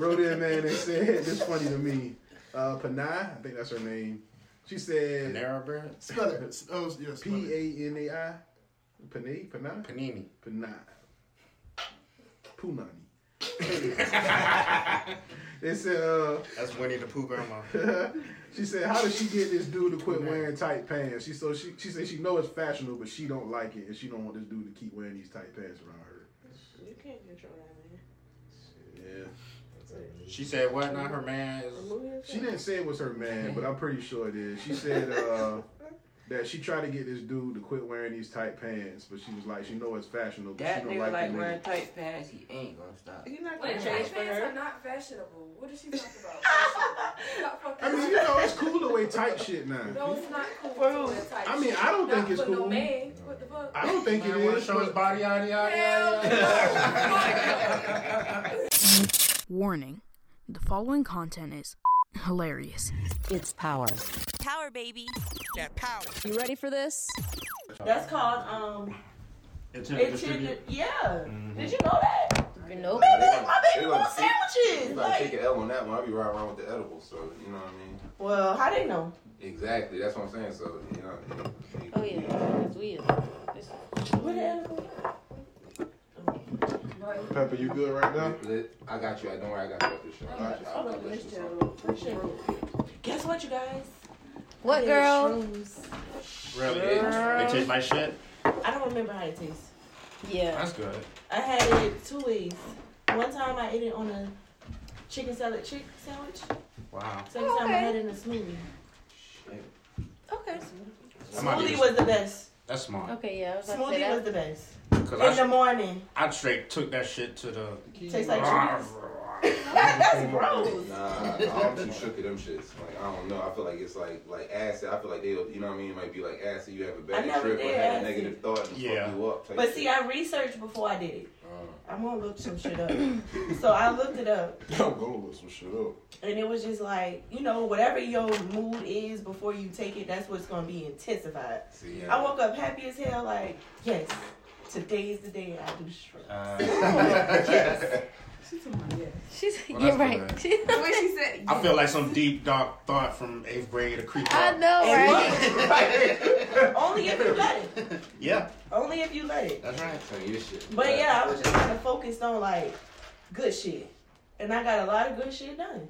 wrote in, man, and said, "This funny to me." Uh, Panay, I think that's her name. She said Panera bread? Spell it. Oh, yes. P A N A I, Panay, Panay, Panini. Panay, Punani. they said, uh, That's Winnie the Pooh grandma. she said, how did she get this dude to quit wearing tight pants? She so she she said she know it's fashionable, but she don't like it, and she don't want this dude to keep wearing these tight pants around her. You can't control that man. Yeah, She said what? Not her man. Is... Remove yourself. she didn't say it was her man, but I'm pretty sure it is. She said uh, that she tried to get this dude to quit wearing these tight pants, but she was like, she know it's fashionable, but That she don't nigga like, like the wearing nigga. tight pants, he ain't gonna stop. You're not Wait, gonna tight change for pants are her. not fashionable. What is she talking about? Fashionable. Not fucking- I mean, you know, it's cool to wear tight shit now. no, it's not cool. For to who? wear tight I mean, shit. I don't Not think it's for No cool. man. What the fuck? I don't think it Man want to is. show his but- body, yada, yada, yada, yada. Warning the following content is hilarious. It's power. Power, baby. You ready for this? That's called um. Intended It distribute. should, yeah. Did you know that? Nope. Baby, my baby They want gonna take- sandwiches. You gotta Like, take an L on that one. I be riding around with the edibles, so you know what I mean. well, how they know? Exactly, that's what I'm saying. So you know. You, Oh yeah, it's weird. It's What the animal? Pepper, you good right now? Lit. I got you. I don't worry. I got you. After the show. I got you. I'll, I'll let you talk. Guess what, you guys? what, They girl? shrooms. Really? It, it tastes like shit? I don't remember how it tastes. Yeah. That's good. I had it two ways. One time I ate it on a chicken salad chick sandwich. Wow. Second time I had it in a smoothie. Okay. I might Smoothie be- was the best. That's smart. Okay. Yeah. I was about to say Smoothie was that. the best. Because In the I, morning. I straight took that shit to the. Tastes like cheese. That's gross. Nah, nah, I'm too shook at them shits. Like I don't know. I feel like it's like like acid. I feel like they, you know what I mean. It might be like acid. You have a I bad never trip or did have a acid. negative thought and Yeah. fuck you up. Type But see, shit. I researched before I did it. Uh, I'm gonna look some shit up. So I looked it up. I'm gonna look some shit up. And it was just like, you know, whatever your mood is before you take it, that's what's gonna be intensified. see, yeah. I woke up happy as hell, like, yes, today is the day I do shrooms. Uh, She's in my yes. She's. Well, you're that's right. the way she said. I feel like some deep, dark thought from eighth grade to creep. I up. know, right? Only if you let it. Yeah, Only if you let it. that's right. Tell you this shit. But yeah, I was just kind of focused on like good shit, and I got a lot of good shit done.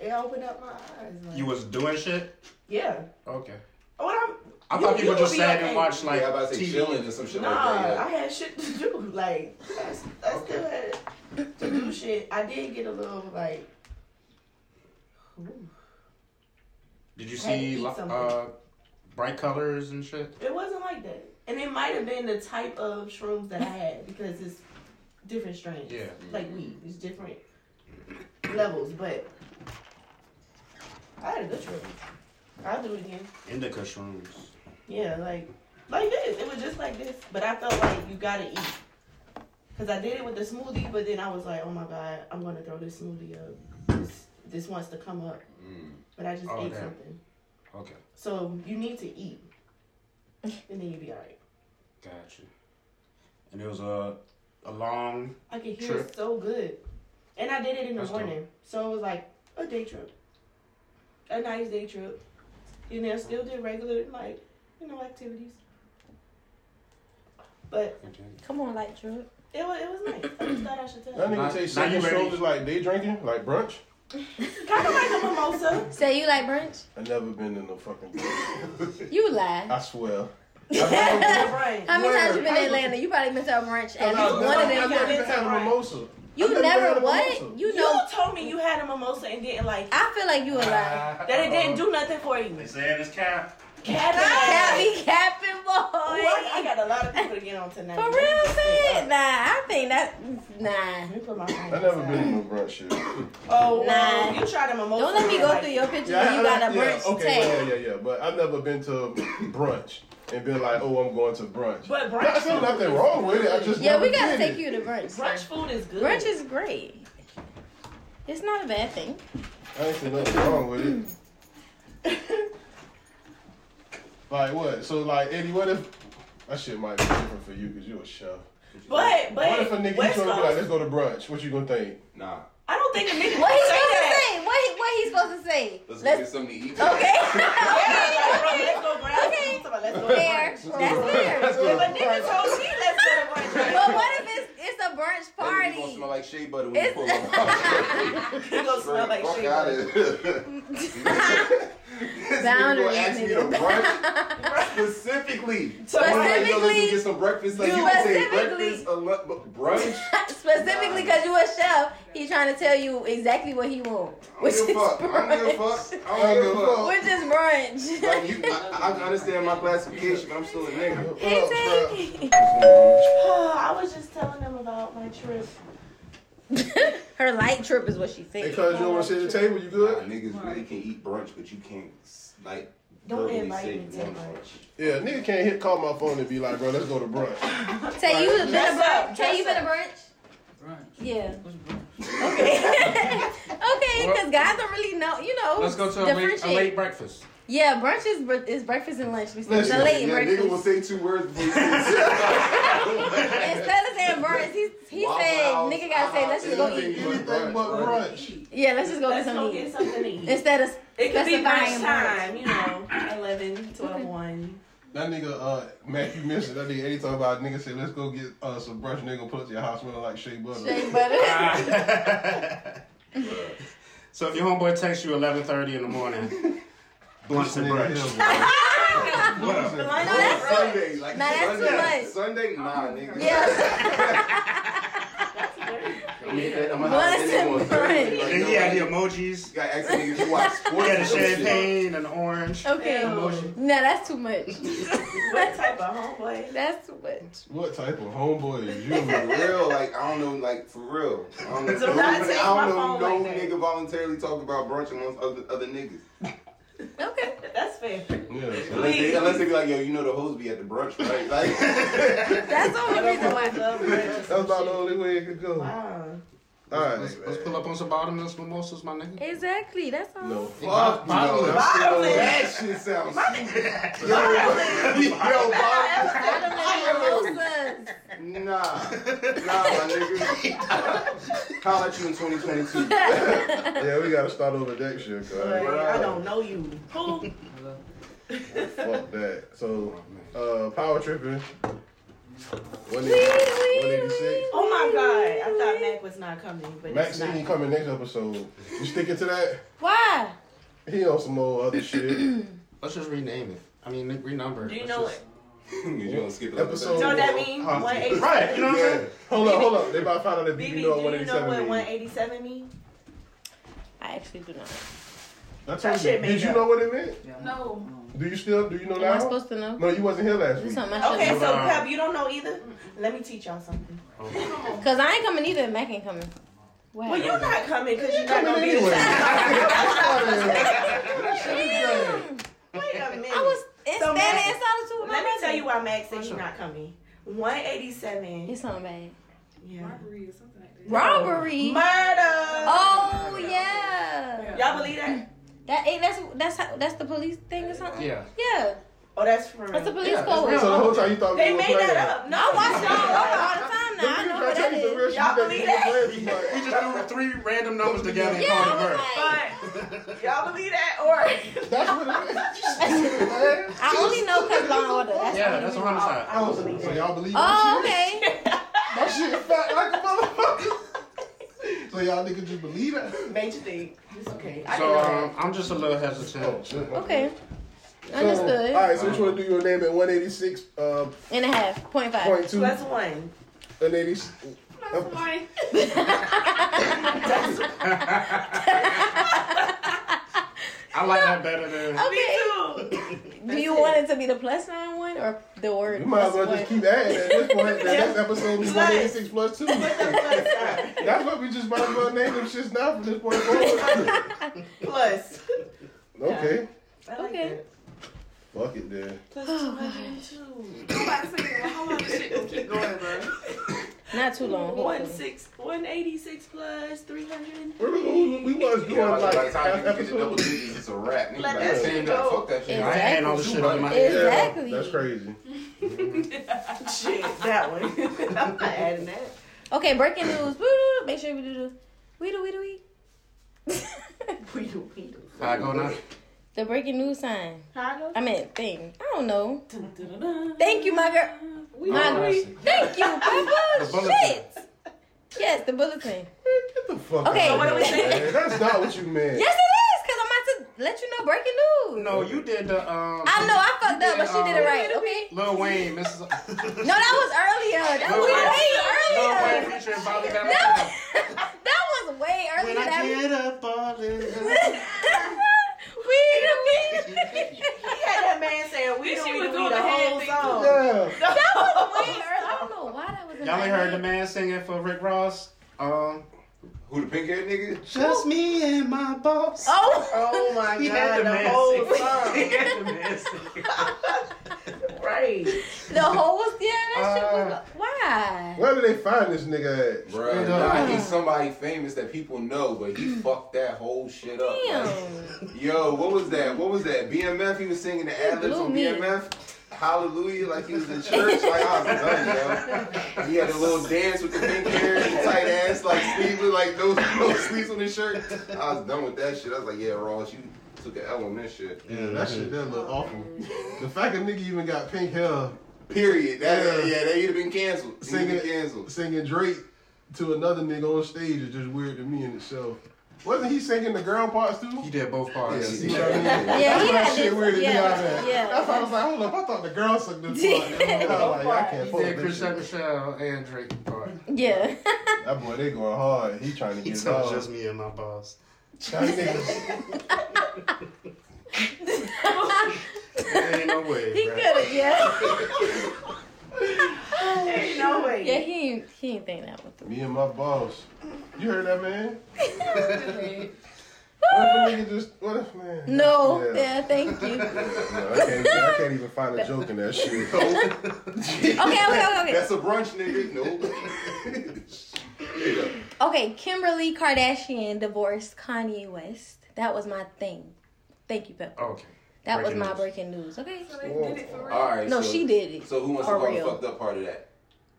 It opened up my eyes. Like, You was doing shit? yeah. Okay. What I'm? I thought you were would just be sat okay. and watched like Like I about to say TV. chilling or some shit Nah, like that. I had shit to do. Like, I, s- I still had to do shit. I did get a little like. ooh. Did you I had to see eat li- something. uh, bright colors and shit? It wasn't like that, and it might have been the type of shrooms that I had because it's different strains. Yeah. like weed, it's different levels. But I had a good trip. I'll do it again. Indica shrooms. Yeah, like like this. It was just like this, but I felt like you gotta eat. Cause I did it with the smoothie, but then I was like, oh my god, I'm gonna throw this smoothie up. This this wants to come up, Mm. but I just Oh, ate damn. something. Okay, So you need to eat, and then you'll be alright. gotcha. And it was a a long. I could hear Sure. it so good, and I did it in the That's dope. morning, so it was like a day trip, a nice day trip, and then I still did regular like you know activities, but Come on, light drip. It was, it was nice. I just thought I should tell That you. nigga Now- tastes now you second ready? shoulders like day drinking, like brunch. Kind of like a mimosa. Say you like brunch? I never been in no fucking. You lie. I swear. How many Where? times you been in Atlanta? You probably missed out on brunch at least I've one of never- them I've never times. even had a mimosa. I've You never had never a what? mimosa. You You know. told me you had a mimosa and didn't like it. I feel like you a lie. That it didn't do nothing for you. saying it's cap. Cap Cat be capping, Ooh, I, I boy. got a lot of people to get on tonight. For real, man. Nah, I think that. Nah. Let me put my phone I never aside. been in no brunch shit. Oh, well, Nah. you tried a mimosa. Don't let me and go like through it. your pictures I- when you I- got a brunch yeah, yeah, okay, yeah, yeah, yeah. But I've never been to brunch and been like, oh, I'm going to brunch. But brunch Not- there's nothing wrong with it. I just Yeah, never we gotta did it. take you to brunch. Brunch food is good. Brunch is great. It's not a bad thing. I ain't see nothing wrong with it. like what? So like Eddie, what if that shit might be different for you because you a chef? But, but, what if a nigga you West trying to be like, Coast, let's go to brunch? What you gonna think? Nah, I don't think a nigga What can he say supposed to that. say? What he, what he supposed to say? Let's, go get Let's Oh, something to eat. Yeah, like, bro, okay. let's go grab something. Let's go to brunch. If Okay. fair. That's fair. a nigga told me let's go to brunch, right? But what if it's it's a That brunch nigga gonna party? smell like shea butter when you It's- pull up. he gonna smell like Fuck shit. out of here. Boundaries, ask me to nigga. brunch specifically. So When I Specifically- go, let's go get some breakfast. Like you can say Specifically- breakfast, a lunch, but brunch. Specifically because you a chef, he trying to tell you exactly what he want, I which don't is give a fuck. I don't give a brunch. fuck. I don't give a fuck. Which is brunch. Like you, I, I understand my classification, but I'm still a nigga. He said- Mm-hmm. I was just telling them about my trip. Her light trip is what she said. Because you don't want to sit at the table, you Nah, good? niggas really can eat brunch, but you can't like. Don't verbally invite say me you to want brunch. Yeah, nigga can't hit call my phone and be like, bro, let's go to brunch. Tay, you been Dress a up, brunch? Tay, you dress been a brunch? Brunch. Yeah. What's brunch? Okay. okay, because guys don't really know, you know. Let's go to a late, a differentiate. late breakfast. Yeah, brunch is, br- is breakfast and lunch. We said Listen, the late Yeah, nigga will breakfast. say two words before you say Instead of saying brunch, he, he Waffle said, House, nigga gotta say, let's just go Anything. eat. Anything but brunch. Yeah, let's just go Let's get some go eat. get something to eat. Instead of, It could be brunch specifying time, you know, 11, 12, 1. That nigga, uh, Mac, you missed it. That nigga, anytime about nigga say, let's go get uh, some brunch, nigga, put it to your house smelling like shea butter. shea Ah. butter. so if your homeboy texts you 11:30 in the morning, blunts and brunch. The lunch brunch. is On Sunday, like Nah, that's too Sunday, much. Sunday, nah, nigga. yeah, I'm gonna Blunts have anyone and Sunday, brunch. like, Then no, he had the you emojis. gotta ask niggas who watch sports. He had and the shit. champagne and the orange. okay. No, Emotion. that's too much. What type of homeboy? that's too much. What type of homeboy is you? For real, like I don't know, like for real. I don't know, So not take I don't my know phone no like that. nigga voluntarily talking about brunch amongst other other niggas. Okay. That's fair. yeah. Unless they, Please. unless they be like, yo, you know the hoes be at the brunch, right? Like, That's the only reason why. Love brunch or That's some about the shit. only way it could go. All Wow. right, Let's, let's man. pull up on some bottomless mimosas, my nigga. Exactly, that's all. No. fuck no. Bottomless. That shit, Bottomless. that shit sounds. yo, yo, bottomless. Bottomless mimosas. Nah, nah, my nigga. Holla at you in 2022. Yeah, we gotta start over next year, cuz. Like, I don't know you. Who? Fuck that. So, uh, power tripping. 180 186. Oh my god. I thought Mac was not coming, but it's Maxine not. coming next episode. You sticking to that? Why? He on some old other shit. Let's just rename it. I mean, renumber. it. Do you Let's know just- it? you gonna skip it Episode- You know what that means? Huh. 180. Right. You know what I'm Yeah. saying? Hold up, hold up. They about to find out if BB, you do know what you know what 187 means. 187 means? I actually do not. I told That you. shit made Did you up. know what it meant? No. Do you still? Do you know Am I now? supposed to know? no, you wasn't here last This week. is something I Okay, should so know. Nah. Pep, you don't know either? Let me teach y'all something. Because I ain't coming either, and Mac ain't coming. Wow. Well, you're not coming because you're not Coming going to be anyway. Wait a minute. I was in So, standing Mac, in solitude with my Let me brother. tell you why Mac said he's not coming. 187. It's something bad. Yeah. Robbery or something like that. Robbery. Murder. oh yeah. Y'all believe that? That eh, that's that's how, that's the police thing or something. Yeah. Yeah, Oh, that's for that's the real. police Yeah, it's code. So the whole time you thought They we were made playing. that up. No, I watch y'all. y'all all the time now. I know what that is. Y'all believe that? We just threw three random numbers together and Yeah, called it I was murder. like, But y'all believe that or That's what it is. I only know because Law and Order. That's Yeah, the that's only what I'm reason. saying. Oh, so, so y'all believe Oh, that shit? okay. That shit fat like a motherfucker. so y'all niggas just believe that? made you think? It's okay. I So didn't know um, I'm just a little hesitant. Okay. So, Understood. all right, so you want to do your name at 186, uh, And a half. Point five. point that. two, Plus one. 180. That's why. I like that better than. Okay. Do you want it to be the plus nine one or the word? You might as plus well one? just keep adding at this point. The next episode be Plus. 186 plus two. Put the plus sign. That's what we just might as well name them shits now from this point forward. Plus. okay. I like Okay. that. Oh Fuck it then. Plus 202. I'm about to say, well, how long this shit gonna keep going, bro? Not too long. One hopefully. six one eighty six plus three hundred. We was, we was doing Yeah, like by half the time you get to double episode. digits, it's a wrap. Let Nigga, like, that damn, shit like, go. fuck that shit. I I had all this shit on my head. Exactly. that's crazy. Shit, that one. I'm not adding that. Okay, breaking news. Woo! Make sure we do the Weedle, weedle, weed. Weedle, weedle. How I go now? the breaking news sign. How I mean, thing. I don't know. I Thank you, my girl. We My- Interesting. Thank you, Papa. bulletin. Shit. Yes, the bulletin. Get the fuck Okay. out So what of are we here, saying? man. That's not what you meant. Yes, it is, because I'm about to let you know breaking news. No, you did the. Um, I know I fucked you up, but she did it um, right, okay? Lil Wayne, Mrs. No, that was earlier. That Lil was Wayne- way Lil Wayne earlier. featuring Bobby Valentine. That was, that was way earlier. When I That get up all in the- we, we, He had that man saying we This don't shit even was need doing the the whole hand thing, song. Yeah. that was way earlier. I don't know why that was. in Y'all my ain't heard the head. man singing for Rick Ross? Um, Who the pink haired nigga? just me and my boss. Oh, Oh my he god, had the the man whole singing. song. He had the man singing. right. the whole was yeah. That shit was Uh, why. Where did they find this nigga at? Bruh, Straight nah, up. he's somebody famous that people know, but he fucked that whole shit up. Like, Damn. yo, what was that? What was that? BMF? He was singing the ad libs blew on me. BMF. Hallelujah, like he was in church. Like I was done, yo. He had a little dance with the pink hair and the tight ass, like sleeveless, like no, no sleeves on his shirt. I was done with that shit. I was like, yeah, Ross, you took an L on this shit. Yeah, that shit that look awful. The fact that nigga even got pink hair Period. That uh, yeah, Yeah. that he'd have been canceled. He'd have singing been canceled. singing Drake to another nigga on stage is just weird to me in itself. Wasn't he singing the girl parts too? He did both parts. see what I mean? Yeah, That's what he that had shit this- weird to me yeah, out there. yeah. That's why I was like, hold up, I thought the girl sung this part. And I was like, I can't He fuck did with this Chrisette shit. Michelle and Drake part. Yeah. That boy, they going hard. He trying to He get told just done. me and my boss. There ain't no way, he bruh. could have. Yeah. Ain't no way. Yeah. He ain't. He ain't think that one through. Me and my boss. You heard that man? What if a nigga just? What if man? No. Yeah. Yeah. Thank you. No, I can't. I can't even find a joke in that shit. Okay. Okay. Okay. okay. That's a brunch, nigga. No. Shit. Okay, Kimberly Kardashian divorced Kanye West. That was my thing. Thank you, Pepper. Okay. that was Oh, breaking my news. breaking news. Okay. So they did it for real. All right. No, so, she did it. So who wants For to call real. the fucked up part of that?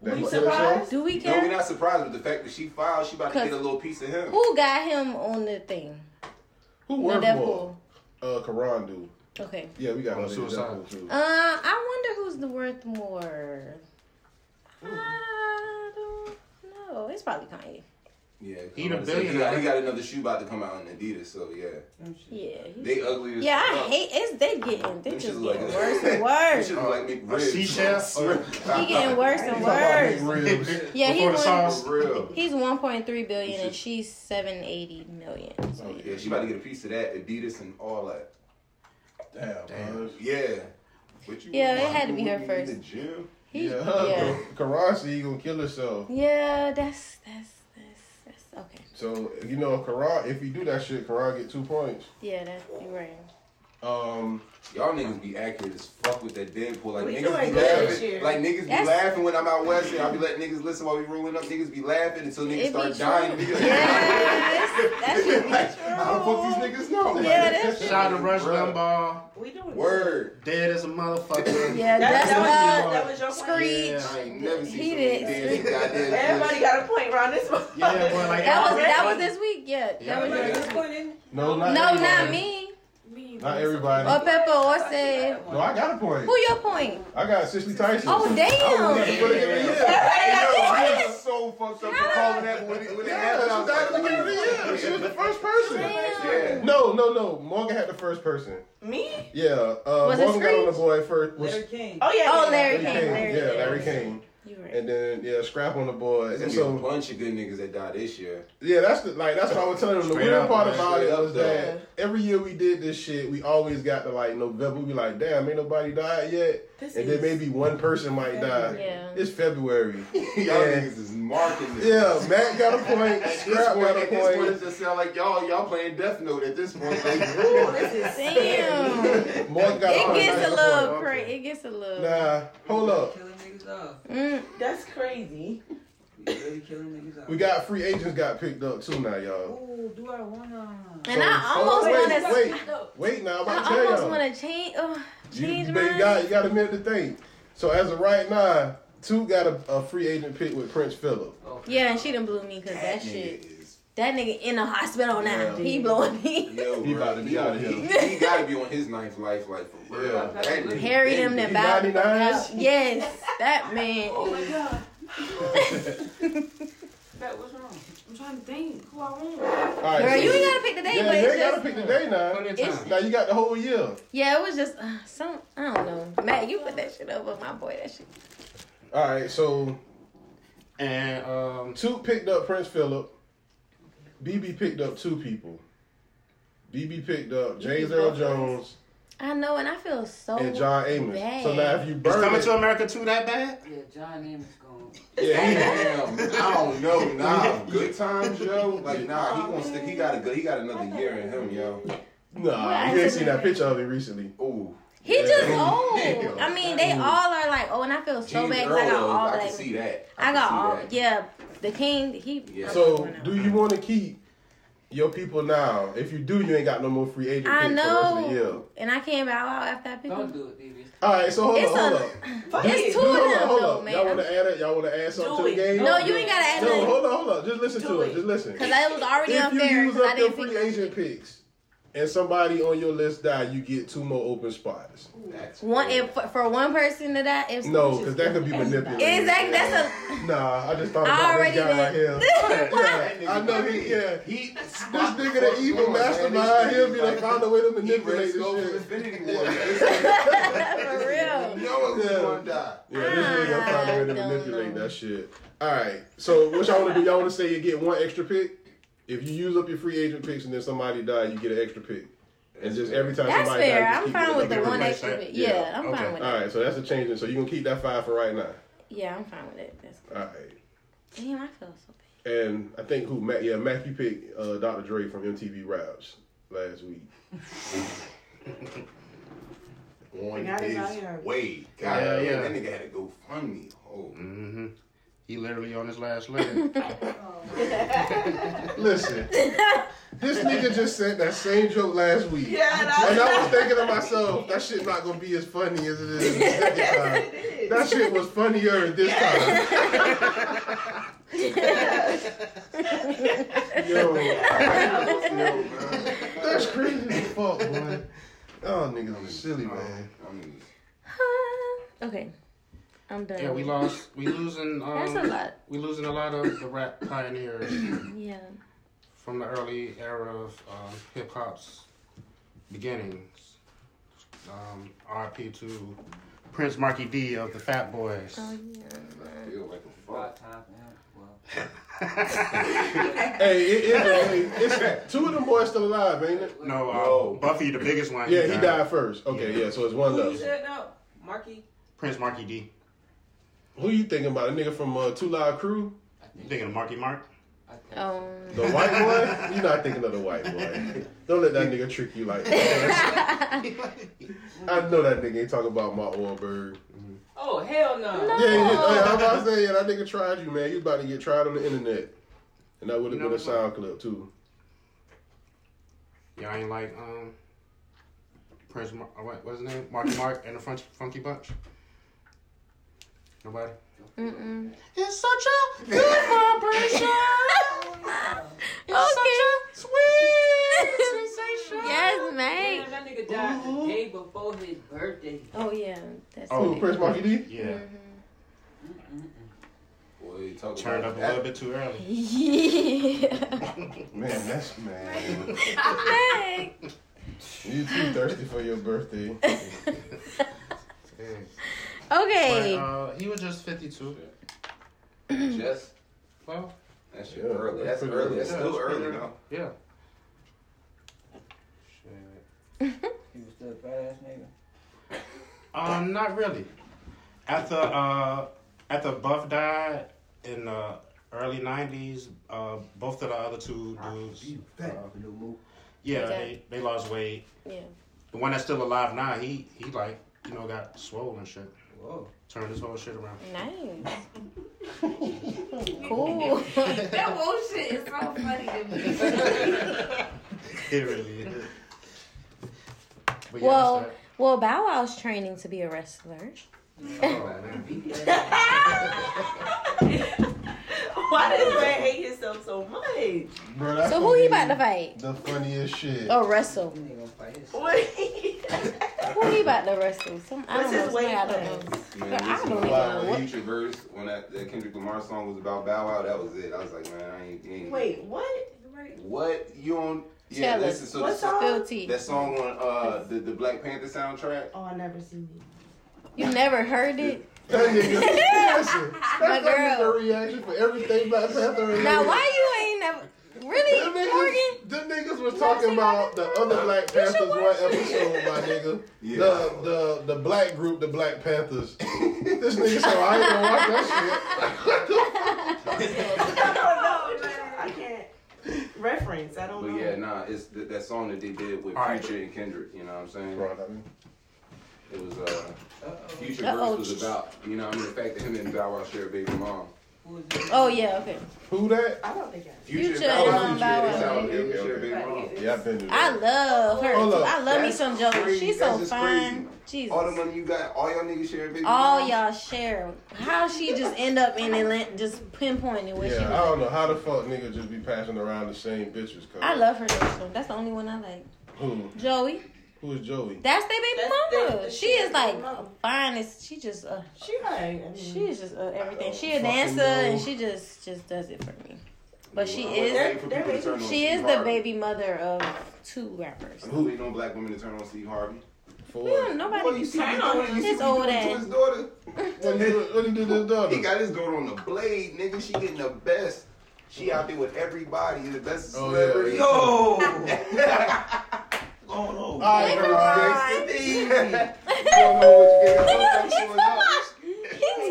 That You what surprised? Do we No, care? we're not surprised with the fact that she filed. She about to get a Cause- little piece of him. Who got him on the thing? Who No, worked that for? fool. Uh, Karan dude. Okay. Yeah, we got Oh, one in suicide. Deadpool, too. Uh, I wonder who's the worth more. I don't know. It's probably Kanye. Yeah, He the come on, so He got, billionaire. he got another shoe about to come out in Adidas. So yeah, Yeah. he's- they ugly. As yeah, fuck. I hate it's they getting they Them just shits getting look like- worse and Them worse. shit look like McRib. A seashell? He getting worse and You talking about worse. big ribs. Yeah, he Before the won- sauce. For real. He's 1.3 billion and She's- she's 780 million. So, yeah. Oh, Yeah, she about to get a piece of that Adidas and all that. Damn, Damn. bud. Yeah. What you Yeah, it had to be her You in the first. gym? He, yeah, yeah. yeah. Ka- Karan said he gonna kill herself. that's that's that's that's okay. So you know, Karan, if he do that shit, Karan get two points. Yeah, that's you're right. Um, Y'all niggas be accurate as fuck with that Deadpool. Like We niggas doing be good this year. laughing. Like niggas be That's- laughing when I'm out west and I be letting niggas listen while we rolling up. Niggas be laughing until It niggas be start true. dying. Niggas- Yes, that should be Like, How the true. fuck these niggas know? Yeah, that's Shout out to Rush Bruh. Limbaugh. We doing Word. Dead as a motherfucker. Yeah, That, that, that's was, uh, that was your point. Screech. Yeah. I ain't never He seen did. so many goddamn. Everybody got a point around this one. Yeah, boy, like That was that was everybody- this week. Yeah, Yeah. that was Like, your this one in- no, not No, everybody. not me. Me. Not everybody. Or Pepper or Say. No, I got a point. Who your point? I got Sissy Tyson. Oh damn. Yeah. Everybody Yo, got she was so fucked up for calling that when it when it Yeah, happened. she I was was like, actually the yeah, She was the first person. Yeah. No, no, no. Morgan had the first person. Me? Yeah, uh, Was it Morgan got on the Screech? boy first. Was Oh yeah. Oh, yeah. Larry Larry King. King. Larry yeah, King. Larry King. You right. And then yeah, Scrap on the boy. There's And gonna be a so bunch of good niggas that died this year. yeah, that's the like that's what I was telling them. The Straight weird up, part man. about Straight it up, was that every year we did this shit, we always got to like November. We be like, damn, ain't nobody died yet. This and then maybe one person might die. Yeah. It's February. Y'all Yeah. niggas is marking this. yeah, Matt got a point. At this Scrap point, got a at this point, it point. just sound like y'all y'all playing Death Note at this point. Like, Ooh, Oh, this is Damn. Morgan got a It point. gets Matt a got little point. cra It gets a little. Nah, hold up. Killing niggas off. Mm. that's crazy. You really killing niggas off. We got free agents got picked up too now, y'all. Ooh, do I wanna? So- And I so- almost wait, want to. wait, Oh wait. Now I'm about to I tell almost y'all. want to change. Oh, You, change but mine. you got you got a minute to think. So as of right now, two got a, a free agent pick with Prince Philip. yeah, and she done blew me because that nigga shit. is That nigga in the hospital now. Yeah. He blowing me. Yo, He bro, about to be outta here. He, he gotta be on his ninth life, like for real. Yeah. That nigga- Harry him that nigga- then bowed him 99s? out. Yes, that man. Oh my god. That was wrong. I'm trying to think who I want. All right, Girl, so- you ain't gotta pick the day, yeah, but you it's ain't gotta just, pick the day now. Plenty of It's- time. Now you got the whole year. yeah, it was just uh, some. I don't know. Matt, you put that shit up with my boy. That shit. All right, so And um, two picked up Prince Philip. BB picked up two people. BB picked up James Earl Jones I know, and I feel so. and John Amos. So bad. now if you is burn coming it, to America too that bad? Yeah, John Amos gone. yeah, Damn, I don't know. Nah, good times, yo. Like, nah, he gonna stick. He got a good. He got another year in him, yo. he, nah, What? you ain't seen that picture of him recently. Ooh, He just Yeah. old. Yeah. I mean, they all are like, oh, and I feel so Gene bad Earl, 'cause I got though, all I black. can see that. I got all. can see that. Yeah, the king. He. Yeah. So do you want to keep your people now? If you do, you ain't got no more free agent I picks for the rest of the year. know. And I can't bow out after I pick Don't him. do it, baby. All right, so hold It's up, hold a- up. Fuck It's it. two of Hold up, hold them though, up. Y'all want man. to add it? Y'all want to add something Do to the it. game? No, you ain't gotta add No, nothing hold on, hold on. Just listen to Do it. it. Just listen. because it was already If you unfair use because I up your didn't free pick agent picks and somebody on your list die, you get two more open spots. That's one. good. If for one person to die, if No, because that could be manipulated. Exactly. That's Nah, I just thought about a. I this already guy right here. did. Yeah, I know he. Yeah, He, this this nigga the evil mastermind. He'll be like, find a way to manipulate this shit. Infinity War. man. For real. No one's gonna die. Yeah, this nigga I find a way to don't manipulate know. that shit. All right. So what y'all want to do? Y'all want to say you get one extra pick? If you use up your free agent picks and then somebody die, you get an extra pick. And just every time That's somebody fair. dies, I'm just keep fine with the another one pick. extra bit. Yeah. Yeah, I'm Okay. fine with All it. right, so that's a change. So you gonna keep that five for right now. Yeah, I'm fine with it. That's All right. damn. I feel so bad. And I think who Mac yeah, Mac you picked uh, Dr. Dre from MTV Raps last week. On got it out his here. way. God, Yeah, yeah. That nigga had to go fund me. Oh, Mm. Mm-hmm. He literally on his last leg. Listen, this nigga just said that same joke last week. Yeah, and I And I was thinking to myself, that shit not gonna be as funny as it is the second time. That shit was funnier this time. Yo, no, man. that's crazy as fuck, boy. Oh, niggas are silly, man. I'm- okay, I'm done. yeah, we lost. We losing. That's a Um, lot. we losing a lot of the rap pioneers Yeah. from the early era of um, hip hop's beginnings. Um, R.I.P. to Prince Marky D of the Fat Boys. Oh yeah. I feel like a Five fuck. top man. Well, Hey, it, it, hey, it's two of them boys still alive, ain't it? No, uh, No. Buffy, the biggest one. Yeah, he died first. Okay, yeah, so it's one who you left. said no? Marky. Prince Marky D. Who you thinking about? A nigga from uh, Two Live Crew? I You think. thinking of Marky Mark? I think. Um. The white boy? You're not thinking of the white boy. Don't let that nigga trick you like that. I know that nigga ain't talking about Mark Wahlberg. Oh hell no. Yeah, yeah, yeah, I'm about to say, yeah, that nigga tried you, man. You about to get tried on the internet. And that would have You know been a what? sound clip, too. Y'all ain't like um, Prince. Mar- uh, what, what's his name? Marky Mark and the Fun- Funky Bunch. Nobody. Mm-mm. It's such a good vibration. Okay. Sweet Yes, mate. Damn, that nigga died the day before his birthday. Oh yeah. That's Oh. Who, Prince Marky D? Yeah. Boy, talk Turned about up a that. little bit too early. Yeah. Man, that's man. I'm back. You too thirsty for your birthday. But, Okay. uh, he was just 52. Just Well, that shit Yeah, early. that's That's pretty early. early. That's yeah, still it's pretty early though. Yeah. Shit. He was still a fat ass nigga. Um, not really. After uh, after Buff died in the early '90s, uh, both of the other two Ah, dudes, uh, yeah, they, they lost weight. Yeah. The one that's still alive now, he he like you know got swollen and shit. Whoa. Turned his whole shit around. Nice. Cool. That bullshit is so funny to me. It really is. But yeah, Well- that's Well, Bow Wow's training to be a wrestler. that. Oh, man. Beat that. Why does Red hate himself so much? Bro, that's So who he gonna about to Oh. fight? be The funniest shit. Or wrestle? You ain't gonna fight his What? Who he about to wrestle? Some I What's don't know. his weight somebody I class? don't know. Man, But I this is don't even why know when what- Future verse when that, that Kendrick Lamar song was about Bow Wow. That was it. I was like, man, I ain't. ain't Wait, what? what you on? Yeah, Tell listen. us. So What the, song? Spill tea. that song on uh the, the Black Panther soundtrack. Oh, I never seen it. You never heard it? That nigga, listen, that's My that girl. nigga reaction for everything Black Panther. and Now Lily. why you ain't never Them really Morgan? niggas, them niggas was You talking seen about the other Black You should Panthers one watch episode, my nigga. Yeah. The, the the black group, the Black Panthers. this nigga said, I ain't gonna watch that shit. What the I don't know. I can't reference. I don't But know. yeah, nah, it's th- that song that they did with All right. Future and Kendrick. You know what I'm saying? Bro, I mean, It was uh, Future Uh-oh. verse was about you know I mean the fact that him and Bow Wow share a baby mom. Who is it? Oh yeah, okay. Who that? I don't think I. Future and Mom Bow Wow. They Okay, share a okay. baby mom. Yeah, I've been to I that. love her. Hold too. up. I love me That's some Jones. crazy. She's That's so just fine. crazy. Jesus. All the money you got, all y'all niggas share a baby All mom. y'all share. How she just end up in Atlanta, just pinpointing where she Yeah, I was. don't know how the fuck nigga just be passing around the same bitches. cuz. I love her though. so That's the only one I like. who? Joey. Who is Joey? That's their baby That's their- mama. that's She their is like baby mama. finest. She just uh, She right. I mean, she is just uh, everything. She a fucking dancer know. and she just just does it for me. But she I is- was waiting for They're- people they're to turn on She is Steve the Harvey. baby mother of two rappers. Who waiting on black women to turn on Steve Harvey? Yeah, For Boy, nobody you be see what he turn doing? on You see his what he old doing to ass. his daughter? what he do- what he do to his daughter? He got his daughter on the blade, nigga. She getting the best. She out there with everybody. The best Oh, celebrity. yeah. Oh, no. All right, girl. Gangsta D. You don't know what you getting yourself into and out. He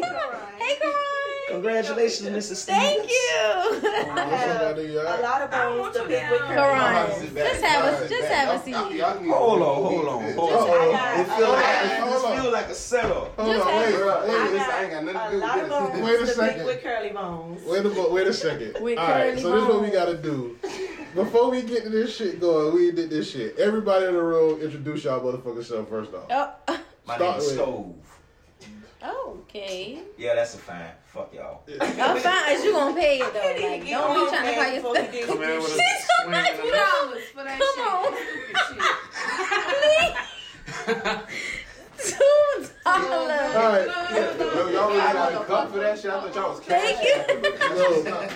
took my- Hey, Karan. Congratulations, Mrs. Stevens. Thank you. I have Somebody, all a right. lot of bones to pick with her. Y'all Karan, have to sit back. just have Y'all a just sit have a back. seat. Y'all- y'all- y'all need- Hold on, hold on, hold on. I It feel got- like, it just feel like a setup. Hold Just on, have- wait, wait, Bruh, hey, I listen, I ain't got got nothing to a do lot of with this. Wait a bones to pick second. with curly bones. Wait a mo- wait a second. With All right, curly so this is what we bones. gotta do. Before we get to this shit going, we did this shit. Everybody in the room, introduce y'all motherfucking self first off. Oh, My Start name is with- Stove. okay. Yeah, that's a fine. Oh, Fuck y'all. I'm fine as you gonna pay it though. Like, don't be trying to call yourself. Come in with a She's swing. ninety dollars. for that Come on. shit. Two dollars. All right, Yo, y'all really got a cup for that shit? I thought y'all was Thank cash. no, you gotta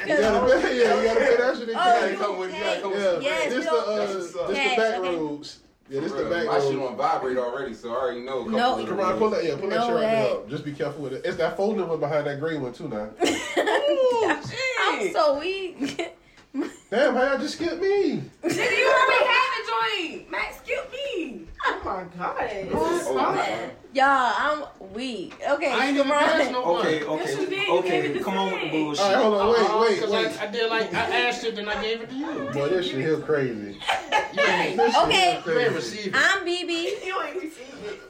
pay. Yeah, you gotta pay that shit in gotta cash. come with- you gotta come with Yeah, some Oh, Yes, this we the don't- uh, That's this what's the up. Cash, back okay. roads. Yeah, this the Bruh, back My shit roads. on vibrate already, so I already know. a couple No. of the Karan, pull that, yeah, pull that No shit right way. there up. Just be careful with it. It's that folding one behind that green one too now. I'm so weak. Damn, how y'all just skip me? Nigga, you already had the joint. Max, skip me. Oh my god. rules. Oh, yeah. Y'all, I'm weak. Okay, I ain't even Karan. asked no one. Okay, Yes, you okay, did. You gave it okay. the Come on with the same. bullshit. All right, hold on, Uh-uh, wait, 'cause wait, wait. I, I did like I asked it, then I gave it to you. Boy, this shit here crazy. You ain't, This shit here Okay. you ain't crazy. received it. I'm BB. You ain't received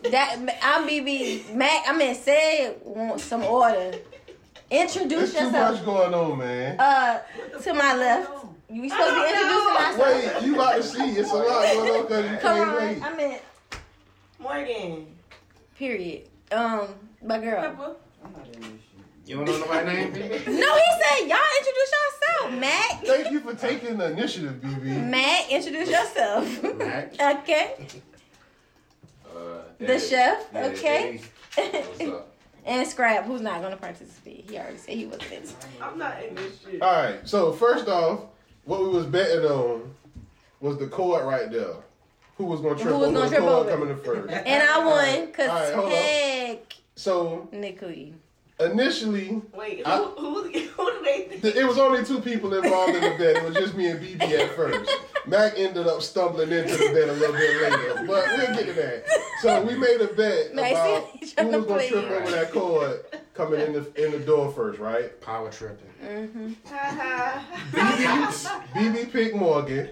it. That I'm BB. Mac. I mean, say want some order. There's Introduce too yourself. much going on, man. Uh, to my left. You supposed to be introducing myself. Wait, you about to see. It's a lot going on because you can't Karan. wait. I mean, Morgan. period. Um, my girl. I'm not in this shit. You don't know nobody's name, baby? No, he said y'all introduce yourself. Mac. Thank you for taking the initiative, BB. Mac, introduce yourself. Mac. okay. Uh, The chef. yeah, Okay. Eddie. What's up? and Scrap, who's not gonna participate. He already said he wasn't. I'm not in this shit. All right. So first off, what we was betting on was the cord right there. Who was going to trip Who was over gonna the trip cord over? coming in first? And I won because All right, hold on. heck, So Nikki. initially, Wait, I- who, who, who do they think? th- it was only two people involved in the bet. It was just me and BB at first. Mac ended up stumbling into the bet a little bit later, but we'll get to that. So we made a bet Mac, about see, he's who trying to was going to trip play. over that cord coming in the in the door first, right? Power tripping. Ha BB picked Morgan.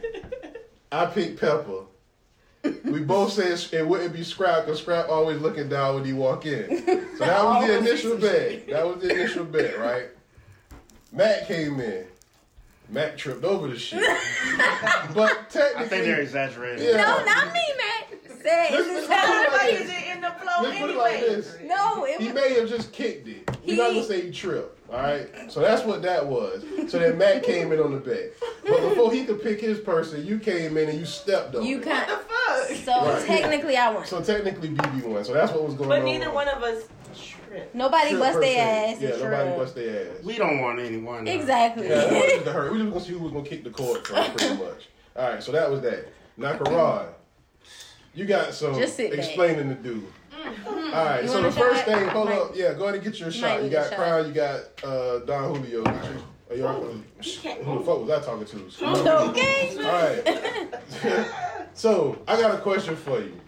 I picked Pepper. We both said sh- it wouldn't be Scrap because Scrap always looking down when he walk in. So that was the initial bet. That was the initial bet, right? Matt came in. Matt tripped over the shit. but I think they're technically, exaggerating. Yeah. No, not me, Mac. Say Let's- it's let's put it like ha. this. Is it in the flow Let's put it like anyway? this. No, it He was may have just kicked it. We're not gonna say he tripped. All right, so that's what that was. So then Matt came in on the bed, but before he could pick his person, you came in and you stepped on. You it. can't. So Right. technically, I won. So technically, BB won. So that's what was going But on. neither one of us tripped. Nobody Trip bust per their se. ass. Yeah, and nobody shrug. bust their ass. We don't want anyone. uh, Exactly. Yeah, that wasn't to hurt. We just gonna see who was gonna kick the cord first, pretty much. All right, so that was that. Nakarad, you got some Just sit back. Mm-hmm. explaining to do. All right, You so want the a first shot? thing, hold Mike- up, yeah, go ahead and get your shot. need You a got shot. Crown, you got uh, Don Julio. Are you all right? He can't Who the fuck was I talking to? Okay. All right. so I got a question for you.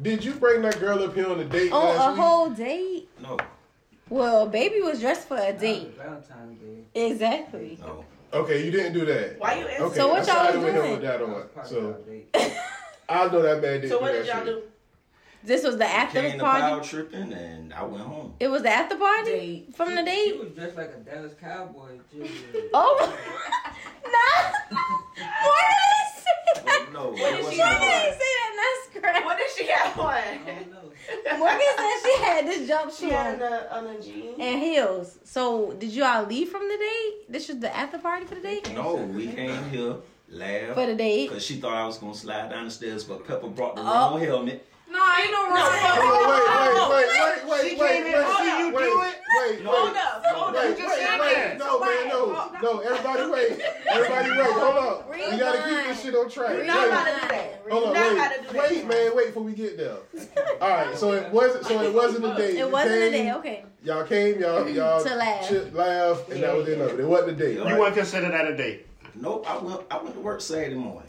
Did you bring that girl up here on a date On last Oh, a week? whole date. No. Well, baby was dressed for a date. Valentine's Day. Exactly. No. okay, you didn't do that. Why you answer? Okay, So what I y'all sided was with him doing? with that That was on. probably So our date. I know that man didn't. So what do did that y'all shit. do? This was the after Came to party. power tripping and I went home. It was the after party Date. from the She- She date. was dressed like a Dallas Cowboy. too. Oh no! Why did I say that? But no, What it is wasn't she Why did about- I say that? That's crazy. What did she have I don't on? know. Morgan said she had this jump She shoe had on a, on a jean. and heels. So did you all leave from the date? This was the after party for the date? No, we came here, laugh. For the date? Because she thought I was going to slide down the stairs, but Pepper brought the Oh. wrong helmet. No, I ain't No, Hold on, wait, wait, She wait, wait, wait, came wait, in, hold wait, up. wait, wait, wait, Hold up, hold up. Wait, You just wait, said wait, that. no, man, no, no, everybody wait, everybody wait, hold up. We gotta keep this shit on track. Rewind. Not how Wait, to do that. hold Not how to do up, that. wait, wait, man, wait before we get there. All right, so it wasn't, so it wasn't a date. You It wasn't a came, day, okay. Y'all came, y'all, y'all To laugh. chit- laugh, and that was the end of it. It wasn't a date. You You right? wouldn't consider that a date. Nope, I went, I went to work Saturday morning.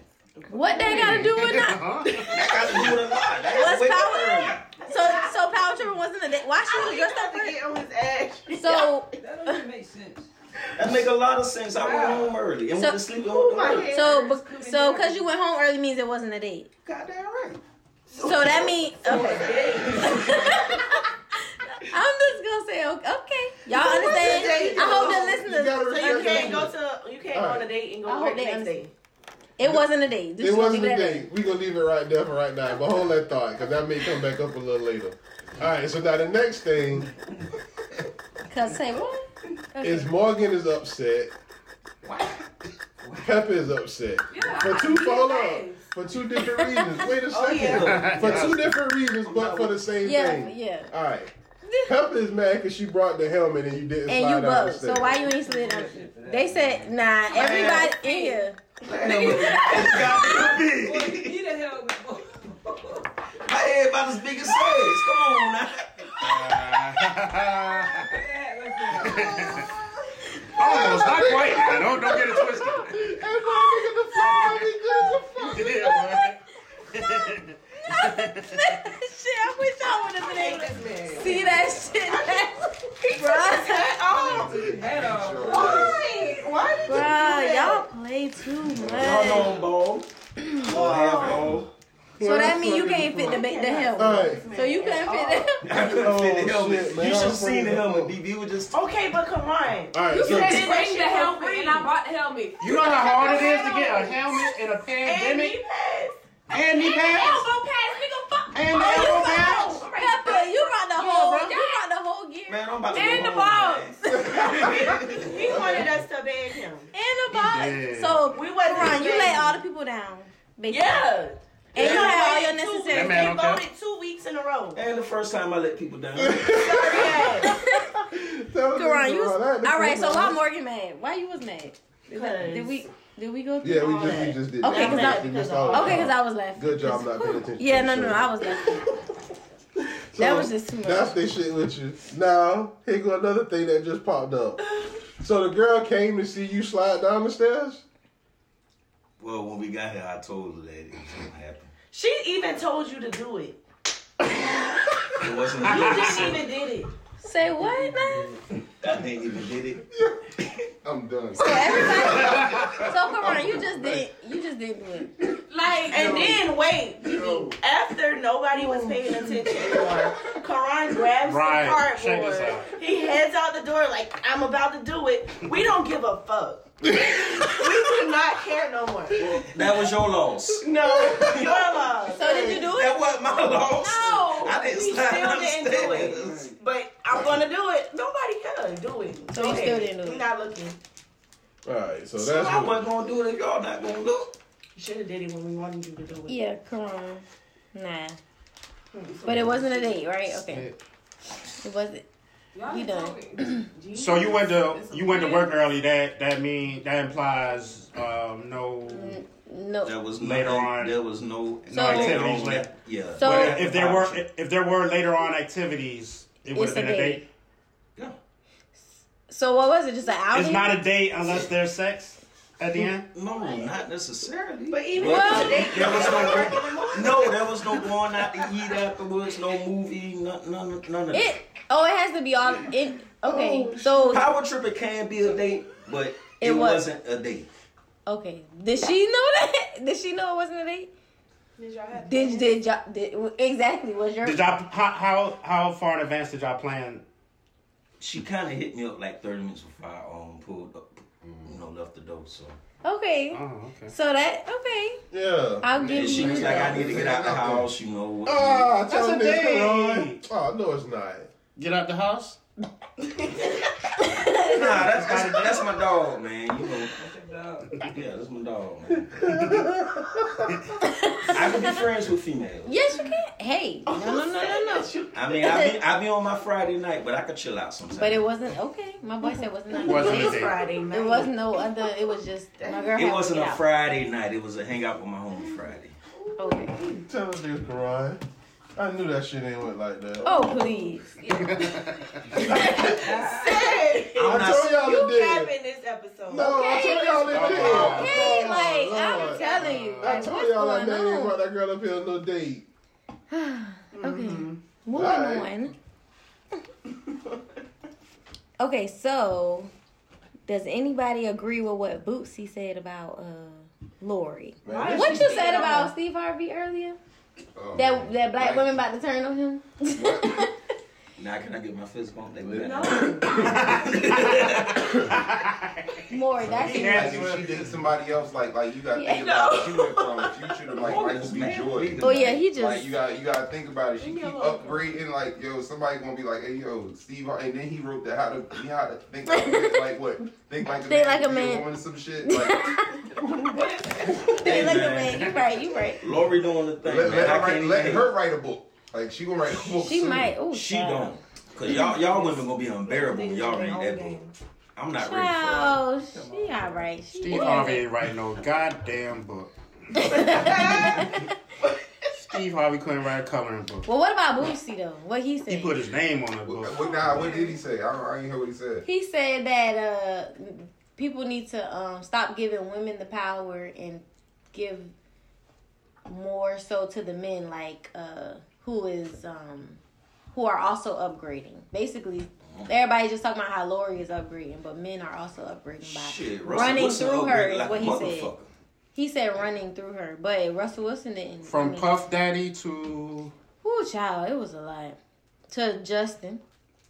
What they gotta do with that? That got to do with a lot. That got What's to wake up power? early. So so Power Trip wasn't a day. Why she was You dressed got up to get for on his ass. So That don't even make sense. That make a lot of sense. I went Wow. home early and So- went to sleep on my the head. so bec- so because you went home early means it wasn't a date. Goddamn right. So that means okay. I'm just gonna say okay. okay. Y'all understand? I hope the You gotta listeners. So you respect can't that. go to you can't go Alright. on a date and go I to hope work they the next understand. day. It wasn't a date. Just It wasn't a leave it at date. We gonna leave it right there for right now, but hold that thought because that may come back up a little later. All right, so now the next thing that. Cause say what? is Morgan is upset. Pepper is upset for two hold up for two different reasons. Wait a second, for two different reasons, but for the same Yeah, thing. yeah. All right, Pepper is mad because she brought the helmet and you didn't And slide down you the bugged. So stairs. why you ain't slid on? They said, nah, everybody in here. Boy, he the hell before. My head about as big as his. Come on now. Almost, not quite. Now. Don't don't get it twisted. Yeah, Oh man. shit, I wish I would have been able to see that shit. Head off. Why? oh, Why did you do Bruh, that? y'all play too Come much. on, Bo. Go ahead, Bo. So that means you can't fit the, ba- the All helmet. right. So you couldn't fit the I couldn't Oh, fit the helmet. shit, man. you I'm should have seen afraid the of helmet, Bo. DB. You was just Okay, but come on. All right, so, This question for free. bought the helmet. You know how hard it is to get a helmet in a And he pandemic passed. and knee pads pads, and the elbow pads. Pepper, you brought the whole, you brought the whole gear. man. I'm about to And go the home, man. He wanted us to beg him. And the box. Yeah. So, We wasn't. Ron, you begging. laid all the people down. basically. Yeah. And you had all your That man necessary. They don't care. voted two weeks in a row. And the first time I let people down. Because Yeah. tell them, Karan, you. Karan, I had to All right, come so out. why Morgan mad? Why you was mad? Did we? Did we go through Yeah, we all just that? we just did. Okay, that. because I- We missed all of Okay, that. because I was laughing. Good job not paying attention. Yeah, to no, the no, show. I was laughing. that was just too much. That's the shit with you. Now, here go another thing that just popped up. So the girl came to see you slide down the stairs? Well, when we got here, I told her that it was gonna happen. She even told you to do it. It wasn't. You didn't even did it. Say what now? I didn't even did it. I'm done. So everybody. so Karan, you just did. You just didn't do it. Like, and then wait, after nobody was paying attention anymore, Karan grabs Right, the check this cardboard. He heads out the door like, I'm about to do it. We don't give a fuck. we do not care no more. That was your loss. No, your love. So did you do it? That wasn't my loss. No. I didn't we slide still down the didn't do stairs. it. But I'm gonna do it. Nobody yeah, do it. So you still didn't do we it. not looking. All right, so So that's I what, wasn't gonna do it if y'all not gonna look. You should have did it when we wanted you to do it. Yeah, Quran. Nah. Hmm. But it wasn't a date, right? Okay. It wasn't. You done. So you went to you went to work early. That that mean that implies um, no. No. There was Later nothing- on. There was no No So- activities no- later. Yeah. So- But if there were if there were later on activities, it would It's have been a a date. date. Yeah. So what was it? Just an Oh, outing? It's not a date unless there's sex at the end. No, not necessarily. But even Well- though they There was no no. There was no going out to eat afterwards. No movie. None. None. None of It. that. Oh, it has to be all. It. Okay. Oh, so Power tripping can be a date, but it, It was. wasn't a date. okay. Did she know that? Did she know it wasn't a date? Did y'all have Did did, y'all, did exactly was your Did y'all how how, how far in advance did y'all plan? She kind of hit me up like thirty minutes before I um pulled up. You know, left the door. So okay? Oh, okay. So that okay. yeah. I'll give and she you. was like, "I need to get out the house." You know. what- Ah, tell That's a niggas, come date. on. Oh no, it's not. Get out the house. Nah, that's that's, that's my dog, man. You know. Dog. Yeah, that's my dog, man. I can be friends with females. Yes, you can. Hey, Oh, no, no, no, no, no. I mean, I be, I be on my Friday night, but I could chill out sometimes. But it wasn't okay. My boy said it wasn't. Another Wasn't a date. date. Friday night. It was no other. It was just my girl. It wasn't a yeah. Friday night. It was a hangout with my homie Friday. Okay. Tell them niggas, Karan. I knew that shit ain't went like that. Oh please. Hey, I'm I not- told y'all you it did. capping this episode. No, I Okay, told y'all it did. Okay, Lord, like I'm Oh, Lord. telling you. I like, told what's y'all like that going ain't on? brought that girl up here on no date. Okay. Moving Alright. on. okay, so does anybody agree with what Bootsy said about uh Lori? Man, What you said about Steve Harvey earlier? Oh, That that black Right. woman about to turn on him? Now, can I get my fist bump? Like, No. More, that's you. Like if she did somebody else, like like you got to think Yeah, about it. She went from Future to like Michael B. Jordan. Oh yeah, he just Like you got you got to think about it. She Leave me keep alone. upgrading. Like yo, somebody gonna be like, hey yo, Steve, Har-" and then he wrote the how to he how to think like, a- like what think like a Think man, like a be man. on some shit. Like, Hey, look at man, you right, you right. Lori doing the thing. let man. let, her I write, can't let even- her write a book. Like she gonna write a book. She soon. might. Oh, She don't. Cause y'all y'all women gonna be unbearable when y'all read that book. I'm not ready for Oh, she all right. She Steve Harvey ain't writing no goddamn book. Steve Harvey couldn't write a coloring book. Well, what about Bootsy though? What he said? He put his name on the What, book. what, nah, what did he say? I, don't- I didn't hear what he said. He said that uh, people need to um, stop giving women the power and give more so to the men, like uh, who is um, who are also upgrading. Basically, everybody just talking about how Lori is upgrading, but men are also upgrading it. by. Shit, Running Wilson through up her there is like what a he said. motherfucker. He said running through her, but Russell Wilson didn't. I From mean- Puff Daddy to Ooh, child, it was a lot. To Justin.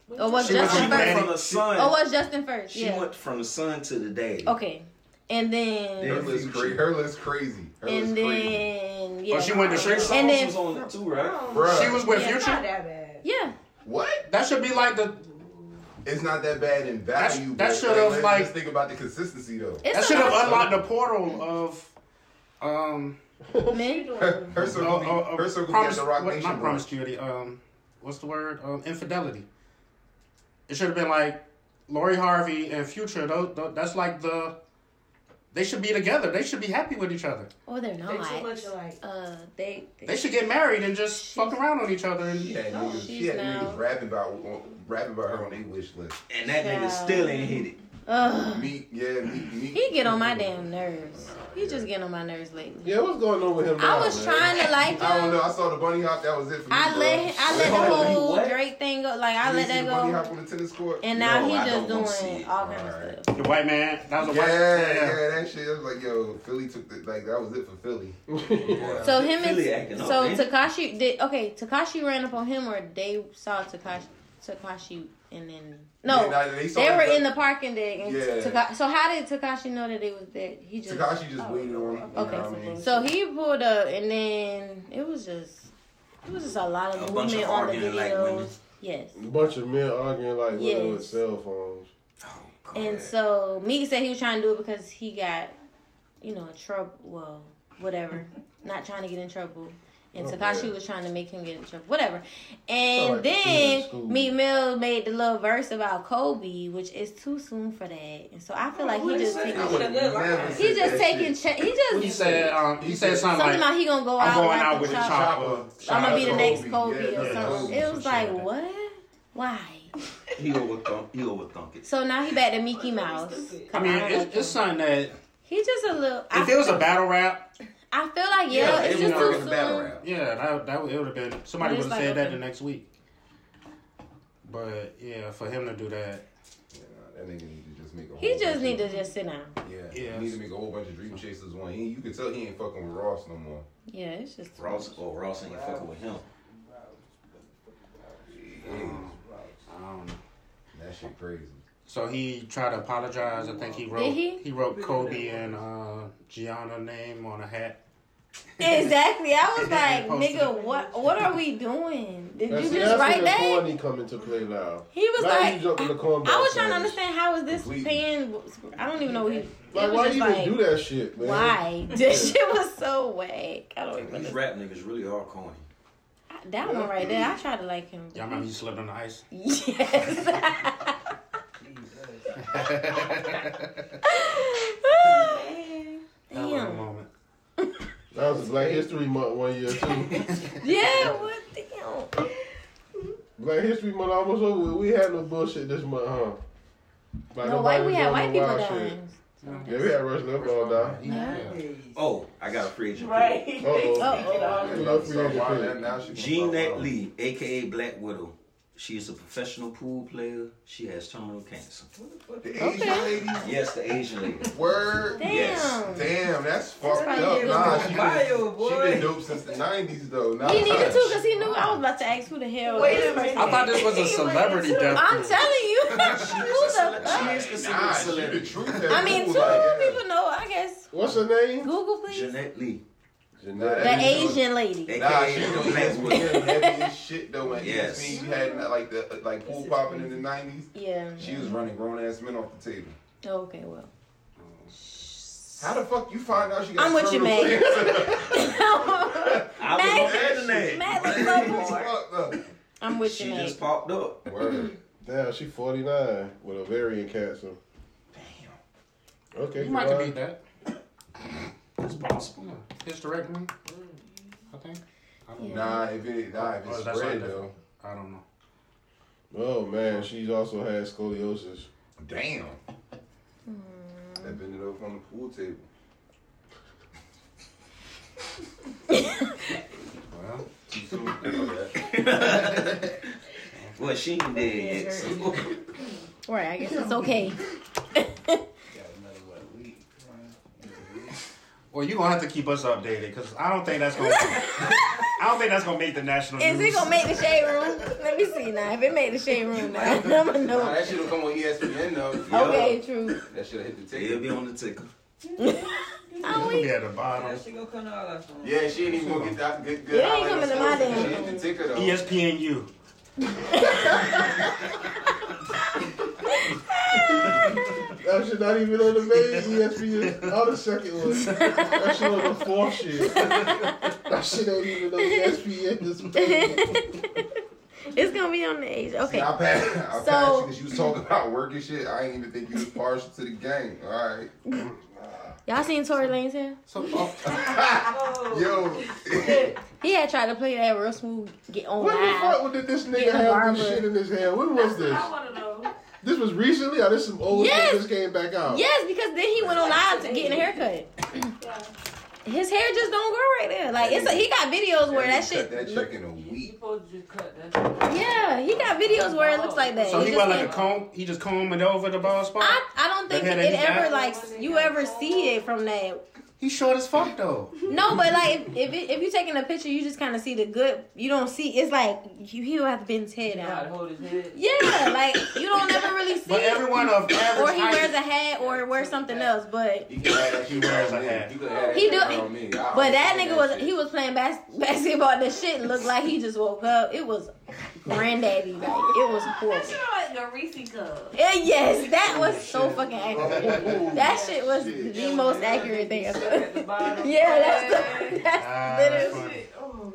Or was She went Justin from first? from the sun. Or was Justin first? She Oh, yeah. went from the sun to the daddy. okay. And then Her list, cra- her list crazy. Her list and crazy. then yeah. Oh, she went to Trey Shake Songz And then- was on it Oh, too, right? Bruh, She was with Yeah. It's not Future. that bad. Yeah. what? That should be like the It's not that bad in That's- value. that but, should like, have, let's like- just think about the consistency though. It's that a should have lot unlocked the portal of um of men. Her, her circle, uh, be- uh, uh, her circle be at promis- the Rock what- Nation. not bro. promiscuity. Um, what's the word? Um, infidelity. It should have been like Lori Harvey and Future. Though, though that's like the. They should be together. They should be happy with each other. Oh, they're They not. too much alike. uh, they. They should get married and just fuck around on each other. She And had niggas, she she's had now- niggas rapping about on- rapping about her on their wish list. And that nigga Child. still ain't hit it. Ugh. Me, yeah, me, me. uh, He get on my damn nerves. He just get on my nerves lately. Yeah, what's going on with him? I now, was man? trying to like I don't him. know. I saw the bunny hop. That was it for me. I bro. let him, I let Hold the on, whole what? Drake thing go. Like I You let see that the bunny hop go. on the tennis court. And now No, he I just don't wanna see doing it. all kinds of Alright. stuff. the white man. That was a yeah, white yeah, man. that shit. I was like, yo, Philly took the like. That was it for Philly. So him Philly and acting up, so man. Takashi did okay. Takashi ran up on him, or they saw Takashi Takashi, and then no, Yeah, nah, they saw they him, were but- in the parking deck. And Yeah. Taka- so how did Takashi know that they was there? He just Oh, Takashi just waited on. him, You Okay. know what I mean? so he pulled up, and then it was just It was just a lot of A bunch women of on the arguing, videos. like, women. Yes. bunch of men arguing like women with Yes. cell phones. Oh, And so Meek said he was trying to do it because he got, you know, in trouble. Well, whatever. Not trying to get in trouble. And Oh, Takashi boy. was trying to make him get in trouble. Whatever. And like the kid in school. then Meek Mill made the little verse about Kobe, which is too soon for that. And so I feel like who he he just said taking that? I would've never he said just that taking cha- he just He said, um, he said something, something like, about he gonna go I'm out going like out a with the chopper. Uh, Uh, chopper. I'm Shout gonna out be the to next Kobe. Kobe Yeah, or yeah, something. Kobe, It some was shit like like that. what? Why? He overthunk. He overthunk it. So now he back to Mickey Mouse. I mean, it's, it's something that He just a little. I, if it was a battle rap, I feel like yeah, it's just too soon. Yeah, that that would, it would have been somebody But would it's have like, said that okay. the next week. But yeah, for him to do that, That nigga need to just make a He whole just bunch need of- to just sit down. Yeah, he need to make a whole bunch of Dream Chasers one. He, you can tell he ain't fucking with Ross no more. Yeah, it's just. Ross, oh Ross ain't fucking with him. I don't know. That shit crazy. um, So he tried to apologize. I think he wrote Did he? wrote Kobe and uh, Gianna name on a hat. Exactly. I was like, Posted it. nigga, what what are we doing? Did Now, you see, just that's write when that? The corny come into play now. He was now like- you jump in the cornball I was trying stage. to understand how is this paying. I don't even know. He, it Like, was why just you like, even do that shit, man? Why? This shit was so whack. I don't even. These rap niggas really are corny. That one right there. I tried to like him. Y'all remember you slept on the ice? Damn. moment. That was Black History Month one year too. Yeah. What? Damn. Black History Month almost over. with. We had no bullshit this month, huh? Like, No, why nobody we was had doing white no people wild dying. shit. Yeah, we had Rush Limbaugh die. Oh, I got a free agent. Right. pick. Uh-oh. Uh-oh. We got a free agent pick. Jeanette Lee, aka Black Widow. She is a professional pool player. She has terminal cancer. The Asian lady? Yes, the Asian lady. Word? Damn. Yes. Damn, that's fucked probably up. a Nah, good she bio, been, she been dope since the 90s, though. Nah, He needed to because he knew I was about to ask who the hell. Wait a minute. I thought this was a He was celebrity too. death I'm pool. telling you. who the She fuck? is considered nah, celebrity. the truth. I mean, two people know. I guess. What's her name? Google, please. Jeanette Lee. Jeanette The Asian lady. Nah, AKA she the was Black heavy Widow. as shit though. When yes. Yes. ESPN had like the like pool popping in the nineties, Yeah. she was running grown ass men off the table. Okay, well. How the fuck you find out she got? I'm with you, terminal Meg. cancer? I was on the internet. Matt was so bored. I'm with you, She Meg. just popped up. Word. Damn, she 49 with ovarian cancer. Damn. Okay. You might have goodbye. beat that. It's possible. Hysterectomy, I think. I don't know. Nah, if it nah, if Oh, it's that's spread not though. I don't know. Oh, man. She's also had scoliosis. Damn. That bending over on the pool table. well, too soon. for that. Well, she ain't dead yet. So. Right, I guess it's okay. Well, you gonna have to keep us updated because I don't think that's gonna. I don't think that's gonna make the national Is news. it gonna make the shade room? Let me see now. If it made the shade room, now I'm gonna Nah, know. that shit'll come on E ESPN though. Okay, true. That shit'll hit the It'll table. be on the ticker. Are we? at the bottom. She gonna come to all our phones. Yeah, she ain't even gonna get that good. good You ain't highlight coming to of my sports. damn She hit the ticker E though. ESPNU. That shit not even on the main E ESPN. On the second one. That shit on the fourth shit. That shit ain't even E on ESPN this morning. It's gonna be on the age. Okay. I passed. I so, passed So- because you was talking about work and shit. I ain't even think you was partial to the game. All right. Y'all seen Tory Lane's hair? Yo, He had tried to play that real smooth, get on When the live. fuck did this Get nigga the have this barber. shit in his hand? When was this? I want to know. This was recently or this some old Yes. shit just came back out? Yes, because then he went on live to getting a haircut. His hair just don't grow right there. Like it's a, he got videos where that cut shit. that check in a week. Yeah, he got videos where it looks like that. So It he just got can't- like a comb. He just combed it over the bald spot. I, I don't think The it head that he ever got? like you ever see it from that He's short as fuck though. No, but like if if, it, if you're taking a picture, you just kind of see the good. You don't see. It's like you he'll have Ben's head out. Yeah, like you don't ever really see. But everyone of it. average Or he height- wears a hat or wears something else. But You can add that shit around me. You can add that he do. shit around me. I don't But that see nigga was shit. he was playing bas- basketball. and The shit looked like he just woke up. It was granddaddy. Like it was poor. That shit like the Reese cup. yes, that was so fucking accurate. That shit was the most accurate thing. I've done. Yeah, that's the that's literally. Oh,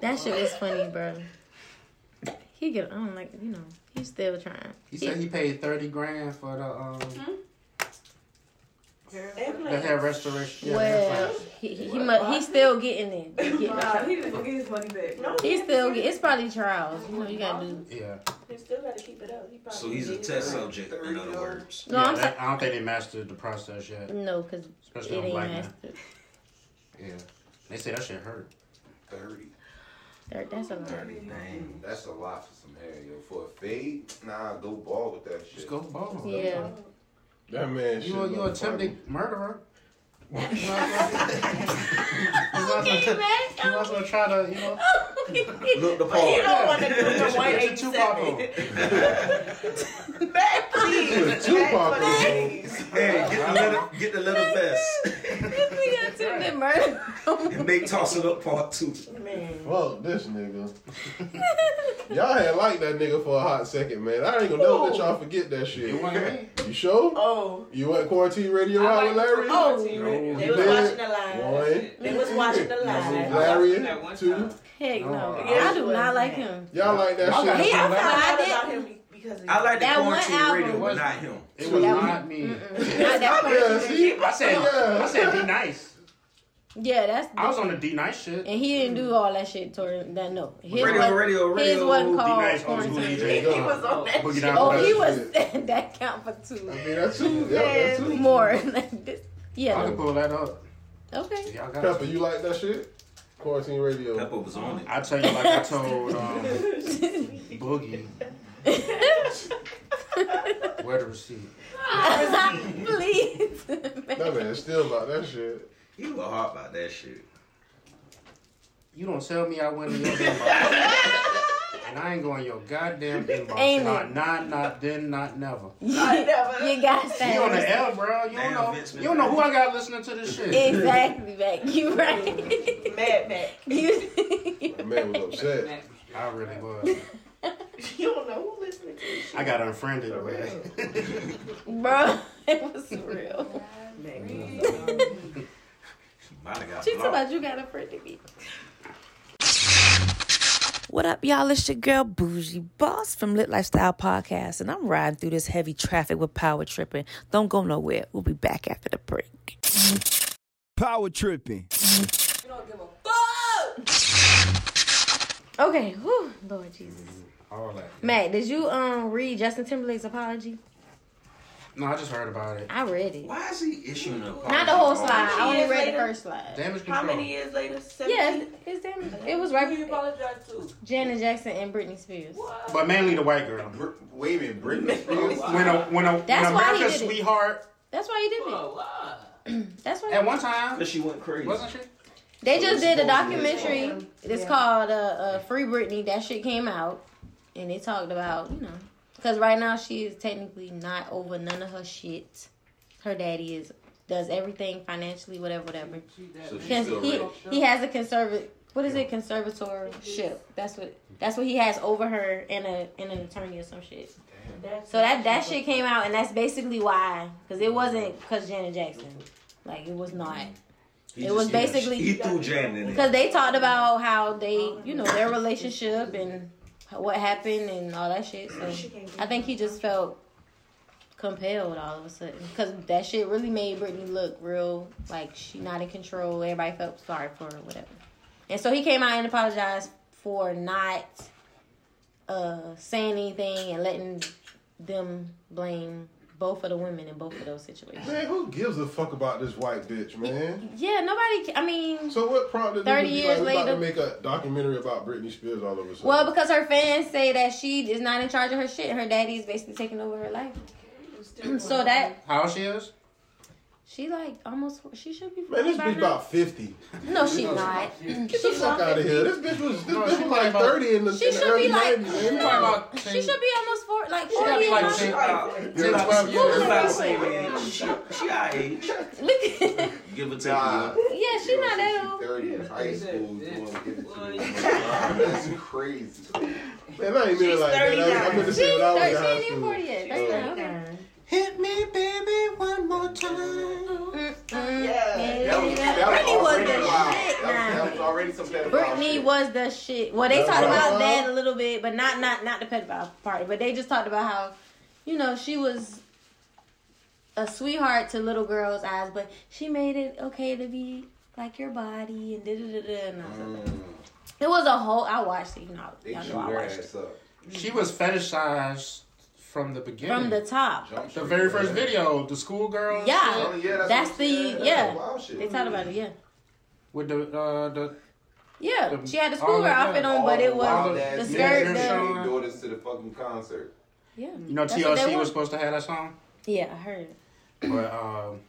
That shit was funny, bro. He get I don't like you know he's still trying. He said he paid thirty grand for the um the hair restoration. Yeah, hair Well, flats. he he, he, mu- he's still getting it. He's getting it. Nah, he just gonna get his money back. No, He still get. It's probably trials. You know you gotta do. yeah. You still gotta keep it up. He probably So he's a did. test subject, in other words. No, I'm Yeah, that- I don't think they mastered the process yet. No, because it Especially on ain't black mastered. Yeah, they say that shit hurt. Thirty. That- That's a lot. Dang, that's a lot for some hair, yo. For a fade, nah, go ball with that shit. Just go ball. Yeah. That man You a- you attempted murderer. You might as well- You might as well try to, you know. Look the part. You don't wanna do the Get your- get your 187. Tupac on. Man, please. Tupac Hey, get the leather, get the leather vest. This nigga attempted murder. And they toss it up part two. Fuck this nigga. y'all had liked that nigga for a hot second, man. I ain't gonna never let y'all forget that shit. You sure? Oh. You went quarantine radio out with Larry? Oh, they was watching the live. One. They was watching the live. Larry, two. Heck no. Yeah, I do not like him. Y'all like that Y'all shit? gotta He- I do that. found I about him because of I like the That one quarantine album radio, but was- not him. It was That not me. Not that Yeah, person. see? I said, I said, be nice. Yeah, that's. I was on the D nice shit. And he didn't do all that shit toward that. No, his Radio, wasn't- radio, radio, His wasn't be called nice, old school quarantine. DJ. He was on that. Boogie shit. down Oh, he was. production. that count for two. I mean, that's two. Yeah, that's two. More. Like this. I Yeah. can pull that up. no. Okay. Y'all got Pepper, you like that shit? Quarantine radio. Pepper was on it. I tell you, like I told um, Boogie, where to receive. Please. That man still about that shit. He was hot about that shit. You don't tell me I went in your inbox. and I ain't going your goddamn inbox. Ain't not, it? not, not then, not never. you got that. You on the L, bro. You don't know. You don't know who I got listening to this shit. Exactly, Mac. You right. Mad Mac. You That man was upset. I really was. You don't know who listening to this I got unfriended, man. bro, it was real. She talking about you got a friend to be. What up, y'all? It's your girl Bougie Boss from Lit Lifestyle Podcast, and I'm riding through this heavy traffic with Power Tripping. Don't go nowhere. We'll be back after the break. Power tripping. Okay, whew, Lord Jesus. All that. Mac, did you um read Justin Timberlake's apology? No, I just heard about it. I read it. Oh, Why is he issuing an Not the whole slide. I only read the first slide. Damage How many years later? Yeah, it's damage. It was right. You apologize to Janet Jackson and Britney Spears. But mainly the white girl. Wait a minute, Britney Spears. When a when a That's when why he America's did it. sweetheart That's why he did it. That's why. he at did one it. time Cause she went crazy. wasn't she? They So just it's did a supposed to be- documentary. It's Yeah. called uh, uh, "Free Britney." That shit came out, and they talked about you know, because right now she is technically not over none of her shit. Her daddy is does everything financially, whatever, whatever. So she's Cons- still he rich. he has a conservative. What is it? Conservatorship. That's what. That's what he has over her and a and an attorney or some shit. So that that shit came out, and that's basically why, because it wasn't because Janet Jackson. Like it was not. He it just- was yeah, basically he threw Janet in because it. they talked about how they, you know, their relationship and what happened and all that shit. So I think he just felt compelled all of a sudden because that shit really made Britney look real like she not in control. Everybody felt sorry for her, whatever. And so he came out and apologized for not uh, saying anything and letting them blame both of the women in both of those situations. Man, who gives a fuck about this white bitch, man? Yeah, nobody. ca- I mean, so what prompted Thirty Niggas be like, years we later. about to make a documentary about Britney Spears all over. Well, because her fans say that she is not in charge of her shit. Her daddy is basically taking over her life. so that How she is? She like almost. She should be. Man, this 45 bitch now. about fifty. No, she not. Get the fuck out of here. This bitch was this bitch was like thirty in the, She in the should early be like. 90s. man. No, she should be almost four, like She gotta forty. be like and ten- up. Yeah, twelve years. It's about the same age. She, she our age. Give or take. Nah. Yeah, she not that old. Thirty in high school. doing That's crazy. Man, I ain't mean it like that. I was- I meant to say when I was in high school. Hit me, baby, one more time. Yeah. That was, that was Britney was already the wild. shit That was, now. that was already some pedophile Britney shit. was the shit. Well, they That's talked right. about that a little bit, but not not not the pedophile part. But they just talked about how, you know, she was a sweetheart to little girls' eyes, but she made it okay to be like your body and da da da da. And I was like, Mm. It was a whole. I watched it. You know, They y'all shoot know I her watched ass up. it. She was fetishized from the beginning. from the top. The very first video, the schoolgirl. Yeah, Oh, shit, that's, the yeah. They talked about it. Yeah, With the uh, the yeah. The- she had the all schoolgirl of that. outfit on, but it was the skirt. the- They daughters to the fucking concert. Yeah. you know That's what they TLC want. was supposed to have that song, Yeah, I heard. it. but um,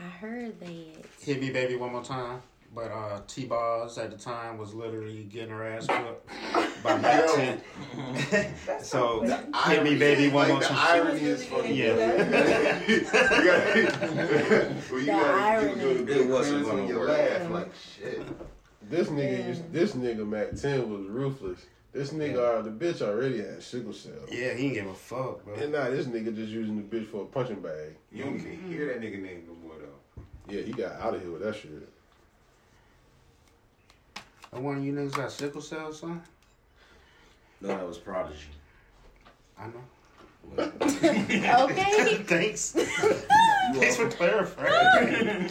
I heard that. hit me baby one more time. But uh, T Boz at the time was literally getting her ass whooped by Mac Ten. so hit me baby one like more the time. irony is fucking yeah. well, you gotta you go to good clearance when you laugh. Like shit. This nigga used this nigga Mac Ten was ruthless. This nigga uh, the bitch already had sickle cell. Yeah, he didn't give a fuck, bro. And now this nigga just using the bitch for a punching bag. You don't even hear that nigga name no more though. Yeah, he got out of here with that shit. And one of you niggas got sickle cell, son. No, that was Prodigy. I know. Okay. Thanks. Thanks for clarifying.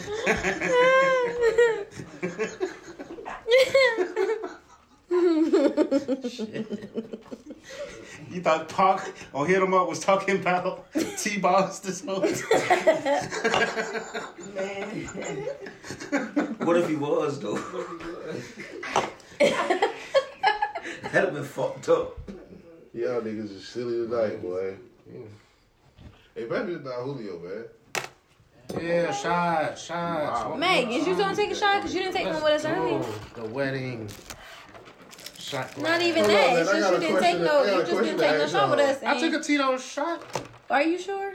you thought Pac or Hit 'em Up was talking about T Boss this whole time? What if he was though? That'd have been fucked up. Y'all niggas is silly tonight, boy. Hey, baby, it's not Julio, man. Yeah, shot, shot. Wow. Meg, is you gonna take a shot? Cause you didn't take one with us earlier. The wedding. Shot Not even that. It's just you didn't take no. You just didn't take no shot with us. I took a and- Tito shot. Are you sure?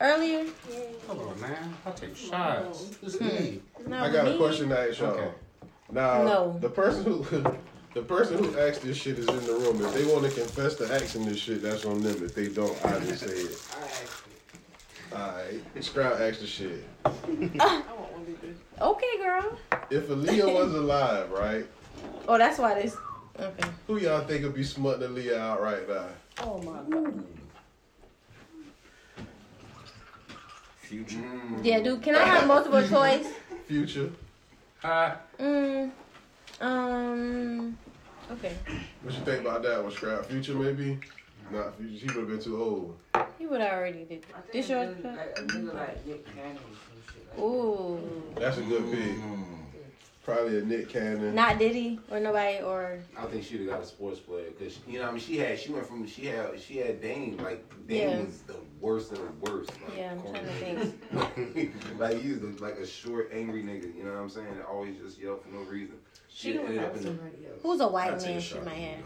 Earlier. Come on, man. I take shots. Hmm. It's me. Not I with got a me. question to ask y'all. Okay. Now, No. the person who the person who asked this shit is in the room. If they want to confess to asking this shit, that's on them. If they don't, I just say it. Alright, Scrap asked the shit. Okay, girl. If Aaliyah was alive, right, Oh, that's why this. Okay. who y'all think would be smutting Aaliyah out right now? Oh my god. Future. Yeah, dude. Can I have multiple choice? Future. Hi. Mm. Um. Okay. What you think about that one, Scrap? Future maybe? Not future. She would have been too old. You would already did. This yours? Ooh. That's a good pick. Probably a Nick Cannon. Not Diddy or nobody or. I think she'd have got a sports player because you know what I mean she had she went from she had she had Dane like Dane Yeah. was the worst of the worst. Like, Yeah, I'm corny. trying to think. like he was the, like a short angry nigga. You know what I'm saying? That always just yelled for no reason. She, ended up in the Who's a white man she might have?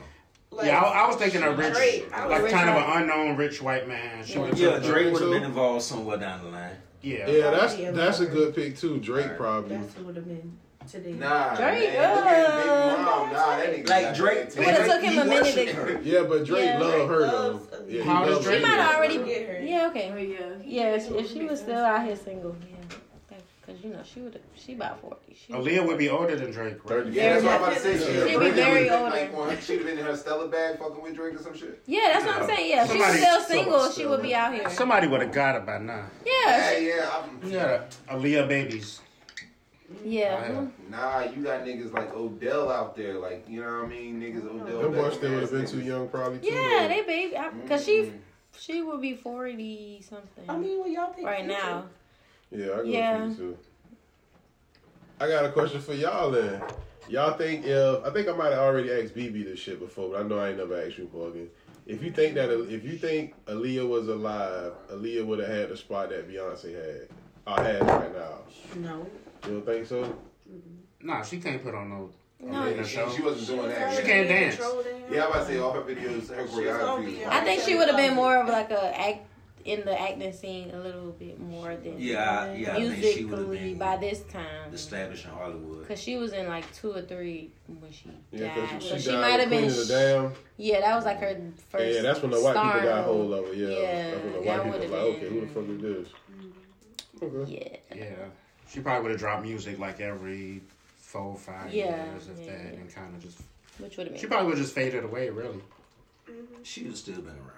yeah, I, I was thinking a rich, Drake. I was like rich kind of white. an unknown rich white man. She would've Yeah, took Drake the- would have been involved somewhere down the line. Yeah. Yeah, that's that's a good pick too. Drake probably. would have been today. Nah, Drake, man, look at Big uh, Mom. Nah, that nigga Like got Drake- that It would've tape. took him a He minute worshiped to- her. Yeah, but Drake Yeah. loved her though. Yeah, he How does loved Drake She her. might already. Yeah, Oh, okay. Yeah, if, if she was still out here single, yeah. Because, you know, she would have. She about 40. She Aaliyah would be older than Drake, right? Yeah, that's what I'm about to say. She She'd be Drake was, very older. Like, on- she'd have been in her Stella bag fucking with Drake or some shit. Yeah, that's what I'm saying. Yeah, if she was Somebody- still single, she would be out here. Somebody would have got it by now. Yeah. she- Yeah, I'm, Yeah, Aaliyah babies. Yeah. Nah, you got niggas like Odell out there, like you know what I mean? Niggas Odell. Them boys Beckham still would have ass been niggas. too young probably too. Yeah, they baby. Because she she would be 40 something. I mean, well, y'all think. Right now. Yeah, I go Yeah. with you too. I got a question for y'all then. Y'all think if I think I might have already asked BB this shit before, but I know I ain't never asked you, Morgan. If you think that if you think Aaliyah was alive, Aaliyah would have had the spot that Beyonce had. our ass right now. No. You don't think so? Nah, she can't put on no. No, no she- show. she wasn't doing that. She can't dance. Yeah, I'm about to say all her videos, her choreography. is I think she would have been more of like a act in the acting scene a little bit more than Yeah, I- yeah, I think she would've musically been- by this time. Established in Hollywood. Cause she was in like two or three when she Yeah, 'cause died, she so she died might have Queen been. of the Dam. Yeah, that was like her first. yeah, that's when the white people star got role. hold of it. Yeah, that's when the that white people would've like, okay, been- Mm-hmm. who the fuck is this? Yeah. Yeah. She probably would have dropped music like every four, five Yeah, years, if yeah. that, and kind of just. Which would've been- She probably would have just faded away, really. She would still been around.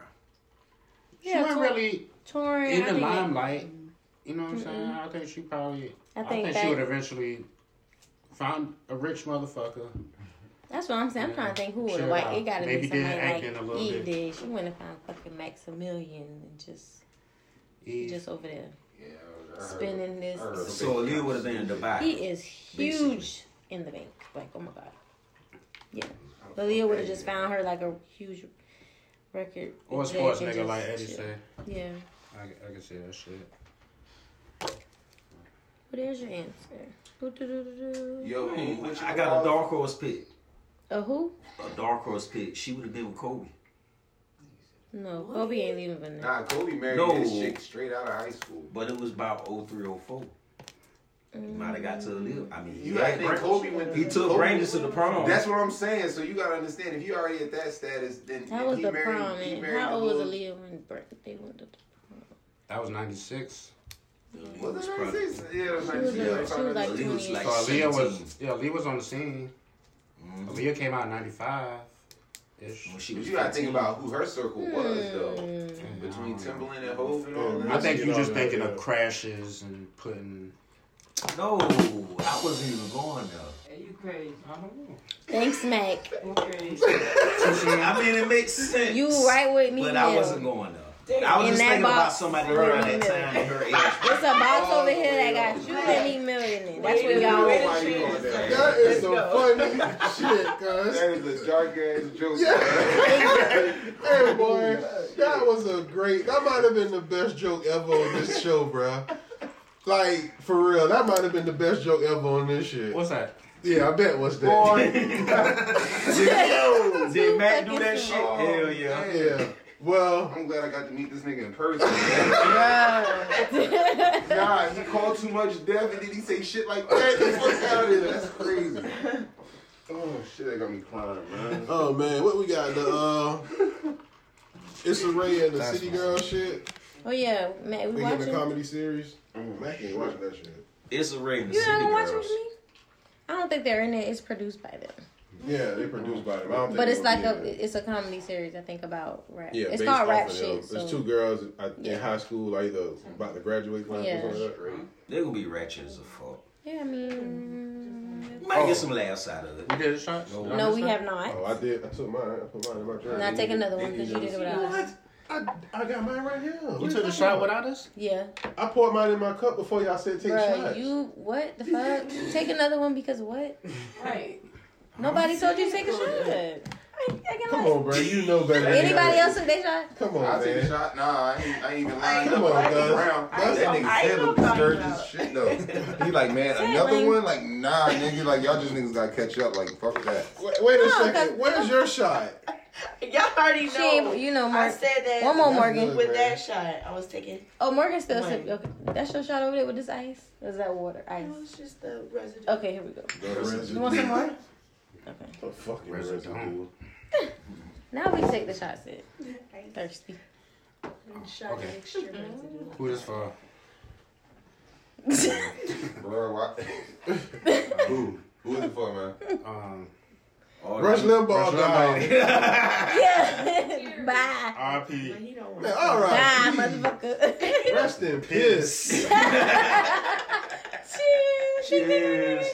Yeah, she wasn't tour- really touring in I the think it- limelight. You know what I'm saying? Mm-mm. I think she probably. I I think think, that- she would eventually find a rich motherfucker. That's what I'm saying. I'm Yeah. trying to think who would Chill have like out. it gotta Maybe be did somebody acting a like little E bit. did. She wouldn't have found fucking Maximilian and just Eve. just over there. Spinning this So Aaliyah would have been in Dubai. He is huge in the bank. Like, oh my god. Yeah. Leah would have just found her like a huge record. Or a exec sports and nigga just like Eddie chill. said. Yeah. I, I can see that shit. But there's your answer. Boo-doo-doo-doo-doo. Yo, I got a dark horse pick. A who? A dark horse pick. She would have been with Kobe. No, Kobe ain't leaving Vanilla. Nah, Kobe married No. this chick straight out of high school. But it was about 03, 04. Might have got to Aaliyah. I mean, You he gotta had think Brand- Kobe went He through- took Kobe- Brandon to the prom. That's what I'm saying. So you gotta understand, if you already at that status, then That if was he the married, prom. He And married how the old was little- Aaliyah when Bert- they went to That was 96. Was it 96? Yeah, it was She 96. was like- she was like Aaliyah was 20. like so Aaliyah was 17. yeah, Aaliyah was on the scene. Aaliyah came out in ninety five ish. When But you gotta think about who her circle was though. Hmm. Oh, Hmm. Between Timberland and Hov and all that. I think you just thinking of crashes and putting. No, I wasn't even going there. Hey, you crazy. I don't know. Thanks, Mac. I mean, it makes sense. You right with me, But I Mel. wasn't going there. I was In just that thinking about box. somebody around Wait a that time and her age. It's a box over here that got you and me millionaire. That's what y'all want. That is some funny shit, cuz. That is a dark ass joke. hey, boy, that was a great. That might have been the best joke ever on this show, bruh. Like for real, that might have been the best joke ever on this shit. What's that? Yeah, I bet what's that. did, did Mac do that shit? Hell Oh, yeah. Yeah. Well, I'm glad I got to meet this nigga in person. nah, he called too much death and then he say shit like that. Get the fuck out of here. That's crazy. Oh shit, that got me crying, man. Oh man, what we got? The uh, it's a Ray and the City Girl shit. Oh yeah, Mac, They we in the watching. comedy series. Mac ain't watching that shit. It's a ring. You haven't watched it with me? I don't think they're in it. It's produced by them, Yeah, they produced by them. I don't think but it's they'll like be in a it. it's a comedy series. I think about rap. Yeah, it's based called off rap of them. shit. So It's two girls at, Yeah. in high school, like either about to graduate class Yeah. or something like that. They're gonna be ratchet as a fuck. yeah, I Mm-hmm. mean, Might get some laughs out of it. We did a shot. No, No, we have not. Oh, I did. I took mine. I put mine in my drawer. Now take another one, 'cause you did it without What? us. I, I got mine right here. You took a shot without us? yeah. I poured mine in my cup before y'all said take Bruh, shots. you what the fuck? take another one because what? Right. Nobody told you to take a shot. Come on, bro. You know better. than Anybody that. else took their shot? Come on, I man. take a shot. Nah, I ain't, I ain't even lying. Come up. on, I ain't guys. around. That's- That nigga I ain't said no was disturbed as shit though. He like, man, another one? Like, nah, nigga. Like, y'all just niggas gotta catch up. Like, fuck that. Wait, wait a No, second. Where's your shot? Y'all already She know. ain't- you know, I Morgan. said that. One more, Morgan. With that shot, I was taking. Oh, Morgan still Wait. Oh, sipped. Okay, that's your shot over there with this ice. Or is that water? Ice. No, it's just the residue. Okay, here we go. residue. You want some more? The fucking residue. Now we take the shots in. Thirsty. Okay. Mm-hmm. Who this for? Bro, why? Who? Who is it for, man? Um, Rush Limbaugh died. Yeah. Bye. R.P. Man, all Bye, right. motherfucker. Rest in peace. Cheers.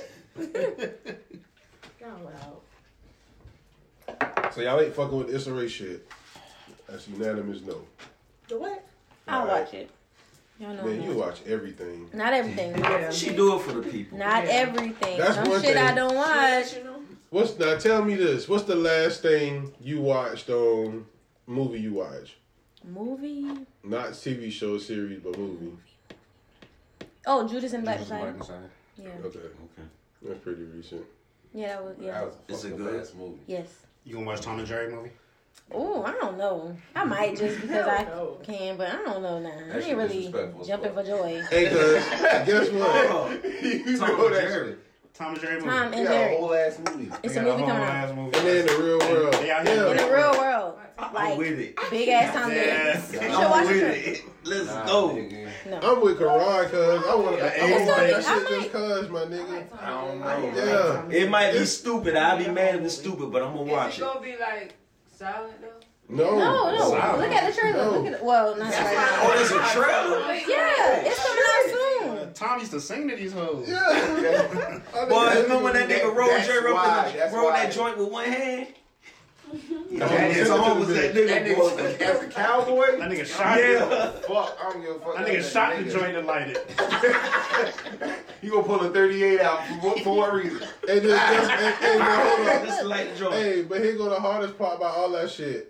Cheers. So y'all ain't fucking with Issa Rae shit. That's unanimous no. The what? I'll Alright. watch it. Y'all know. Man, I'm you not- watch everything. Not everything. She do it for the people. Not everything. That's Some one shit I thing. don't watch. Mm. What's now? Tell me this. What's the last thing you watched on movie you watched? Movie. Not TV show series, but movie. Oh, Judas and Black Judas and Messiah. Black Messiah. Yeah. Okay. Okay. That's pretty recent. Yeah, that was, yeah. That was a Is it fucking good? fast movie. Yes. You gonna watch Tom and Jerry movie? Oh, I don't know. I might just because I can, but I don't know now. I That shit ain't really disrespectful as jumping for joy. Hey, cuz, guess what? you Tom know and that Jerry. Tom and Jerry movie. Tom and They got a Jerry. whole ass movie. It's a movie coming out. movie. And then the real world. They out In here. the real world, I'm like with it. big ass Tom Yeah. Hanks. You should I'm watch the with trip. it. Let's go. I'm with Karan, cuz. I want to I It's wanna watch that like- shit just cuz, my nigga. I don't know. Yeah. It might be stupid. I'll be mad if it's stupid, but I'm gonna Is watch it it. gonna be like silent though? No. No, Oh, no. Wow. Look at the trailer. Look at the, well, not the trailer. Oh, there's a trailer. Yeah, it's coming out soon. Tom used to sing to these hoes. Boy, remember when that nigga rolled That's Jerry why, up in that's the, rolled why. that joint with one hand? Yeah, That nigga it's on with that sent it to the bitch. That nigga- nigga. boy. As a cowboy? That nigga shot Yeah. it. Fuck, I don't give a fuck. That about nigga shot the joint and lighted. You gonna pull a 38 out for, what- for what reason? Hey, just, just, hey, hey, man, hold on. Just like Jordan. Hey, but here go the hardest part about all that shit.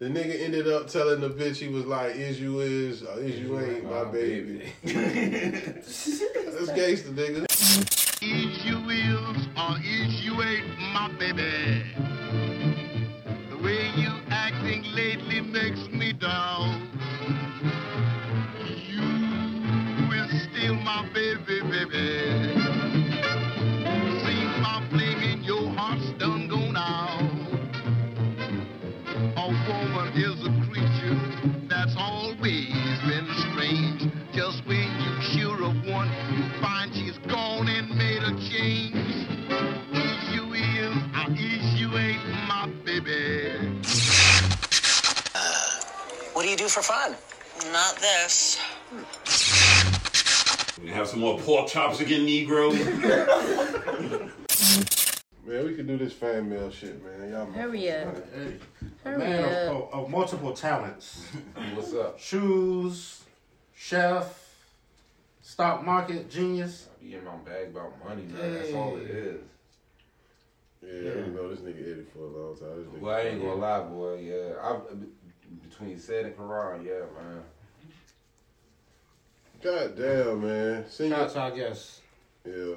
The nigga ended up telling the bitch he was like, "Is you is, or is you ain't my baby." That's gangster, nigga. If you is or if you ain't my baby. The way you acting lately makes me down. You is still my baby, baby. Seems my fling in your heart's done gone out. A woman is a creature that's always been strange. Just when you sure of one, you find she's gone and made a change. If you is, I is you ain't my baby. What do you do for fun? Not this. We have some more pork chops again, Negro. Man, we could do this fan mail shit, man. Y'all Hurry up. A Hurry man up. of, of, of multiple talents. What's up? Shoes, chef, stock market genius. I be in my bag about money, man. That's all it is. Yeah, you know this nigga Eddie for a long time. This nigga Well, I ain't gonna lie, boy. Yeah, I between said and Karan, yeah, man. God damn, man. Send Shout your- out to our guests. Yeah.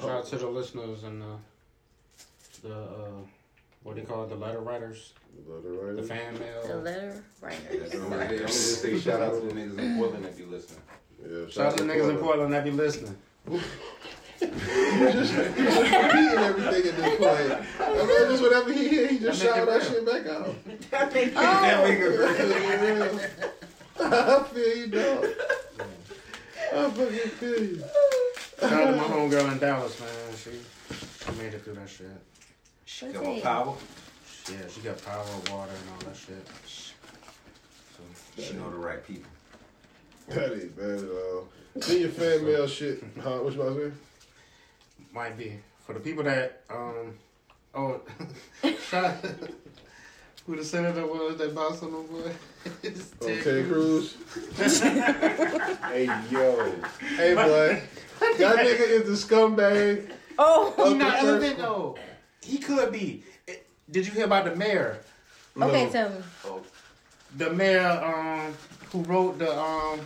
Shout out to the listeners and uh, the uh, what do you call it? The letter writers. The letter writers. The fan mail. The letter That's all it is. I'm gonna just say shout out to the niggas in Portland if you listen. Yeah, Shout out to the niggas in Portland that be listening. repeating everything at this point. I mean, just whatever he hear, he just That shout make that it shit back out. That make it oh. I feel you, dog. I fucking feel you. Shout out to my homegirl in Dallas, man. She she made it through that shit. She got more power. Yeah, she got power, water, and all that shit. She know the right people. That ain't bad at all. Send your fan mail shit. Huh? What you about to say? Might be for the people that um oh shout who the senator was that bounced on the boy. It's Oh, Ted Cruz. hey yo. Hey boy. That nigga is the scumbag. Oh, he's of the not first- elephant though. He could be. It- Did you hear about the mayor? Okay, tell me. The mayor um who wrote the um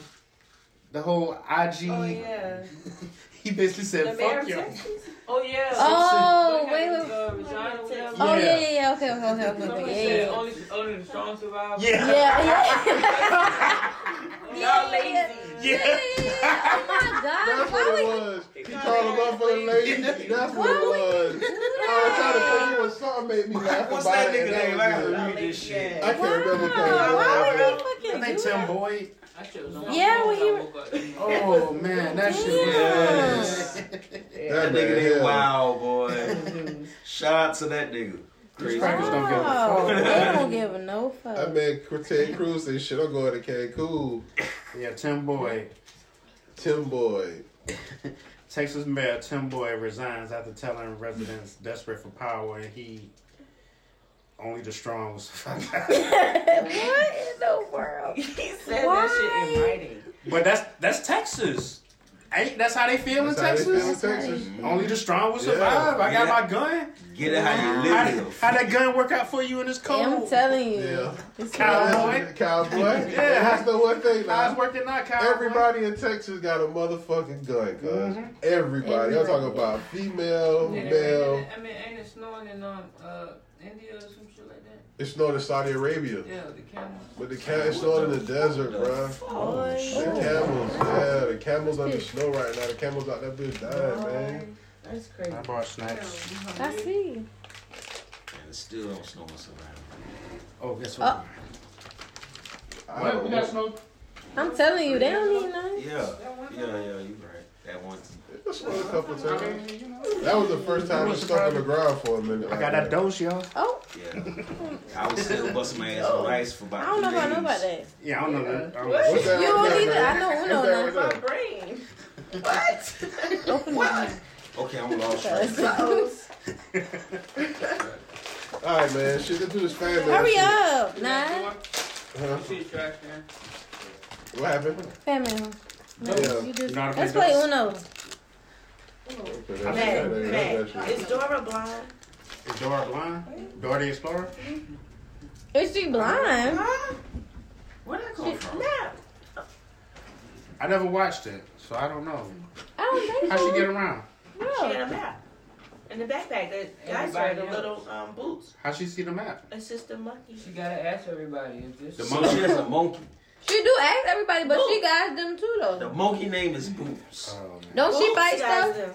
the whole IG. Oh yeah. He basically said, The mayor "Fuck of you." Texas? Oh yeah. Oh, What wait, happened wait. to, uh, Regina, whatever? Oh yeah, yeah, yeah. Okay, okay, okay, okay. Somebody okay. Yeah, said yeah. only, only the strong survive. Yeah. Yeah, Y'all lazy. Yeah. Oh my god. That's what it was. He called a motherfucking lady. That's what it was. I was trying to figure out something made me laugh What's about that it, and nigga name? I that was gotta it. read this shit. I can't remember. Why would he fucking I think do Tim that? Boyd. Yeah, when he re- Oh man, that shit. Yes. That man, nigga did yeah. wow, boy. Shout out to that nigga. Crazy. Oh, they don't give no fuck. That man Ted Cruz and shit. I'm going to Cancun. Yeah, Tim Boyd. Tim Boyd. Texas Mayor Tim Boyd resigns after telling residents desperate for power and he only the strong will survive. what in the world? He said that shit in writing. but that's that's Texas. Ain't that's how they feel in That's how they Texas? feel in Texas. Only the strong will Yeah. survive. I got Get it- my gun. Get it how you How, live. how that gun work out for you in this cold? I'm telling you. Cowboy. Cowboy. Yeah. That's the one thing. man. How's working out, cowboy? Everybody in Texas got a motherfucking gun, because Mm-hmm. everybody. I'm talking about female, Did it male. rain in- I mean, ain't it snowing in um, uh, India or some shit like that? It's snowed in Saudi Arabia. Yeah, the camel. But the cat it's snowed in the desert, bruh. Oh. The camels, yeah, the camels under snow right now. The camels out that bitch dying, man. That's crazy. I bought snacks. I see. And it still don't snow and survive. Oh, guess Oh, what? What? We got snow? I'm telling you, they don't need none. Yeah, yeah, yeah. You right. That one. That's one a couple times. That was the first time it stuck on the ground for a minute. I got that dose, y'all. Oh. Yeah. I was still busting my ass on ice for about. I don't know two if I know days. about that. Yeah, I don't know that. I don't What? know. What's that You right don't there, either. man? I know What's we know that right none. there? brain. What? What? Okay, I'm lost. All right, man. Shit, let's do this fan mail. Hurry shit. up, nah. Huh? What happened? Family. Yeah. You just, Not a let's big play dose. Uno. Okay, that's- Matt, that- Matt, that's- is Dora blind? Is Dora blind? Dora the Explorer? Is she blind? Where'd that come from? Matt, I never watched it, so I don't know. I don't think How so. she get around? she had a map in the backpack. That guys wear the little um, boots. How she see the map? It's just a monkey. You gotta ask everybody. If this The She has a monkey. She do ask everybody, but she guides them too The though. monkey name is Boots. Oh, Don't she Oops, fight guys, stuff?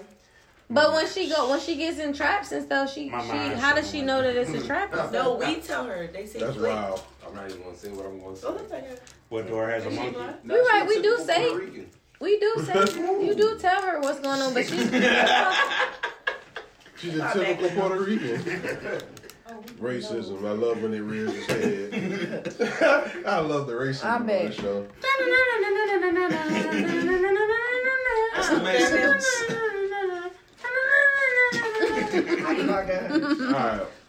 But when she go, when she gets in traps and stuff, she she My mind how does she know that it's a trap? and No, stuff? we tell her. They say That's flick. wild. I'm not even gonna say what I'm gonna say. Go look at her. What Dora has a Is she monkey? blind? You right, we do say we do say you do tell her what's going on, but she She's a typical Puerto Rican. Racism. I love when they rears his head. I love the racism I on bet. the show. That's the Mexicans. Alright.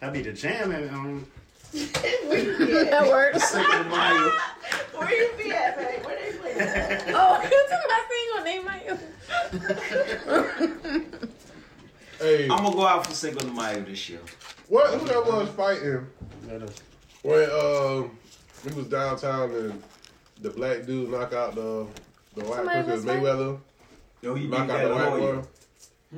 That'd be the jam and um that works. Where you be at, man? Where they play that? Oh, it's my single name. Hey. I'm gonna go out for Cinco de Mayo this year. What? Who that was fighting? When um, we was downtown and the black dude knock out the the white Somebody person was fighting? Mayweather. Yo, he knock beat out that the white lawyer. boy.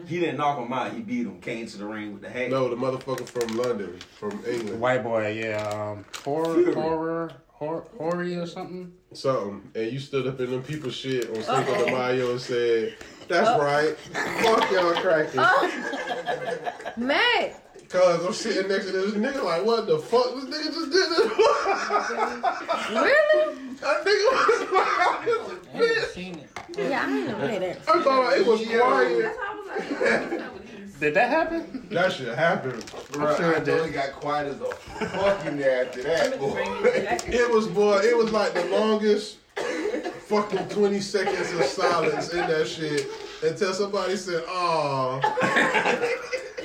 He didn't knock him out. He beat him. Came to the ring with the hat. No, the motherfucker from London, from England. White boy, yeah, um horror horror horror Hori or something. Something. And you stood up in them people's shit on Cinco de Mayo and said, "That's right, fuck y'all crackers." Matt. Cause I'm sitting next to this nigga like, what the fuck? This nigga just did this. really? That nigga was like, Yeah, I didn't know that. I thought it was quiet. Did that happen? That shit happened. Bro, sure I it know did. it got quiet as a fucking there after that, boy. It was boy. It was like the longest fucking twenty seconds of silence in that shit until somebody said, "Oh,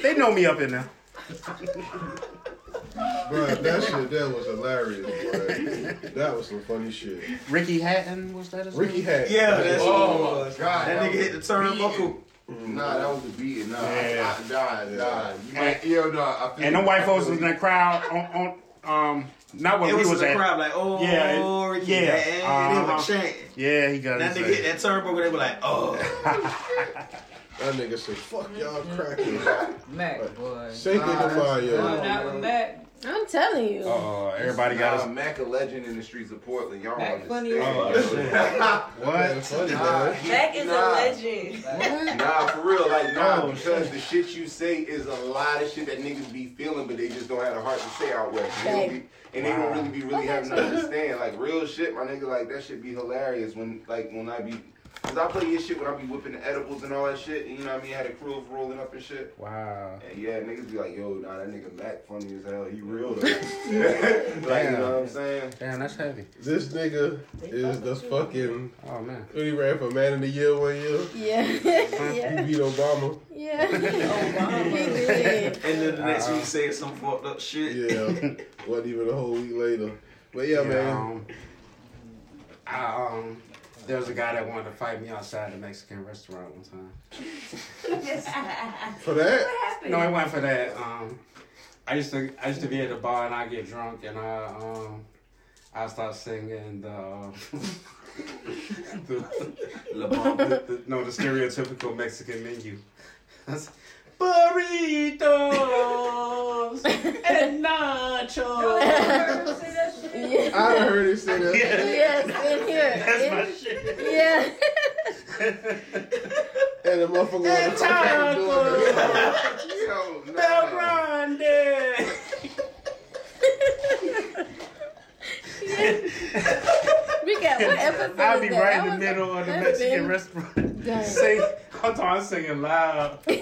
They know me up in there. bro, that shit that was hilarious, bro. That was some funny shit." Ricky Hatton was that his Ricky name? Hatton. Yeah, that's Oh what it my was. God, That that nigga was hit the turnbuckle. Nah, that was a beat. Nah, Yeah. I, I, nah, nah. You might, yo, nah, I feel And them white folks I was in that crowd on, on um not what It we was was, in the at. crowd, like, oh, Ricky yeah, Uh-huh. Hatton, they were chanting. yeah, he got That his uh, nigga ass. hit that turnbuckle. They were like, oh. That nigga said, "Fuck y'all, crackers." Mac, boy. Cinco de Nah, Mayo. not with Mac. I'm telling you. Oh, everybody got Oh, nah, his- Mac a legend in the streets of Portland. Y'all Mac understand. funny as What? Funny, Nah, man. he- Mac is nah. a legend. Nah, for real, like nah, Oh, because the shit you say is a lot of shit that niggas be feeling, but they just don't have the heart to say out west. And, they don't, be, and they don't really be really having to understand, like real shit, my nigga. Like that shit be hilarious when, like, when I be, cause I play this shit when I be whipping the edibles and all that shit. And you know what I mean? I had a crew of rolling up and shit. Wow. And yeah, niggas be like, yo, nah, that nigga Mac funny as hell. He real though. like, you know what I'm saying? Damn, that's heavy. This nigga is the fucking. Oh man. When he ran for man of the year one year, Yeah. he yeah. beat Obama. Yeah. Oh, Obama. He did. And then the next Uh-huh. week saying some fucked up shit. Yeah, wasn't even a whole week later. But yeah, man. Um, I, um, There was a guy that wanted to fight me outside the Mexican restaurant one time. For that? No, it wasn't for that. Um, I used to I used to be at the bar and I get drunk and I um I start singing the. um, the, the- the- no, the stereotypical Mexican menu. That's- burritos and nachos. I heard it say that. Yes, in here. That's my shit. Yeah. And the motherfucker And was fucking doing it. Yo, Bel Grande. We got what episode I'll is be that? right That in the was- middle of the that Mexican been- restaurant. Dang. Sing, I'm talking singing loud. This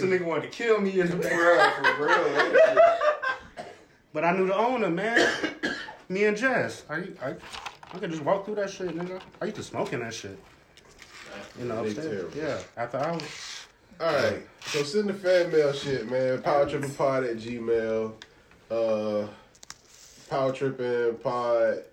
nigga wanted to kill me in the back. For real. But I knew the owner, man. me and Jess. I, I, I could just walk through that shit, nigga. I used to smoke in that shit. You know, They upstairs. terrible. Yeah, after hours. All right. So send the fan mail shit, man. Power Tripping Pod at Gmail. Uh, Power Tripping Pod.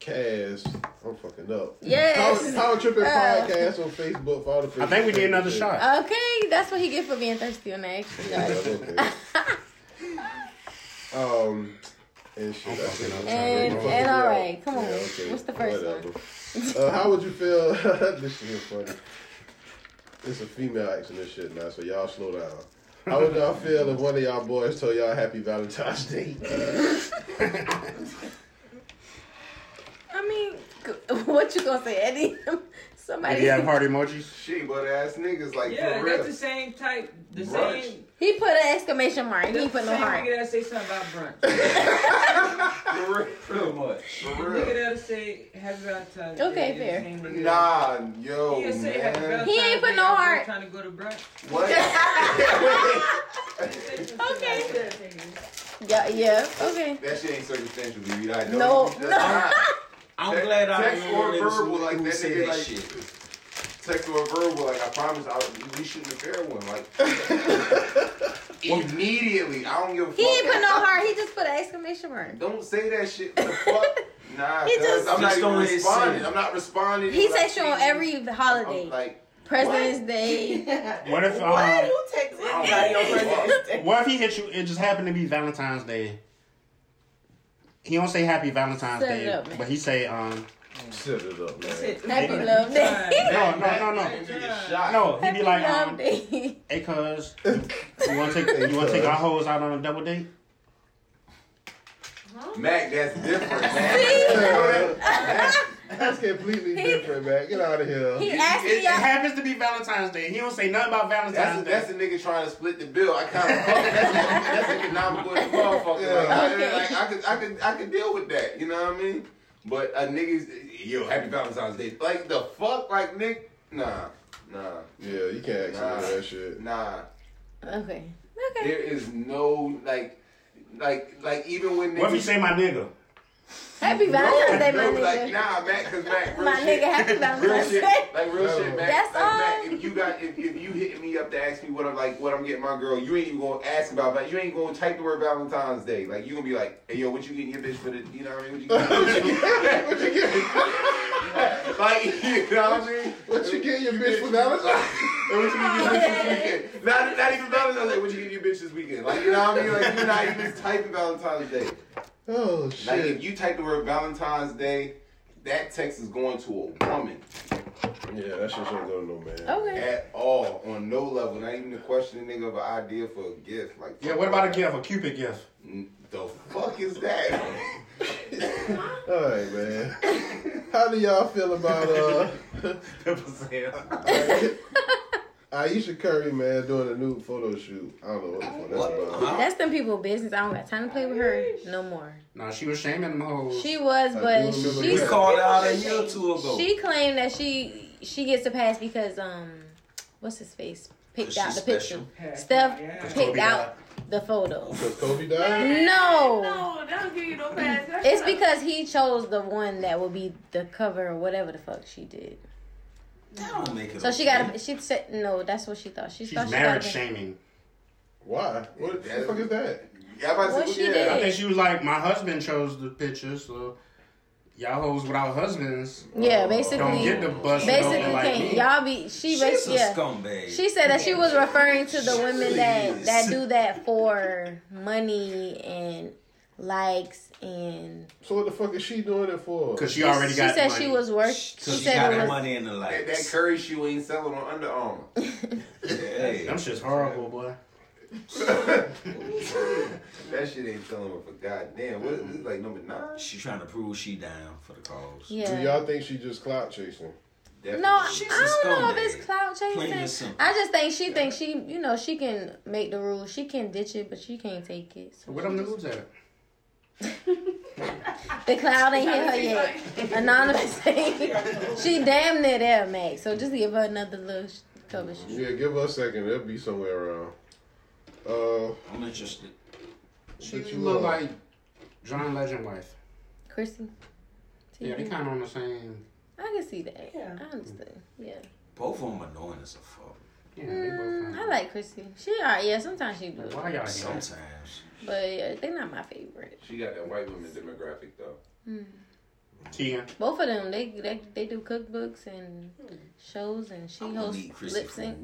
Cast. I'm fucking up. Yes. Power, Power Tripping Uh. Podcast on Facebook for all the Facebook. I think we need another shit. shot. Okay, that's what he get for being thirsty on the extra. guys. Um, and shit. I think I'm trying to- And, I'm fucking and up. all right, come on. Yeah, okay, What's the first whatever. one? Uh, how would you feel? this shit is funny. It's a female acting this shit now, so y'all slow down. How would y'all feel if one of y'all boys told y'all Happy Valentine's Day? I mean, g- what you gonna say, Eddie? Somebody. Did he have heart emojis? She butt ass niggas like Yeah, for that's real. the same type. The Brunch. same. He put an exclamation mark. He ain't put no same heart. nigga that say something about brunch. For real. Pretty much. For real. nigga that say happy Valentine's Day. Okay, is the fair. same nigga that- Oh, Nah, yo, He'll say happy man. Valentine's He ain't put Day, no I'm heart. Trying to go to brunch. Okay. Yeah, yeah. Okay. That shit ain't circumstantial, baby. I know. No, That's no. not- I'm Text- glad I text ain't or one of them verbal who- like who that said nigga that like shit. text or verbal like I promise I we shouldn't have fair one like immediately I don't give a He fuck. ain't put no heart. He just put an exclamation mark. Don't say that shit. What the fuck? Nah, He cuz just- I'm not Just even don't listen. responding. I'm not responding. He Like, says you on every holiday. I'm like President's Day. What if Why um, you text I anybody don't on give a fuck. President's Day? What if he hit you? It just happened to be Valentine's Day. He don't say Happy Valentine's Set it Day, up, man. but he say um. Set it up, man. Happy Love Day. No, no, no, no. No, he be like Love um. Day. Hey, cuz, you want to take you want to take our hoes out on a double date? Mac, that's different, See? man. That's completely different, man. Get out of He here. asked It, it me happens to be Valentine's Day. He don't say nothing about That's a, Valentine's Day. that's a nigga trying to split the bill. I kind of that's, that's economical as a motherfucker. Like, I, like, I could I could I could deal with that. You know what I mean? But a nigga's yo happy Valentine's Day. Like the fuck, like nigga, nah, nah, Yeah, you can't ask Nah. me that shit. nah. Okay. There is no like, like like even when what if he niggas say my nigga? Happy Valentine's Day, my No, Like, nigga. nah, Mac, cause Mac, real My shit. nigga, happy Real Valentine's shit, Day. like real shit, Mac. That's like, Mac, all. if you got, if, if you hit me up to ask me what I'm like, what I'm getting my girl, you ain't even gonna ask about that. You ain't gonna type the word Valentine's Day. Like you gonna be like, hey yo, what you getting your bitch for the? You know what I mean? What you getting? what you getting? like you know what I mean? What you getting your bitch for Valentine's? And what you getting your bitch this weekend? Not, not even Valentine's Day. What you getting your bitch this weekend? Like you know what I mean? Like you're not even typing Valentine's Day. Oh Like shit. if you type the word Valentine's Day, that text is going to a woman Yeah, that shit shouldn't go no Oh. man. Okay. at all on no level. Not even to question the nigga of an idea for a gift. Like Yeah. What about a gift? A cupid gift? N- The fuck is that? All right, man. How do y'all feel about uh? Aisha Curry, man, doing a nude photo shoot. I don't know what the fuck that's about. That's them people business. I don't got time to play with her no more. No, she was shaming them hoes. She was, but she We called her out a year or two ago. she claimed that she she gets a pass because um, what's his face picked out She's the special. picture. Steph picked Kobe out the photo. Because Kobe died. No, No, that don't give you Mm. no pass. That's it's not- because he chose the one that would be the cover or whatever the fuck she did. That don't make it. So she okay. got a, she said no. That's what she thought. She She's thought she marriage got a, shaming. Why? What the fuck is that? Yeah, I'm about to What say, she yeah. did. I think she was like, my husband chose the picture, so y'all hoes without husbands. Yeah, basically. Don't get the bus. Basically, don't like can't- me. y'all be she She's basically a yeah. scumbag. She said that she was referring to the women that Please. that do that for money and likes and. So what the fuck is she doing it for? 'Cause she already She said she was worth. She said it was. money in the That, that curry shoe ain't selling on Under Armour. Them shit's horrible, boy. That shit ain't selling for goddamn. What is this, like number nine? She trying to prove she down for the cause. Yeah. Do y'all think she just clout chasing? No, I don't know if it's clout Plain and chasing. simple. I just think she thinks she, you know, she can make the rules. She can ditch it, but she can't take it. So Where them dudes at? The cloud ain't hit her yet. Anonymous ain't. She damn near there, Max. So just give her another little sh- cover shoot. Yeah, give her a second. It'll be somewhere around. Uh, I'm interested. She But you look are. like John Legend wife. Chrissy. Yeah, they kind of on the same. I can see that. Yeah. I understand. Yeah. Both of them annoying as a fuck. Mm, I like Chrissy. She alright. Yeah, sometimes she do. Why y'all Sometimes. But yeah, they not my favorite. She got that white woman demographic though. Mm. Tia. Both of them, they they they do cookbooks and shows, and she I'm gonna hosts need Chrissy lip sync.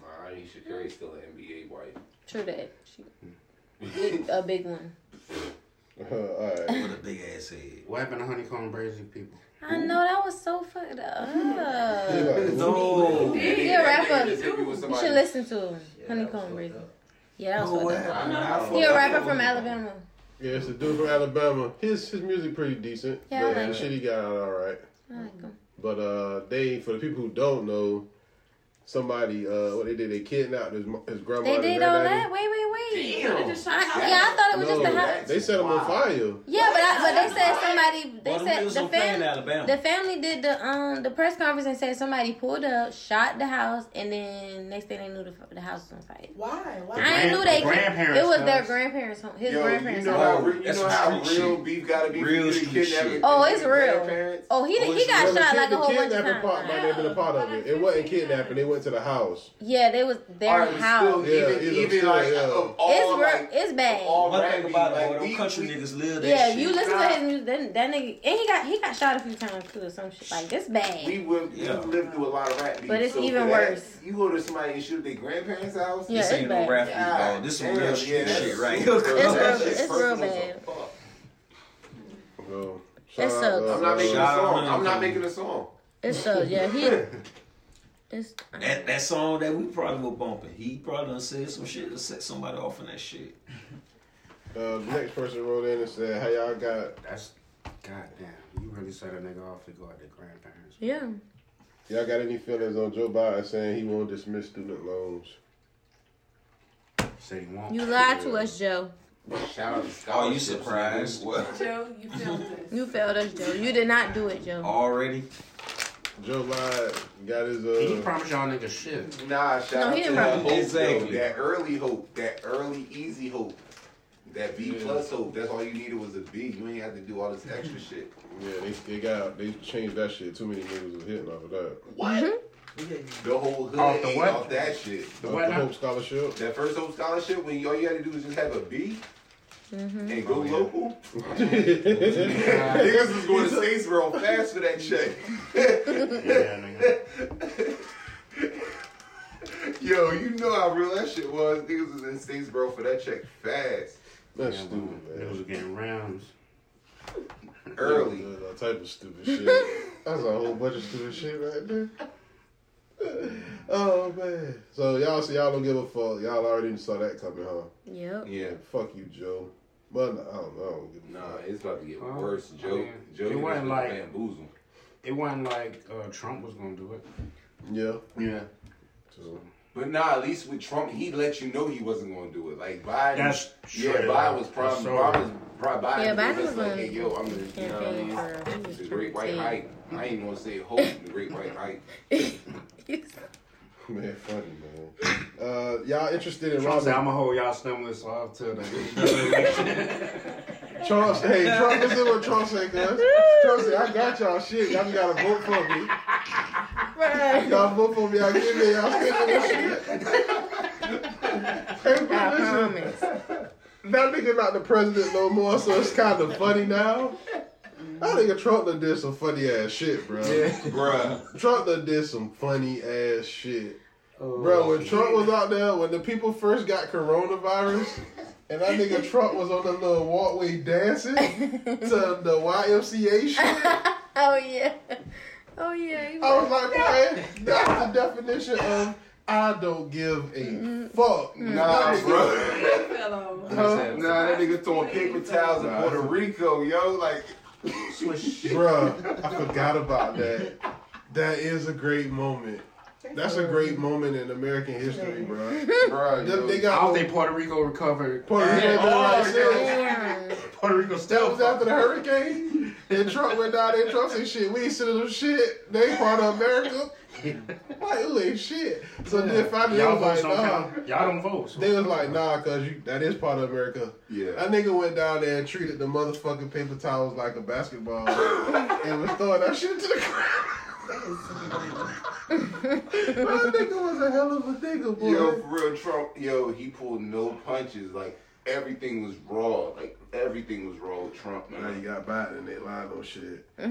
Nah, I need Shakira still an NBA wife. True that. She big- a big one. With a big ass head. What happened to honeycomb braids and people? I know that was so fucked up. No. He a rapper. You should listen to him. Honeycomb Reason. Yeah, that was No fucked way. up. I know, I fucked He a up. rapper from Alabama. Yeah, it's a dude from Alabama. His his music pretty decent. Yeah, I but like the it. shit he got out all right. I like him. But uh, they for the people who don't know, somebody uh, what they did they kidnapped his mo- his grandma. They and did all granddaddy. that. Wait, wait, wait. Damn. I- yeah, I thought it was just the No, house. They set him on fire. Yeah, but I, but they said somebody. They Well, them said niggas the don't play in family. Alabama. The family did the um the press conference and said somebody pulled up, shot the house, and then next thing they knew the, the house was on fire. Why? Why? I ain't knew grand- they. the grandparents it was their house. grandparents' home. His Yo, grandparents' you know home. how, re- you That's know some how real street shit. beef gotta be Real real street kidnapping. Oh, it's real. Oh, he Oh, he it's got real. shot The like a kid- whole The bunch of kidnapping times. part might have been a part of it. It wasn't kidnapping. They went to the house. Yeah, they was their Alright, but house. still, Yeah, even- either even, still, like, yeah. of all, it's real- it's bad. One thing about it, all them country niggas live that yeah, shit. you listen to his music, then that nigga, and he got he got shot a few times too, or some shit like this bad. We lived, we lived through a lot of rap beef. But it's so even for that, worse. You go to somebody and shoot their grandparents' house. Yeah, This it's ain't no bad. rap beef, dog. This some real street shit right here. It's real- it's real bad. Well, shout out, That sucks. uh, I'm not making a Shout out song. I'm Huntington. not making a song. It's so yeah, he. It's That that song that we probably were bumping, he probably done said some shit to set somebody off in that shit. Uh, the next person wrote in and said, "Hey, y'all got that's goddamn. You really set a nigga off to go at their grandparents. yeah." Y'all got any feelings on Joe Biden saying he won't dismiss student loans? Said he won't. You lied to us, Joe. Shout out to Oh, you surprised? What? Joe, you failed us. You failed us, Joe. You did not do it, Oh. Joe. Already? Joe Biden got his. Uh, He promised y'all niggas shit. Nah, shout No, out he to didn't that promise. hope, Exactly. though. that early hope, that early easy hope, that B plus hope. That's all you needed was a B. You ain't have to do all this extra shit. Yeah, they, they got they changed that shit. Too many niggas was hitting off of that. What? Mm-hmm. The whole hood Off the ate what? off that shit. The Off what the now? Hope scholarship. That first hope scholarship, when you, all you had to do is just have a B Mm-hmm. and go Oh, local. Niggas was going to Statesboro fast for that check. Yo, you know how real that shit was. Niggas was in Statesboro for that check fast. That's stupid, man. Niggas was getting rounds. Early. That type of stupid shit. That's a whole bunch of stupid shit right there. Oh man. So y'all see y'all don't give a fuck. Y'all already saw that coming, huh? Yep. Yeah. Fuck you, Joe. But I don't know. I don't give a Nah, it's about to get Huh? worse, Joe. I mean, Joe, it you wasn't wasn't like- like bamboozle. It wasn't like uh, Trump was gonna do it. Yeah. Yeah. But nah, at least with Trump, he let you know he wasn't going to do it. Like Biden, That's yeah, true. Biden was That's promised. so- Biden was, pro- Biden Yeah, Biden gave us was like, on hey, yo, I'm the, you know what I campaign mean? for- he was The great trying white to hype. I ain't gonna say hope. The great white hype. Man, funny man. Uh, y'all interested in Trump Robin? said, "I'ma hold y'all stimulus off till the." Trump, hey, Trump, this is what Trump said, guys. Trump said, I got y'all shit. Y'all just gotta vote for me. Y'all vote for me. Y'all give me y'all stick to this shit. Hey, but listen, that nigga not the president no more, so it's kind of funny now. I That nigga Trump done did some funny ass shit, bro. Yeah. Bruh. Trump done did some funny ass shit. Oh, bro, when Trump was out there, when the people first got coronavirus, and that nigga Trump was on the little walkway dancing to the YMCA shit. Oh yeah. Oh yeah. he I was like, man, that's the definition of I don't give a fuck. Nah, bro. Hello. Mm-hmm. Nah, that nigga throwing paper towels in Puerto Rico, yo. Like, Bruh, I forgot about that. That is a great moment. That's a great moment in American history, bro. Bruh, Them- yo. they I got don't think Puerto Rico recovered. Puerto Rico Yeah. did like Oh, this. Puerto Rico That still was after the hurricane. And Trump went down there. Trump said, "Shit, we ain't citizens of shit. They part of America. Like, you ain't shit." So then finally, Y'all I was votes like, don't "Nah." count. Y'all don't vote. so- They was like, "Nah, cause you, that is part of America." Yeah. That nigga went down there and treated the motherfucking paper towels like a basketball, and was throwing that shit to the crowd. that nigga was a hell of a nigga, boy. Yo, for real, Trump, yo, he pulled no punches. Like, everything was raw. Like, everything was raw with Trump, Now you man. got Biden, they lying on shit. Uh,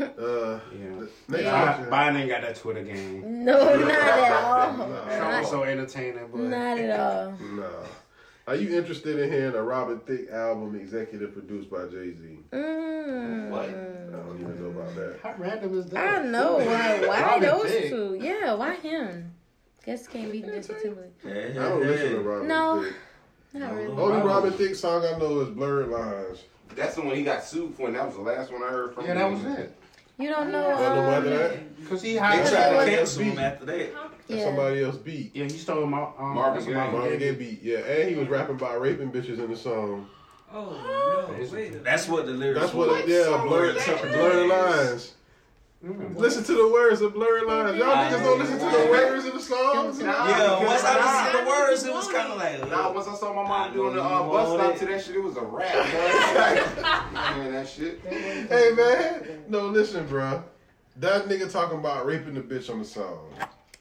the Yeah. next Bi- question. Biden ain't got that Twitter game. No, not at all. Trump was Not, so entertaining, but not at all. No. Are you interested in hearing a Robin Thicke album executive produced by Jay Z? Mm. What? I don't even know about that. how random is that? I don't know why. Why Robin those Thicke. two? Yeah, why him? Guess can't be Justin Timberlake. I don't listen to Robin No, Thicke. not really. Only Robin Thicke song I know is Blurred Lines. That's the one he got sued for, and that was the last one I heard from Yeah, him. that was it. You don't know. But no matter Um, that, Cause he They hired tried to somebody- cancel him after that. yeah. somebody else beat. Yeah, he stole my um, Marvin Gaye. Marvin Gaye beat, yeah. And he was rapping about raping bitches in the song. Oh no! Wait. a- That's what the lyrics That's what, it, yeah, Blurred, blurred Lines. Mm. Listen to the words of Blurred Lines. Y'all niggas don't listen to the words of the songs? Yeah, once I listened to the words, it was kind of like, Nah, oh, once I saw my mom doing the I know uh, you bus want stop it. to that shit, it was a rap, man. Man, that shit. Hey man, no, listen, bruh. That nigga talking about raping the bitch on the song.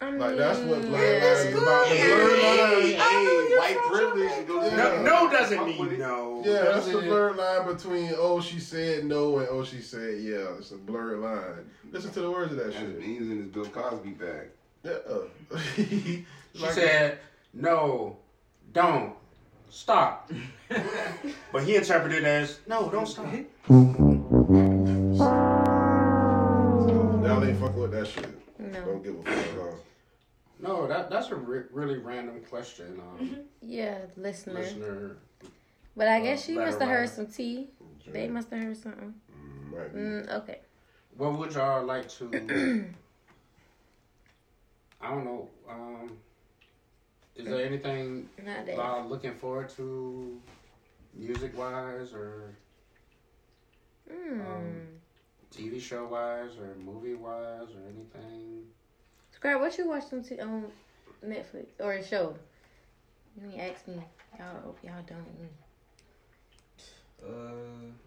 Like that's what Mm, Blurred Lines is about. The Blurred Hey, Lines. white privilege. you No, know, no doesn't fuck with mean it. no. Oh. Yeah, that's the Doesn't- blurred line between oh she said no and oh she said yeah. It's a blurred line. Listen to the words of that That's shit. means in his Bill Cosby bag. Yeah. uh, She said, "No, don't stop." but he interpreted it as, "No, don't stop." Now they ain't fucking with that shit. No. Don't give a fuck. huh? No, that that's a re- really random question, Mm-hmm. um, Yeah, listener. listener. But I guess she Let must her have heard ride. some tea. They must have heard something. Might be. Mm, okay. What would y'all like to? I don't know. Um, is there anything Not that. y'all looking forward to, music wise, or Mm. TV show wise, or movie wise, or anything? Scrap, what you watching t- on Netflix or a show? You ain't ask me. Y'all, hope y'all don't. Uh,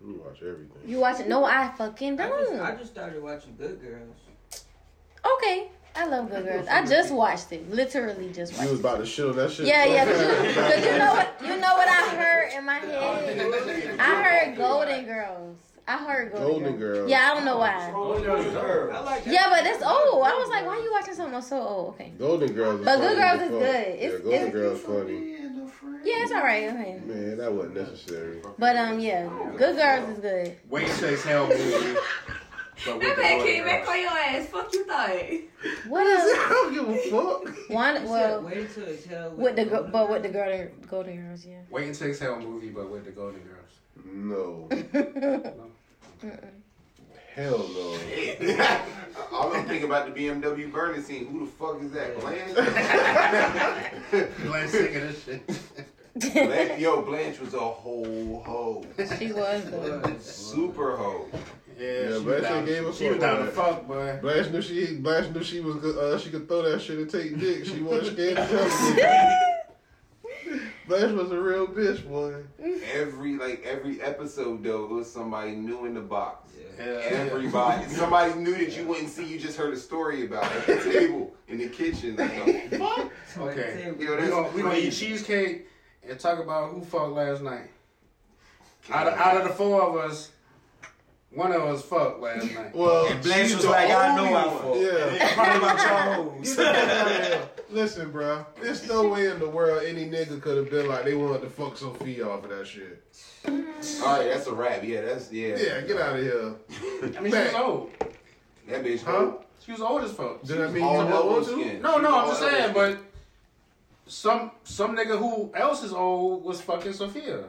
We watch everything. You watching? No, I fucking I don't. just, I just started watching Good Girls. okay, I love Good Girls. I just watched it. Literally just You watched. was it. about to shit on that shit. Yeah, yeah. Cause you, 'cause you know what? You know what I heard in my head. I heard Golden Girls. I heard Golden, Golden Girls. Yeah, I don't know why. I like that. Yeah, but that's old. I was like, why you watching something so old? Okay. Golden Girls. Is But Good funny Girls as is fuck. good. yeah, It's- Golden it's- Girls funny. Yeah, it's all right. Okay. Man, that wasn't necessary. But um, yeah, Good Girls is good. Wait to exhale movie. but with That the man Golden came back Girls. on your ass. Fuck you thought. What else? I don't give a fuck. One You said well wait till it's hell with the gr- Golden but with the Golden Golden Girls, yeah. Wait to exhale movie, but with the Golden Girls. No, Mm-mm. hell no. All I'm thinking about the BMW burning scene. Who the fuck is that? Blanche? Glenn singing this shit. Blanche- Yo, Blanche was a whole hoe. she was good. Super hoe. Yeah, Yeah, she, but that was down, shit gave a she was fuck down to about fuck, boy. Blanche knew she Blanche knew she was good. Uh, she could throw that shit and take dick. She wasn't scared to tell me. Blanche was a real bitch, boy. Every like every episode though, it was somebody new in the box. Yeah. Everybody, somebody new that you wouldn't see. You just heard a story about at the table in the kitchen. Like, yo, Okay. yo, We that's gonna, we gonna eat crazy. cheesecake and talk about who fucked last night. Out of, out of the four of us, One of us fucked last night. Well, And Blanche she's was the like, I know only I one. fucked. Yeah. Probably about y'all hoes. Listen, bro. There's no way in the world any nigga could have been like they wanted to fuck Sophia off of that shit. All right, that's a wrap. Yeah, that's yeah. Yeah, get out of here. I mean, she was old. That bitch. Huh? She was old as fuck. Did I mean you was old too? No, no, I'm just saying, but some some nigga who else is old was fucking Sophia.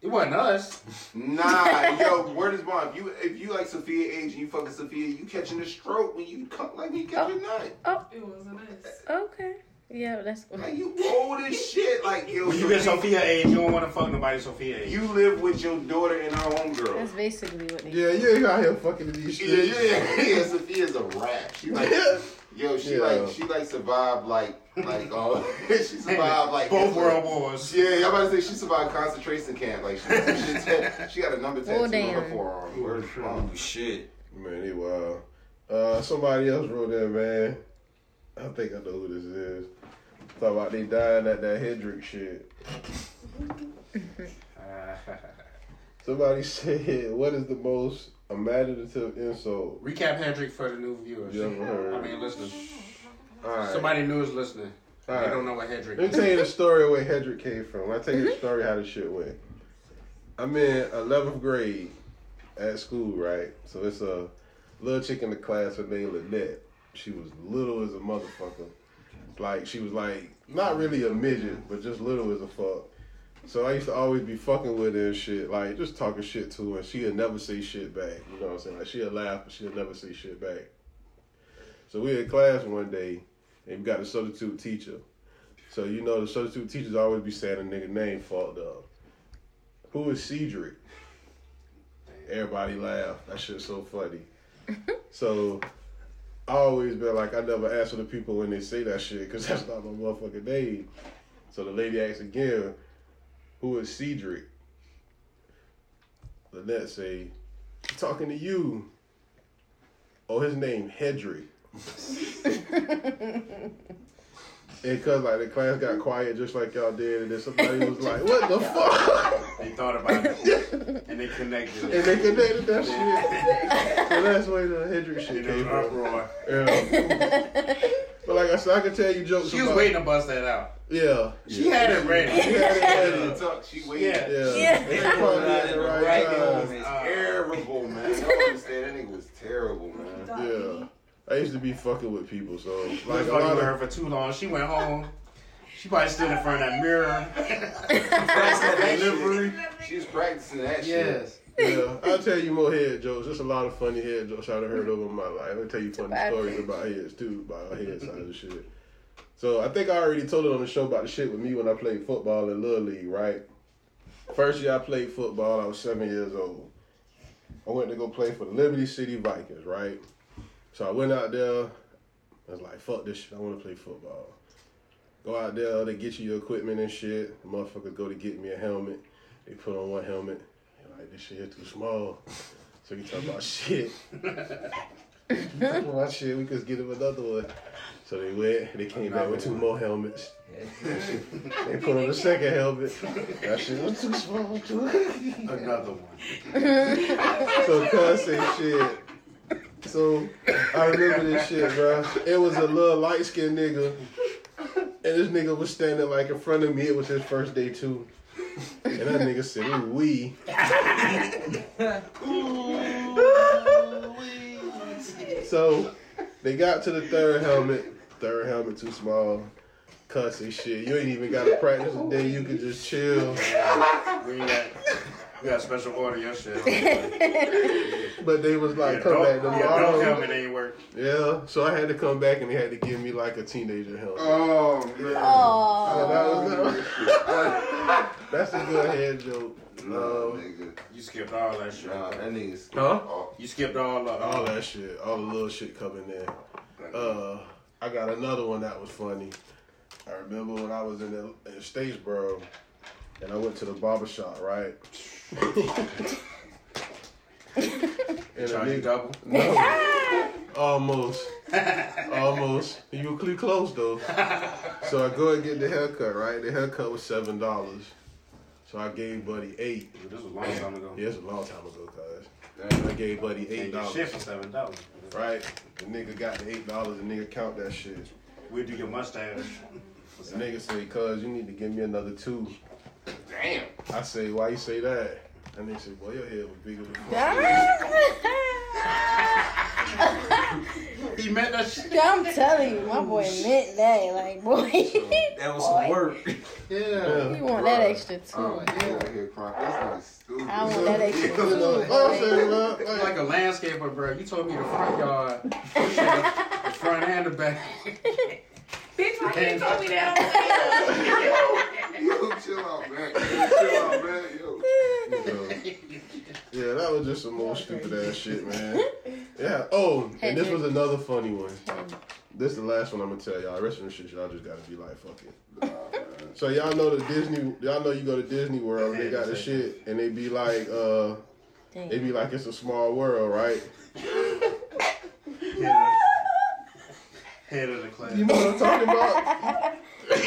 It wasn't us. Nah, yo, word is bond. If you if you like Sophia age and you fucking Sophia, you catching a stroke when you come like me catch a nut. Oh, it wasn't us. Okay. Yeah, that's Like you old as shit. Like yo, When you get Sophia age, you don't want to fuck nobody Sophia age. You live with your daughter and her homegirl. That's basically what they Yeah, you ain't out here fucking in these Yeah, streets. yeah, yeah. yeah. Sophia's a rap. She like, yo, she Yeah. like, she like survived like, like, uh, she survived like Both world wars. Yeah, I'm about to say she survived concentration camp. Like, she, she, she, got a number tattoo Well, on her damn. forearm. Um, Word is bond. Shit. Man, they wild. Uh, somebody else wrote that, man. I think I know who this is. Talk about they dying at that Hendrix shit. Somebody said, what is the most imaginative insult? Recap Hendrick for the new viewers. You ever heard? I mean, listeners. Alright. Somebody new is listening. All They right. don't know what Hendrick Let is. me tell you the story where Hedrick came from. I tell you the story how the shit went. I'm in 11th grade at school, right? So it's a little chick in the class. Her name Lynette. She was little as a motherfucker. Like she was like not really a midget, but just little as a fuck. So I used to always be fucking with her and shit, like just talking shit to her. And she'd never say shit back. You know what I'm saying? Like she'd laugh, but she'd never say shit back. So we in class one day, and we got a substitute teacher. So you know the substitute teachers always be saying a nigga name fucked up. Who is Cedric? Everybody laughed. That shit's so funny. so I always been like, I never answer the people when they say that shit because that's not my motherfucking name. So the lady asked again, "Who is Cedric?" Lynette say, "Talking to you." Oh, his name Hedrick. And cause like the class Mm-hmm. got quiet just like y'all did, and then somebody was like, "What the fuck?" They thought about it and they connected. And they connected that shit. so that's where the Hendrix shit came from. Yeah. But like I said, I can tell you jokes. She was about- waiting to bust that out. Yeah. She had it ready. She had it ready. Tuck, She waited. Yeah. Yeah. They Yeah. pulled it out at the Right Uh, right time. time. It's terrible, man. I don't understand. That nigga was terrible, man. Yeah. I used to be fucking with people, so Like like a fucking lot with of oh, her for too long. She went home. She probably stood in front of that mirror. Delivery. She was practicing that Yes. shit. yeah, I'll tell you more head jokes. There's a lot of funny head jokes I've heard over my life. I'll tell you funny Bad stories bitch. about heads too, about head side of shit. So I think I already told it on the show about the shit with me when I played football in Little League, right? First year I played football, I was seven years old. I went to go play for the Liberty City Vikings, right? So I went out there. I was like, fuck this shit. I want to play football. Go out there. They get you your equipment and shit. The motherfuckers go to get me a helmet. They put on one helmet. They like, this shit too small. So you talk about shit. You talk about shit. We could get him another one. So they went. They came back with two more helmets. they put on a second helmet. That shit was too small too. Another one. so cuss and shit. So I remember this shit, bro. It was a little light skinned nigga. And this nigga was standing like in front of me. It was his first day too. And that nigga said, ooh wee. So they got to the third helmet. Third helmet too small. Cuss and shit. You ain't even gotta practice a day. You can just chill. We got, we got special order your shit. But they was like, come Don't- back yeah, tomorrow. don't helmet ain't work. Yeah, so I had to come back and they had to give me like a teenager helmet. Oh man. So Oh, that was That's a good head joke. Um, No, nigga. You skipped all that shit. Nah, that Oh, nigga skipped Huh? all- You skipped all of all that shit, all the little shit coming in. Uh, I got another one that was funny. I remember when I was in, in Statesboro, and I went to the barber shop, right? and Charge you double? No, almost, almost. You were pretty close though. So I go and get the haircut, right? The haircut was seven dollars. So I gave Buddy eight. This was a long time ago. Yeah, it's a long time ago, cuz. I gave Buddy eight Can't get dollars. shit for seven dollars. Right. The nigga got the eight dollars. The nigga count that shit. We do your mustache. The nigga say, "Cuz you need to give me another two. Damn. I say, "Why you say that?" And they say, "Boy, your head was bigger." Than he meant that shit. I'm telling you, my boy meant that. Like, boy, That was some work. Yeah. you want that extra too. Oh, yeah, right here, Croc. That's not stupid. I want that extra too. Oh, Look like a landscaper, bro. You told me the front yard, the front and the back. Bitch, why you told me that? Yo, chill out, man. Chill out, man. Yo. Yeah, that was just some more stupid ass shit, man. Yeah. Oh, and this was another funny one. This is the last one I'm gonna tell y'all. The rest of the shit, y'all just gotta be like, fuck it. So y'all know the Disney. Y'all know you go to Disney World. They got the shit, and they be like, uh, they be like, it's a small world, right? Head of the class. You know what I'm talking about?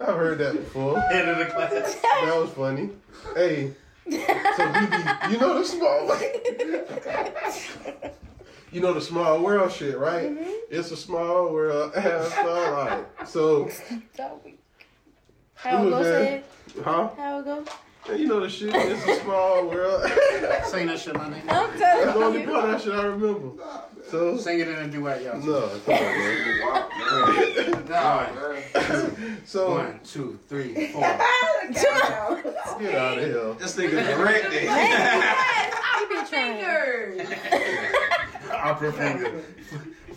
I've heard that before. Head of the class. That was funny. Hey, so BB, you know the small you know the small world shit, right? It's a small world. Alright, so How who it was go, that? said? Huh? How it go? You know the shit. It's a small world. Sing that shit, my nigga. I'm That's the telling only you. part of that shit I remember. So sing it in a duet, y'all. No, come on, man. So one, two, three, four. Get out of here. This nigga directed. Opera finger.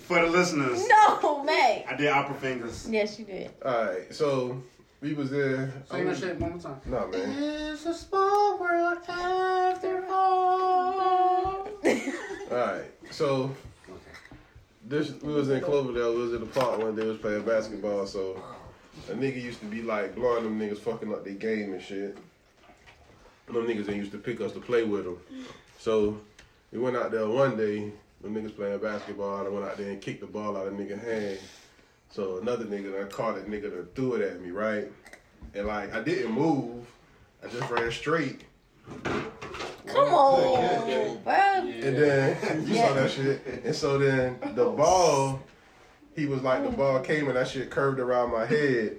For the listeners, No, Meg. I did opera fingers. Yes, you did. Alright, so we was there. Sing that shit one more time. No man. It's a small world after all. Alright, so this we was in Cloverdale, we was in the park one day, we was playing basketball, so a nigga used to be like blowing them niggas fucking up their game and shit. And them niggas they used to pick us to play with them. So we went out there one day, them niggas playing basketball, and I went out there and kicked the ball out of nigga hand. So another nigga done caught it, nigga done threw it at me, right? And like I didn't move. I just ran straight. Come on, bro. And then you saw that shit. And so then the ball, he was like the ball came and that shit curved around my head.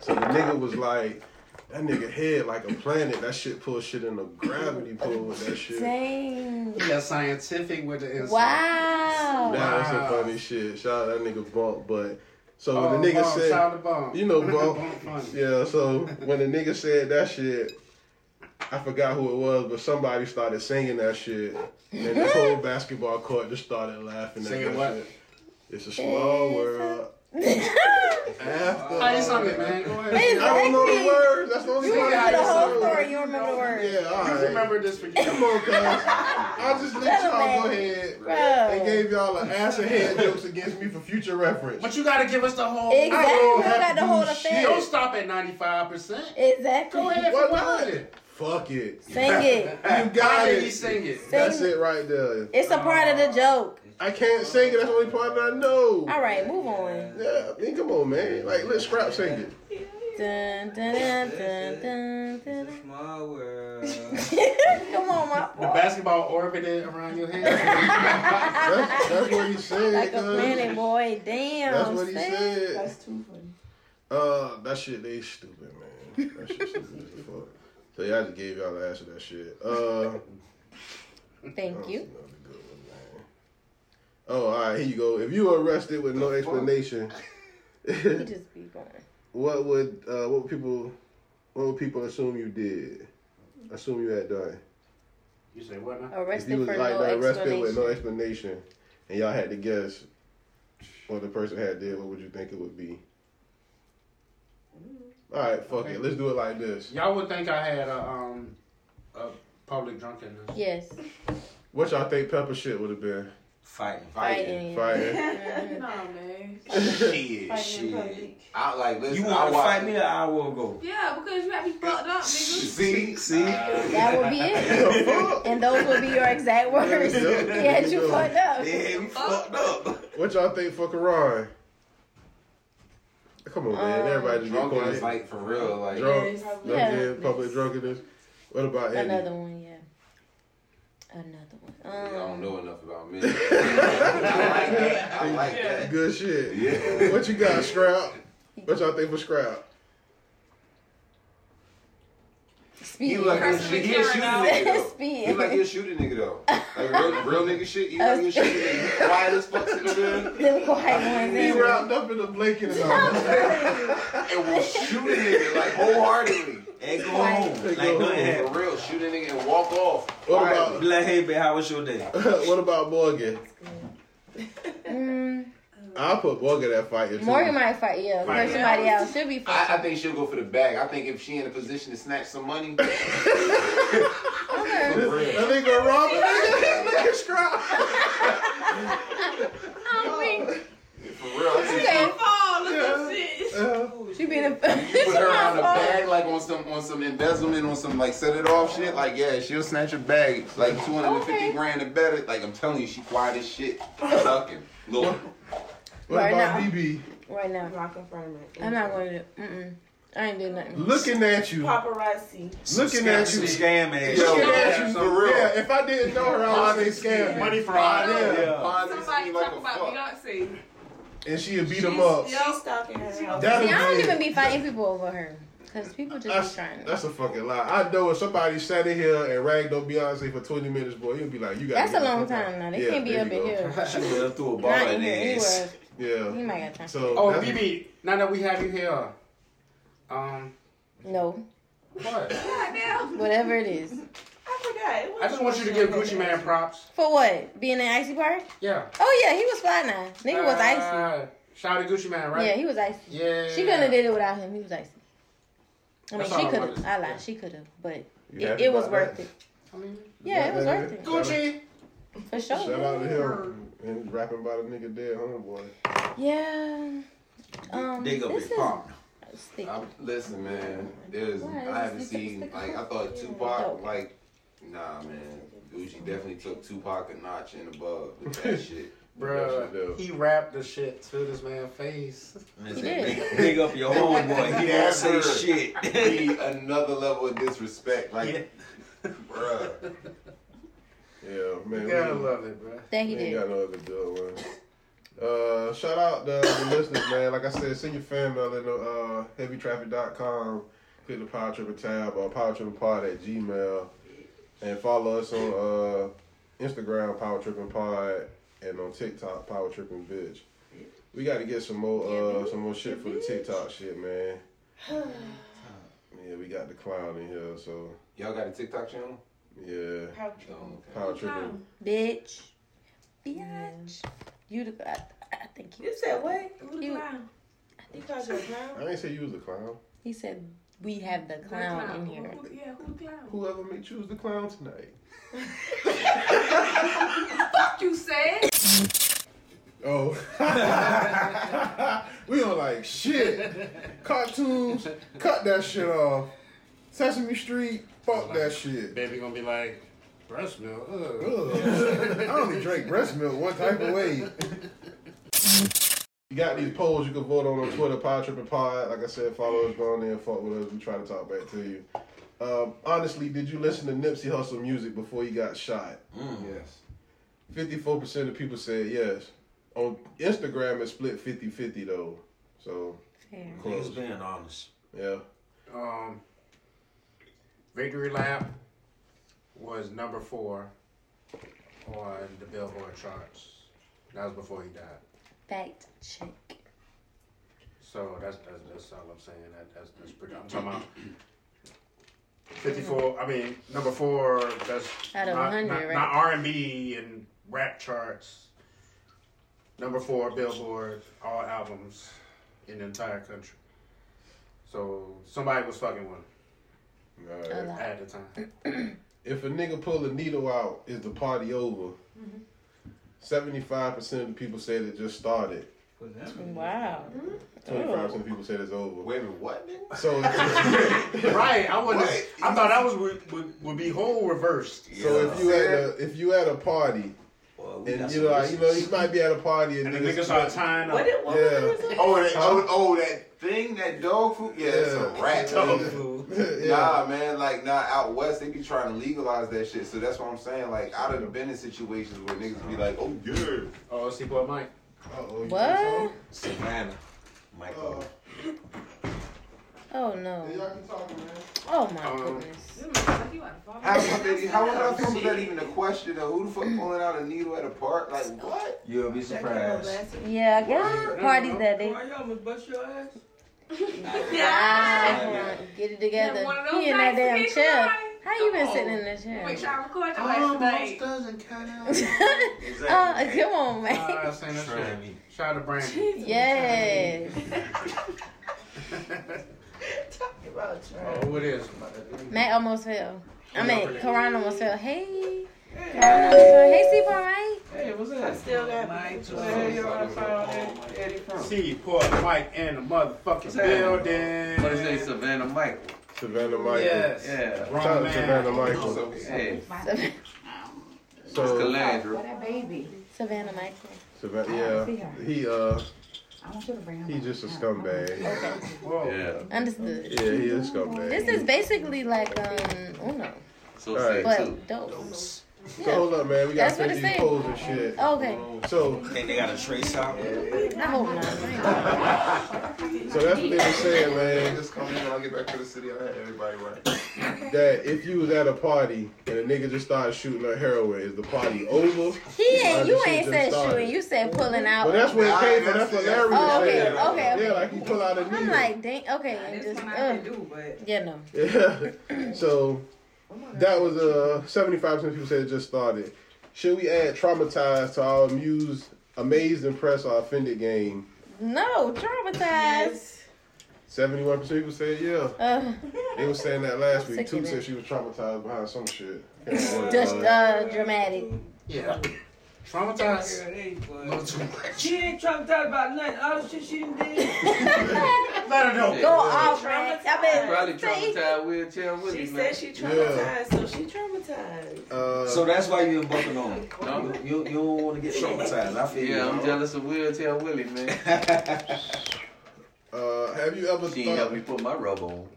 So the nigga was like, that nigga head like a planet. That shit pulled shit in a gravity pull with that shit. Dang. Yeah, scientific with the inside. Wow. That was some funny shit. Shout out that nigga Bump, but so when Oh, the nigga Oh, Bump, said, shout out to Bump. you know Bump, Bump funny. yeah. So when the nigga said that shit, I forgot who it was, but somebody started singing that shit, and the whole basketball court just started laughing. at that Singing what? Shit. It's a small world. After How you sung it, man? Go ahead. I don't know the words. That's the only Sing part it I how you know. sung it. you remember the word. Yeah, all You right. remember this for Come on, cuz. I just let y'all go ahead and gave y'all an ass and head jokes against me for future reference. But you gotta give us the whole. Exactly. I don't You have got to the do whole affair. shit. Don't stop at ninety five percent. Exactly. Go ahead Why for one. not? Fuck it. Sing it. You got did he it. sing it? That's it right there. It's a part of the joke. I can't sing it. That's the only part that I know. All right, move on. Yeah, I mean, come on, man. Like, let Scrap sing it. Dun, dun, dun, dun, dun, dun, dun. Small world. Come on, my The basketball orbited around your head. That's, that's what he said. like a cuz. planet boy. Damn. That's what he son. said. That's too funny. Uh, that shit, they stupid, man. That shit stupid as fuck. So y'all just gave y'all the answer to that shit. Uh, Thank you. oh, all right, here you go. If you were arrested with no explanation, Oh, He just be going. what would uh, what would people what would people assume you did? Assume you had done. you say what? Now? if you Arrested was for like no the arrested explanation. with no explanation, and y'all had to guess what the person had did, what would you think it would be? Mm-hmm. All right, fuck it. Let's do it like this. Y'all would think I had a um a public drunkenness. Yes. What y'all think Pepper shit would have been? Fighting. Fighting. Fighting. Nah, man. Fighting Shit, in shit. public. I like listen. You I want to watch- fight me an hour ago? Yeah, because you had me fucked up, nigga. See, see. Uh, That would be it. and those would be your exact words. There you go. He had There you you go. fucked up. Yeah, we fucked up. What y'all think for Karan? Come on, man. Um, Everybody just be Drunk quiet. is like for real. Like Drunk, Yeah. drunken, public drunkenness. What about Andy? Another one, yeah. another one. I don't Um, know enough about men. I like that. I like that. Good shit. Yeah. What you got, Scrap? What y'all think for Scrap? He like he'll shoot, he'll shoot a nigga though. He like he'll shoot a nigga though. Like real, real nigga shit. He like he'll shoot a nigga. Quiet as fuck in the room. Them quiet He wrapped up in a blanket and all. And will shoot a nigga like wholeheartedly. And go home. Like nothing happened. For real, shoot a nigga and walk off. What about? Be like, hey, babe, how was your day? what about Morgan? Mm, I'll put Morgan at fighter. too. Morgan might fight, yeah. Fight. Fight. Somebody else should be fighting. I, I think she'll go for the bag. I think if she in a position to snatch some money, Okay. for real. That nigga Robin. Look at Scrap. I For real, I think she- Oh, Uh, think she be in a. you put her on a bag like on some on some embezzlement on some like set it off shit. Like yeah, she'll snatch a bag like two hundred and fifty grand or better. Like I'm telling you, she quiet as shit, sucking. Look, What Right about now. BB? Right now. I'm not going to. Mm-mm. I ain't doing nothing. Looking at you. Paparazzi. Looking at you. Scam ass. Looking Yo, at you. for real. Yeah, if I didn't know her, I would say scam. Money fraud. Yeah. Somebody talk about Beyonce. And she'd beat him up. Yo, stalking her. That'll See, I don't be- even be fighting people over her. Because people just That's, be trying. that's a fucking lie. I know if somebody sat in here and ragged on Beyonce for 20 minutes, boy, he'll be like, you got That's a long time now. They can't be up in here. Oh, She would have threw a ball Not in in here their anywhere. ass. Yeah. He might got time. So, Oh, that's- BB, now that we have you here, um, No. what? Whatever it is. I forgot. I just want you to give Gucci Man props. For what? Being in Icy Park? Yeah. Oh, yeah, he was fine now. Nigga was icy. Uh, shout out to Gucci Man, right? Yeah, he was icy. Yeah. She couldn't have did it without him. He was icy. I mean, That's all she I could have. wanted. I lied. She could have. But You it, happy it was about worth that? it. I mean, Yeah, it was worth it. Gucci. For Shout out to sure. him. And rapping about a nigga dead homeboy. Yeah. Um, They gonna this be is pumped. sticky. I'm, listen, man, there's Why is I haven't this the- seen it's the like I thought Tupac like nah, man. Gucci definitely took Tupac a notch and above with that shit. Bruh, he rapped the shit to this man's face. He did. Big, big up your homeboy. He didn't say Never shit. Be another level of disrespect, like, bruh. Yeah, man. You we- gotta love it, bruh. That he We ain't did. got no other good one. Uh, shout out the, the listeners, man. Like I said, send your fan mail in uh, heavytraffic.com. Click the Power Tripper tab or Power Tripping Pod at Gmail. And follow us on uh, Instagram, Power Tripping Pod, and on TikTok, Power Tripping Bitch. We got to get some more uh, some more shit for the TikTok shit, man. Yeah, we got the clown in here, so Y'all got a TikTok channel? yeah. Oh, okay. Power Tripping. Bitch. Bitch. You the I, I think you. You said what? Who the You- clown? You called you a clown? I didn't say you was a clown. He said we have the clown in here. Who- Yeah, who the clown? Whoever may choose the clown tonight. Fuck you said. Oh. we don't like shit. Cartoons, cut that shit off. Sesame Street, fuck that shit. Baby gonna be like, breast milk. Ugh. I only drink breast milk one type of way. You got these polls you can vote on on Twitter, Pod Tripping Pod. Like I said, follow us, go on there and fuck with us. We try to talk back to you. Um, honestly, did you listen to Nipsey Hussle music before he got shot? Yes. 54% of people said yes. On Instagram, it split 50 50 though. So, Fair. He close. was being honest. Yeah. Um, Victory Lap was number four on the Billboard charts. That was before he died. Fact check. So that's that's, that's all I'm saying. That, that's that's pretty. I'm talking about. 54. I mean, number four. That's Out of not, 100, not, right? not R&B and rap charts. Number four, Billboard, all albums in the entire country. So somebody was fucking with him Alright. A lot. at the time. If a nigga pull a needle out, is the party over? 75% of the people said it just started. Wow. 25% of people said it's over. Wait a minute, what? nigga? So, so right. I was. Right. I thought that was would, would, would be whole reversed. if you at a if you at a party Boy, we got And you some know, I- you business. know, you might be at a party and, And the niggas are tying up. What yeah. did- what was the result? Oh, that, Huh? oh, oh, that thing, that dog food. Yeah, it's a Yeah. rat. Dog nigga. food. Nah, man, like nah, out west they be trying to legalize that shit. So that's what I'm saying. Like out of the business situations where niggas be like, oh yeah. Oh, see, boy, Mike. Uh-oh, What? Savannah, Michael. Uh, Oh no. Oh my goodness. How, baby, how was that? Was that even a question? Of who the fuck pulling out a needle at a park? Like what? You'll be surprised. Yeah, I guess Word. parties that day. Why y'all gonna bust your ass? Ah, get it together. Yeah, one of those He in that nights damn to get chair. dry. How you been Come sitting on. in that chair? Make sure I record your Almost ass doesn't cut out. Oh, come on, man. I seen that shit. Shout out to Brandy. Yes. Talking about trash. Oh, what is? Matt almost fell. I Yeah, mean, pretty. Karan almost fell. Hey. Karan almost fell. Hey, C right? Hey, what's up? I still got my Hey, y'all, I found Ed- Eddie from. See, poor Mike in the motherfucking building. What is his name? Savannah Michael. Savannah Michael. Yes. Yeah. Shout out to Savannah Michael. So, yeah. So- it's Calandra. That baby. Savannah Michael. I Savannah, see her. yeah, he uh, I want you to bring her. he just a scumbag. Yeah. Understood. Yeah, he is a scumbag. This is basically like um Uno, All right. but dope. So hold up, man. We got That's what to it these said. Oh. polls and shit. Okay. So Think they got a trace out? I hope not. So that's what they were saying, man. Just come in and I'll get back to the city. I had everybody right. that if you was at a party and a nigga just started shooting on heroin, is the party over? He ain't. You Or the shit just ain't said started? shooting. You said pulling out. But that's where it Nah, came from. that's- That's what Larry was Oh, okay, saying. okay, okay. Yeah, like he pull out a needle. I'm like, dang. Okay, and just ugh. yeah, no. Yeah. so that was uh seventy five percent of people said it just started. Should we add traumatized to our amused, amazed, impressed, or offended game? No, traumatized. Seventy one percent people said yeah. Uh, They were saying that last Sick week. of Two it. said she was traumatized behind some shit. just uh, dramatic. Yeah. Traumatized. No, too much. She ain't traumatized about nothing. All the shit she done did. Let her know. Go off, man. I bet. Probably See? traumatized wheelchair with She him, said man. she traumatized, so she traumatized. so that's why you in bumping on. it. You, you don't want to get traumatized. I feel Yeah, you. I'm jealous of wheelchair Willie, man. uh, have you ever? She ain't helped me put my rub on.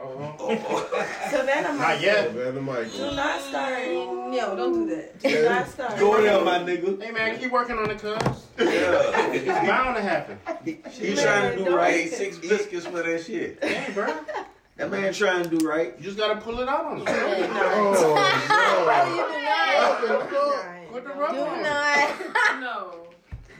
Uh-huh. Savannah Michael. Savannah Do Michael. not start. No, don't do that. Do Yeah. not start. Go there, my nigga. Hey, man, keep working on the cuz. It's bound to happen. He trying to do right. Six biscuits for that shit. Hey, bro. That man trying to do right. You just got to pull it out on him. Oh, You do not. Put the rubber on Do him. not. No.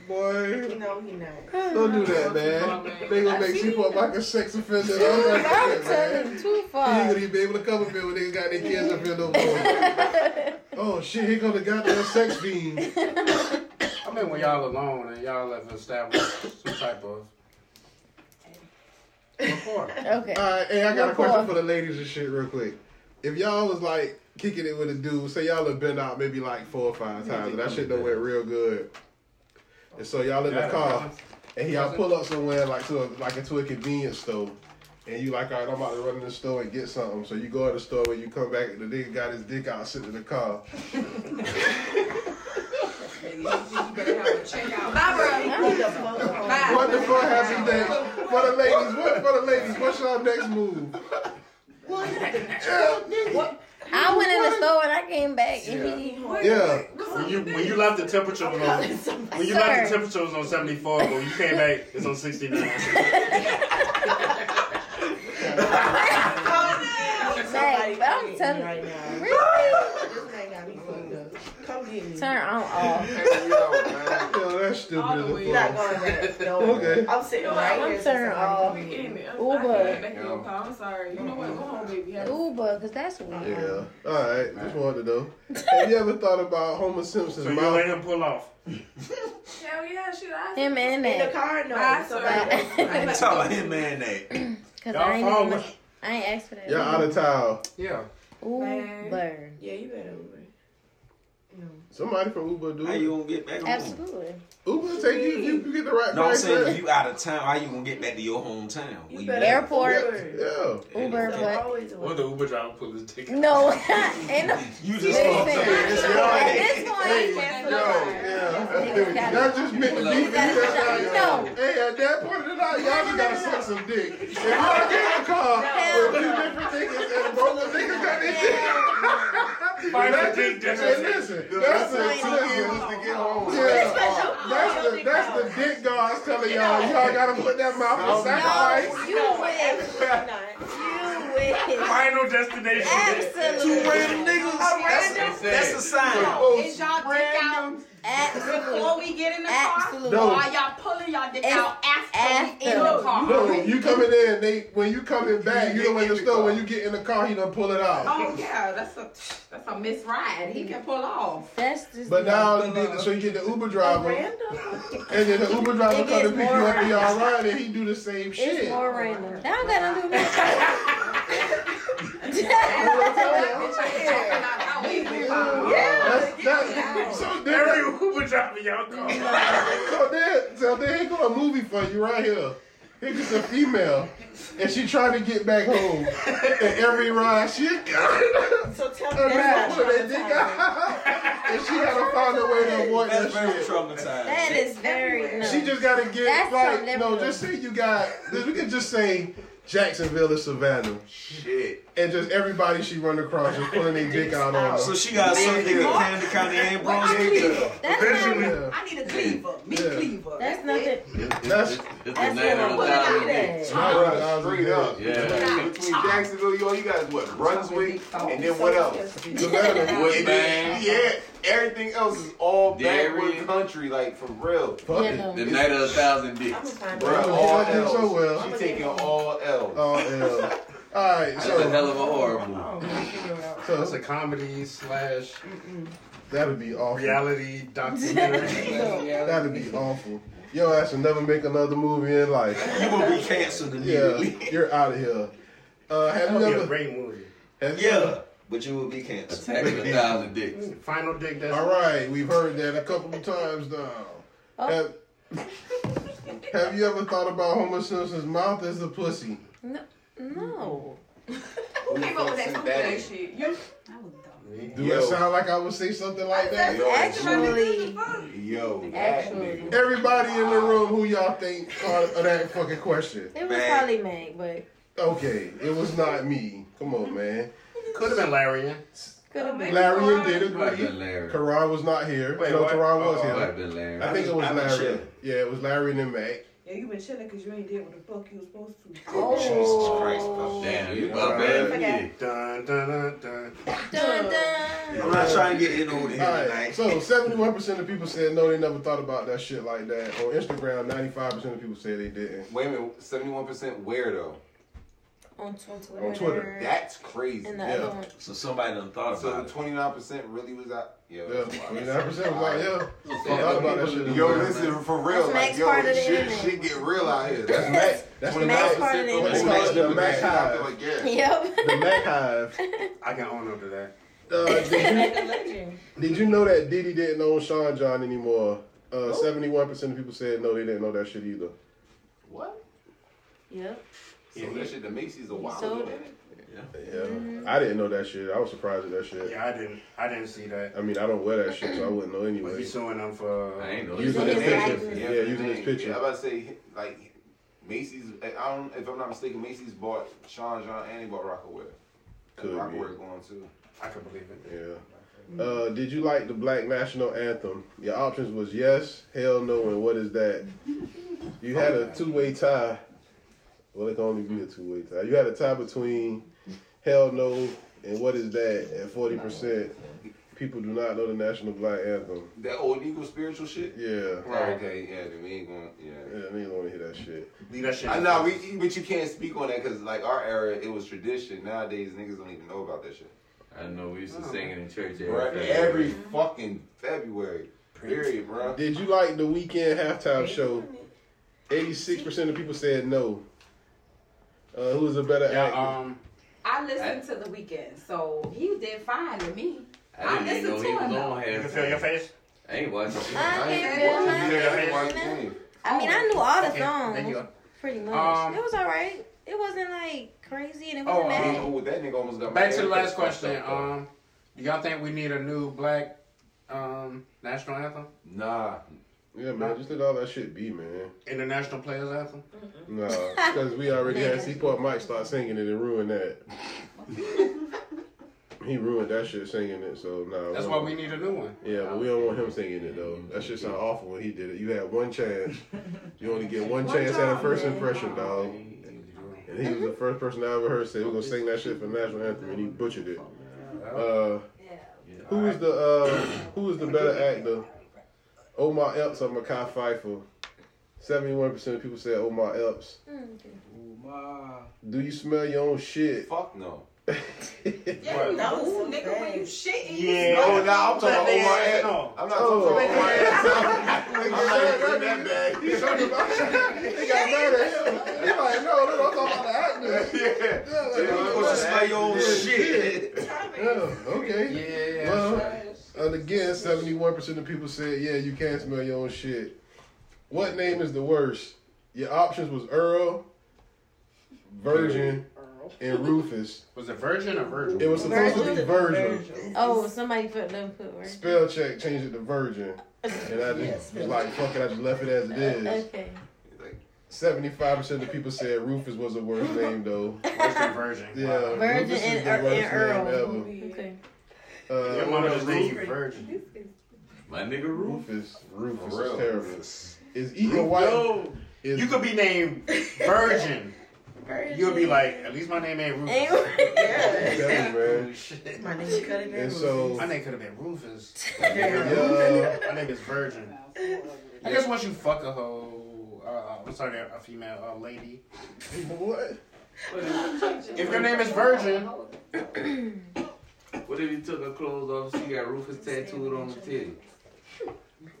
Boy, No, he not. don't do that, man. They gonna make you look like a sex offender. Don't do that shit, man. I'm telling you, too He ain't far. gonna even be able to come up here when they got their kids up here no more. oh shit, here come the goddamn sex fiend. I mean, when y'all alone and y'all have established some type of rapport. Okay. Alright, hey, I got a Rapport. question for the ladies and shit real quick. If y'all was like kicking it with a dude, say y'all have been out maybe like four or five times and that shit done went real good. And so y'all in the car and y'all pull up somewhere like to a, like into a convenience store. And you like, all right, I'm about to run in the store and get something. So you go in the store and you come back and the nigga got his dick out sitting in the car. Bye. What the fuck happens next? For the ladies, what for the ladies? What's y'all next move? I went in the store and I came back and he. Yeah. When you when you left the temperature was on when you left the temperature was on seventy four, but when you came back it's on sixty nine. Like, but I'm telling you, really? Come get me. Turn on off. Yo, that's stupid as a We're not fuck. going there. No. Okay. I'm sitting right I'm here. turning off. We getting it. I'm- I Uber. can't make your call. I'm sorry. You know what? Go home, baby. Have a Uber, because that's weird. Yeah. All right. Just wanted to know. Have you ever thought about Homer Simpson's So you mouth? let him pull off. Hell yeah, shit. I Him and In the that. car, no. Bye, Somebody sir. else. Talk about him, man. That. Because Y'all I ain't fall even. with- I ain't asked for that. Y'all out of town. Yeah. Uber. Yeah, you better Uber. Somebody from Uber do How you gonna get back home? Absolutely. Uber take you if you, you get the right No, I'm price. saying if you out of town, how you gonna get back to your hometown? Where You Airport. Yeah. Uber, but What the Uber driver pull his ticket? no, ain't no. You just gonna Listen, say this, yo. At this point, Hey, cancel yo, the yeah. That just meant to be me. No. Hey, at that point of the night, y'all just gotta suck some dick. If y'all get in a car with two different niggas and both of the niggas got their dick. Find That's the dick just- difference. hey, listen, The that's best the way to listen, get home. yeah, That's that's the that's the dick guards telling y'all y'all gotta put that mouth No, in sacrifice. You win. You win. Final destination. Absolutely. Two random niggas. That's, that's a sign. Oh, y'all dick out before we get in the Absolutely. car? No. Or are y'all pulling y'all dick out after, we in No, the car? No, you coming in, they when you coming back, you don't in the store. When you get in the car, he done pull it Oh out. yeah, that's a that's a miss ride. He can pull off. That's just But now you did, so you get the Uber driver, and then the Uber driver It come to gets pick you more up and y'all random. ride, and he do the same It's shit. more random. Now I gotta do That's, that's, so then, Every Uber driver y'all call. so then, so then, here go a movie for you right here. Here just a female, and she trying to get back home, and every ride she So tell me Her that's mouth not put her dick out, and she gotta find a way to avoid that That's very shit. traumatized. That is very. No. She just gotta get That's like something no. Just say you got. We could just say Jacksonville is Savannah. Shit. And just everybody she run across just pulling their dick out on her. So she got some dick in Canada County and Well, Bronx. I need it. That's Eventually. I need a cleaver. Me Yeah. cleaver. That's nothing. That's It's That's a nine what I'm hundred thousand putting out there. dick. Bruh, straight up. Yeah. Between Jacksonville, you all you got is what Brunswick, and then what else? Wood And then- bang. Yeah, everything else is all Dairy. backward country, like for real. Yeah, The night of a thousand dicks. Bro, I'ma all get that dick L's. so well. She taking all L's. All L's. Oh, All right, That's so a hell of a horror movie. So It's a comedy slash that would be awful. reality documentary. That would be awful. Yo, ass will never make another movie in life. You will be canceled Yeah, immedially. you're out of here. Uh, have you That would be ever? a great movie. Have you Yeah, but you will be canceled. Attacking a thousand dicks. Final dick. That's All right, we've heard that a couple of times now. Have, have you ever thought about Homer Simpson's mouth as a pussy? No. No. Who came up with that Savannah. stupid shit? You Do Yo. that sound like I would say something like that? Actually, Yo, actually, Everybody in the room, who y'all think thought of that fucking question? it was probably Meg, but Okay, it was not me. Come on, man. Could have been Larry. could have been. Larry and did Might have agree. been Larry. Karai was not here. Wait, no, what? Karai was Oh, here. might have been Larry. I think it was I've been Larry. chilling. Yeah, it was Larry and then Mac. Yeah, you been chilling because you ain't did what the fuck you was supposed to. Jesus Christ, Oh. bro. Damn, you All about right. bad Okay. Dun, dun, dun, dun. Dun, dun. I'm not trying to get in over here All tonight. right, so 71% of people said no, they never thought about that shit like that. On Instagram, 95% of people said they didn't. Wait a minute, seventy-one percent where though? On Twitter. On Twitter. That's crazy. And the other one. So somebody done thought So about it. twenty-nine percent really was out. Yeah, Yeah, 29% was like, yeah. Yeah, Thought about that shit. Yo, listen for real. That's like, Mac's yo, part of the shit, internet. shit get real out here. That's Mac. That's the Mac. Mac's part of the When That's they called do the the Mac shit, I feel Hive. like, yeah. Yep. The Mac Hive. I can own up to that. Uh, did, you, did you know that Diddy didn't own Sean John anymore? Uh, 71% of people said no, they didn't know that shit either. What? Yep. So that shit, the Macy's a wild. sold man. Yeah. I didn't know that shit. I was surprised at that shit. Yeah, I didn't. I didn't see that. I mean, I don't wear that shit, so I wouldn't know But anyway. he's suing them for. I ain't know Using that. his picture. Yeah, Yeah, using his name. picture. Yeah, I about to say like Macy's. I don't. If I'm not mistaken, Macy's bought Sean John and he bought Rockaway. Could be. Rockaway going too. I can believe it. Yeah. Uh, did you like the Black National Anthem? Your options was yes, hell no, and what is that? You had a two way tie. Well, it can only be a two way tie. You had a tie between hell no and what is that at forty percent. People do not know the National Black Anthem. That old Negro spiritual shit. Yeah. Right. Okay. Yeah. Then we ain't going. Yeah. Yeah, they don't want to hear that shit. Leave that shit. I know, we, but you can't speak on that because, like, our era, it was tradition. Nowadays, niggas don't even know about that shit. I know we used to Oh. sing it in church every Bruh, February. every fucking February. Period, bro. Did you like the weekend halftime show? Eighty-six percent of people said no. Uh, who was a better Yeah. actor? Um. I listened to the weekend, so he did fine to me. I I didn't even know listened he to was him, though. on here. You can feel your face? I ain't watching. I can't feel my face. I mean, I knew all the songs pretty much. Um, it was all right. It wasn't like crazy and it wasn't Oh, bad. oh, that nigga almost got my Back to the hair last cut fucked question. up, though. Um, do y'all think we need a new black um, national anthem? Nah. Yeah, man, just let all that shit be, man. International players anthem? Nah, because we already had Seaport Mike start singing it and ruin that. he ruined that shit singing it, so nah. That's why don't- we need a new one. Yeah, but we don't want him singing it though. That shit sound awful when he did it. You had one chance. You only get one One chance at a time, first man. impression, dog. And he was the first person I ever heard say we're gonna sing that shit for national anthem, and he butchered it. Uh, who is the uh, who is the better actor? Omar Epps or Mackay Pfeiffer? Seventy-one percent of people said Omar Epps. Mm, Do you smell your own shit? Fuck no. Yeah, you know, nigga, when you shitting, you Yeah. smell Oh, nah, I'm it. talking about That Omar nigga- Epps. no. I'm not talking about Omar Epps. I'm not even in that bag. They got mad at him. They like, no, no, I'm talking about the actor. Yeah. like, Yeah, "Oh, supposed to the smell your own actor." shit. Yeah, okay. Yeah, yeah, Well, and again, 71% of people said, yeah, you can smell your own shit. What name is the worst? Your options was Earl, Virgin, and Rufus. Was it Virgin or Virgil? It was supposed to be Virgin. Oh, somebody put them put right. Spell check changed it to Virgin. And I just was like, fuck it, I just left it as it is. Okay. Seventy-five percent of people said Rufus was the worst name, though. Virgin. Yeah, Virgin Rufus is and, the Er- worst and Earl. name Okay. ever. Uh, Your mama just named you Virgin. My nigga Rufus. Rufus For real. is terrible. Is eating white? Yo, you could be named Virgin. You'll be like, at least my name ain't Rufus. Tell me, man. Shit. My name could have been And so- Rufus. My name could have been Rufus. Yeah. My name is Virgin. I guess once you fuck a hoe, uh, I'm sorry, a female uh, lady. What? If your name is Virgin, What if you took her clothes off? She got Rufus tattooed on the titty.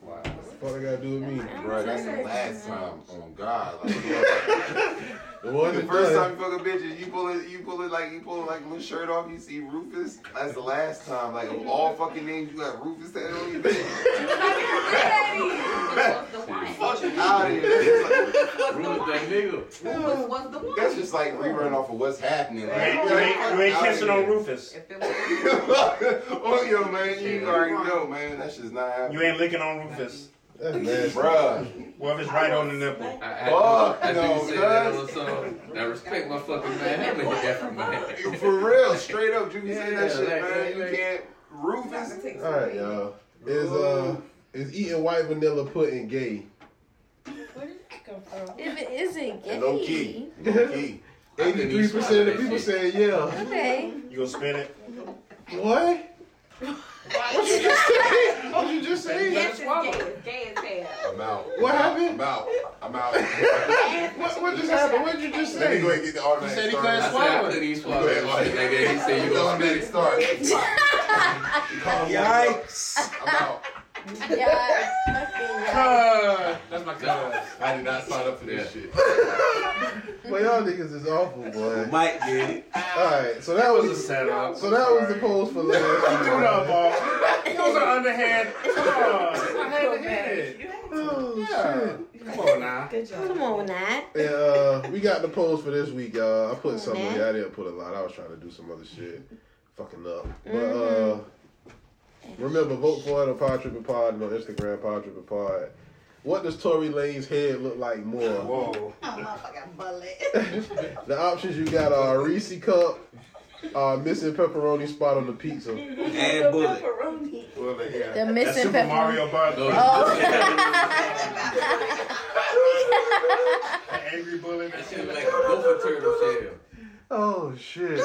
Wow. What I gotta do with me? Bro, that's the last time on God. Like, the one the that first does. time you fuck a bitch, is you pull it, you pull it like you pull like a little shirt off. You see Rufus. That's the last time. Like of all fucking names, you got Rufus tattooed on your bitch. Fuck out of here. Rufus It's like- was the one. That's just like rerun off of what's happening. Like, You ain't- you ain't- you ain't kissing on Rufus. oh, yo, man, you already know, man. That's just not happening. You ain't licking on Rufus. That's nasty. Bruh. Well, if it's right on the nipple. Fuck I do no, say that cuz. on a song. Now respect my fucking man. I'm gonna hit that from my For real, straight up, you can say that Yeah, shit, like- man. like- you can't. Rufus. All right, y'all. Is uh is eating white vanilla pudding gay? If it isn't gay. Low key. Eighty-three percent of the people said yeah. Okay. You gonna spin it? What? What you just say? What you just say? Yes, it's gay, it's gay as hell. I'm out. What happened? I'm out. I'm out. What, what just happened? What did you just Let me say? go ahead and get the automatic You said he start. couldn't I said swallow I it. couldn't He swallowed it. Go ahead, Nigga, he said you The gonna automatic start. Yikes. Yeah. fucking that's my cuz. I did not sign up for this shit. Well, y'all niggas is awful, boy. Mike did it. All right, so that was a setup. So that was the post for last. Threw it up, ball. It was an underhand. Come on. I had to hit it. Oh shit! Come on now. Come on, Nat. And uh, we got the polls for this week, y'all. I put some on here. I didn't put a lot. I was trying to do some other shit, fucking up. But uh, remember, vote for it on Pod Tripping Pod and on Instagram Pod Tripping Pod. What does Tory Lane's head look like more? Whoa. The options you got are a Reese cup, uh, missing pepperoni spot on the pizza. And bullet. Bullet, The missing Super pepperoni. Mario bar. Angry bullet. That shit like a gopher turtle shell. Oh shit!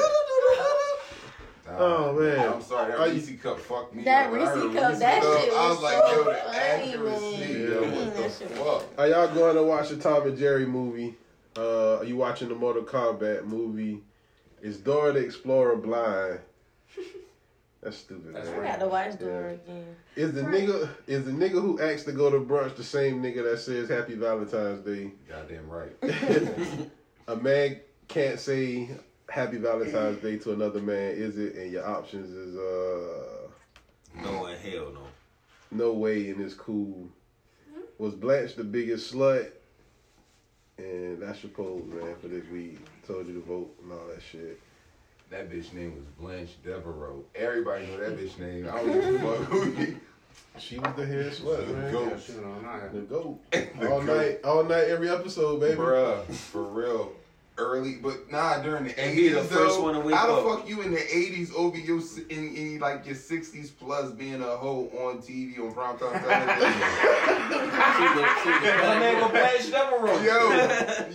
Oh man! I'm sorry, that Are you- Reese cup fucked me. That up. When I Reese heard cup, Reese that cup, shit I was was like, so yo, the funny, accuracy. man. yo, Yeah. what the fuck? Are y'all going to watch the Tom and Jerry movie? Uh, are you watching the Mortal Kombat movie? Is Dora the Explorer blind? That's stupid. man. I got to watch Dora again. Is the nigga is the nigga who asked to go to brunch the same nigga that says Happy Valentine's Day? Goddamn right. A man can't say Happy Valentine's Day to another man, is it? And your options is uh No, in hell no. No way in his cool. Was Blanche the biggest slut? And that's your poll, man, for this week. Told you to vote and all that shit. That bitch name was Blanche Devereaux. Everybody know that bitch name. I don't give a fuck who you. She was the hair slut, The man. goat. The goat. all night, all night, every episode, baby. Bruh, for real. Early, but nah, during the And be eighties. the first one to wake How the up. fuck you in the eighties over your s- in, in like your sixties plus being a hoe on TV on primetime television? Her name was Blanche Devereaux. Yo,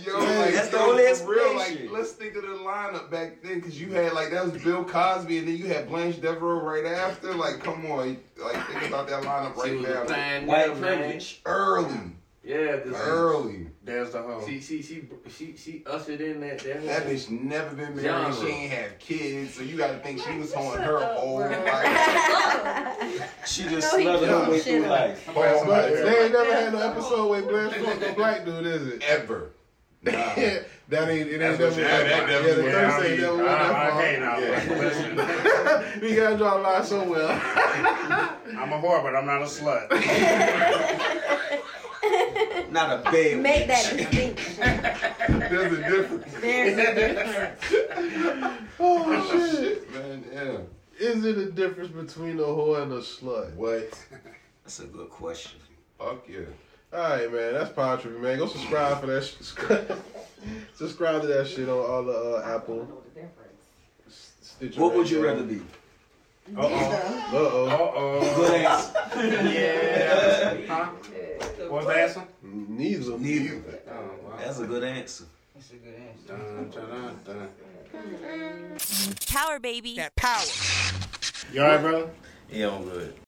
yo, like, That's the yo, only for real, like, explanation. let's think of the lineup back then, cause you had like that was Bill Cosby, and then you had Blanche Devereaux right after. Like, come on, like think about that lineup right was now. a pioneer, White man. privilege. early. Yeah, this Early. There's the hoe. She she she she she ushered in that that, whole That bitch never been genre. married. She ain't have kids, so you gotta think she was on her whole She just smothered her way through life. Oh, but they ain't never had an episode where Blanche fucked a black dude, is it? Ever. that ain't. It ain't That's never. what- that- that yeah, definitely the went out Thursday ain't deep. never went I- I that far. Yeah. We gotta draw a line somewhere. I'm a whore, but I'm not a slut. not a babe. Make that distinction. There's a difference. There's a difference. Oh shit! Man, yeah. Is it a difference between a whore and a slut? What? That's a good question. Fuck yeah. All right, man. That's poetry, man. Go subscribe for that. Sh- subscribe to that shit on all the uh, Apple. Stitcher What would you Radio. rather be? Uh-oh. Uh-oh. Uh-oh. Good answer. yeah. Huh? What was the answer? Neither. Neither. Oh, wow. That's a good answer. That's a good answer. Dun, dun, dun, dun. Power, baby. That power. You all right, brother? Yeah, I'm good.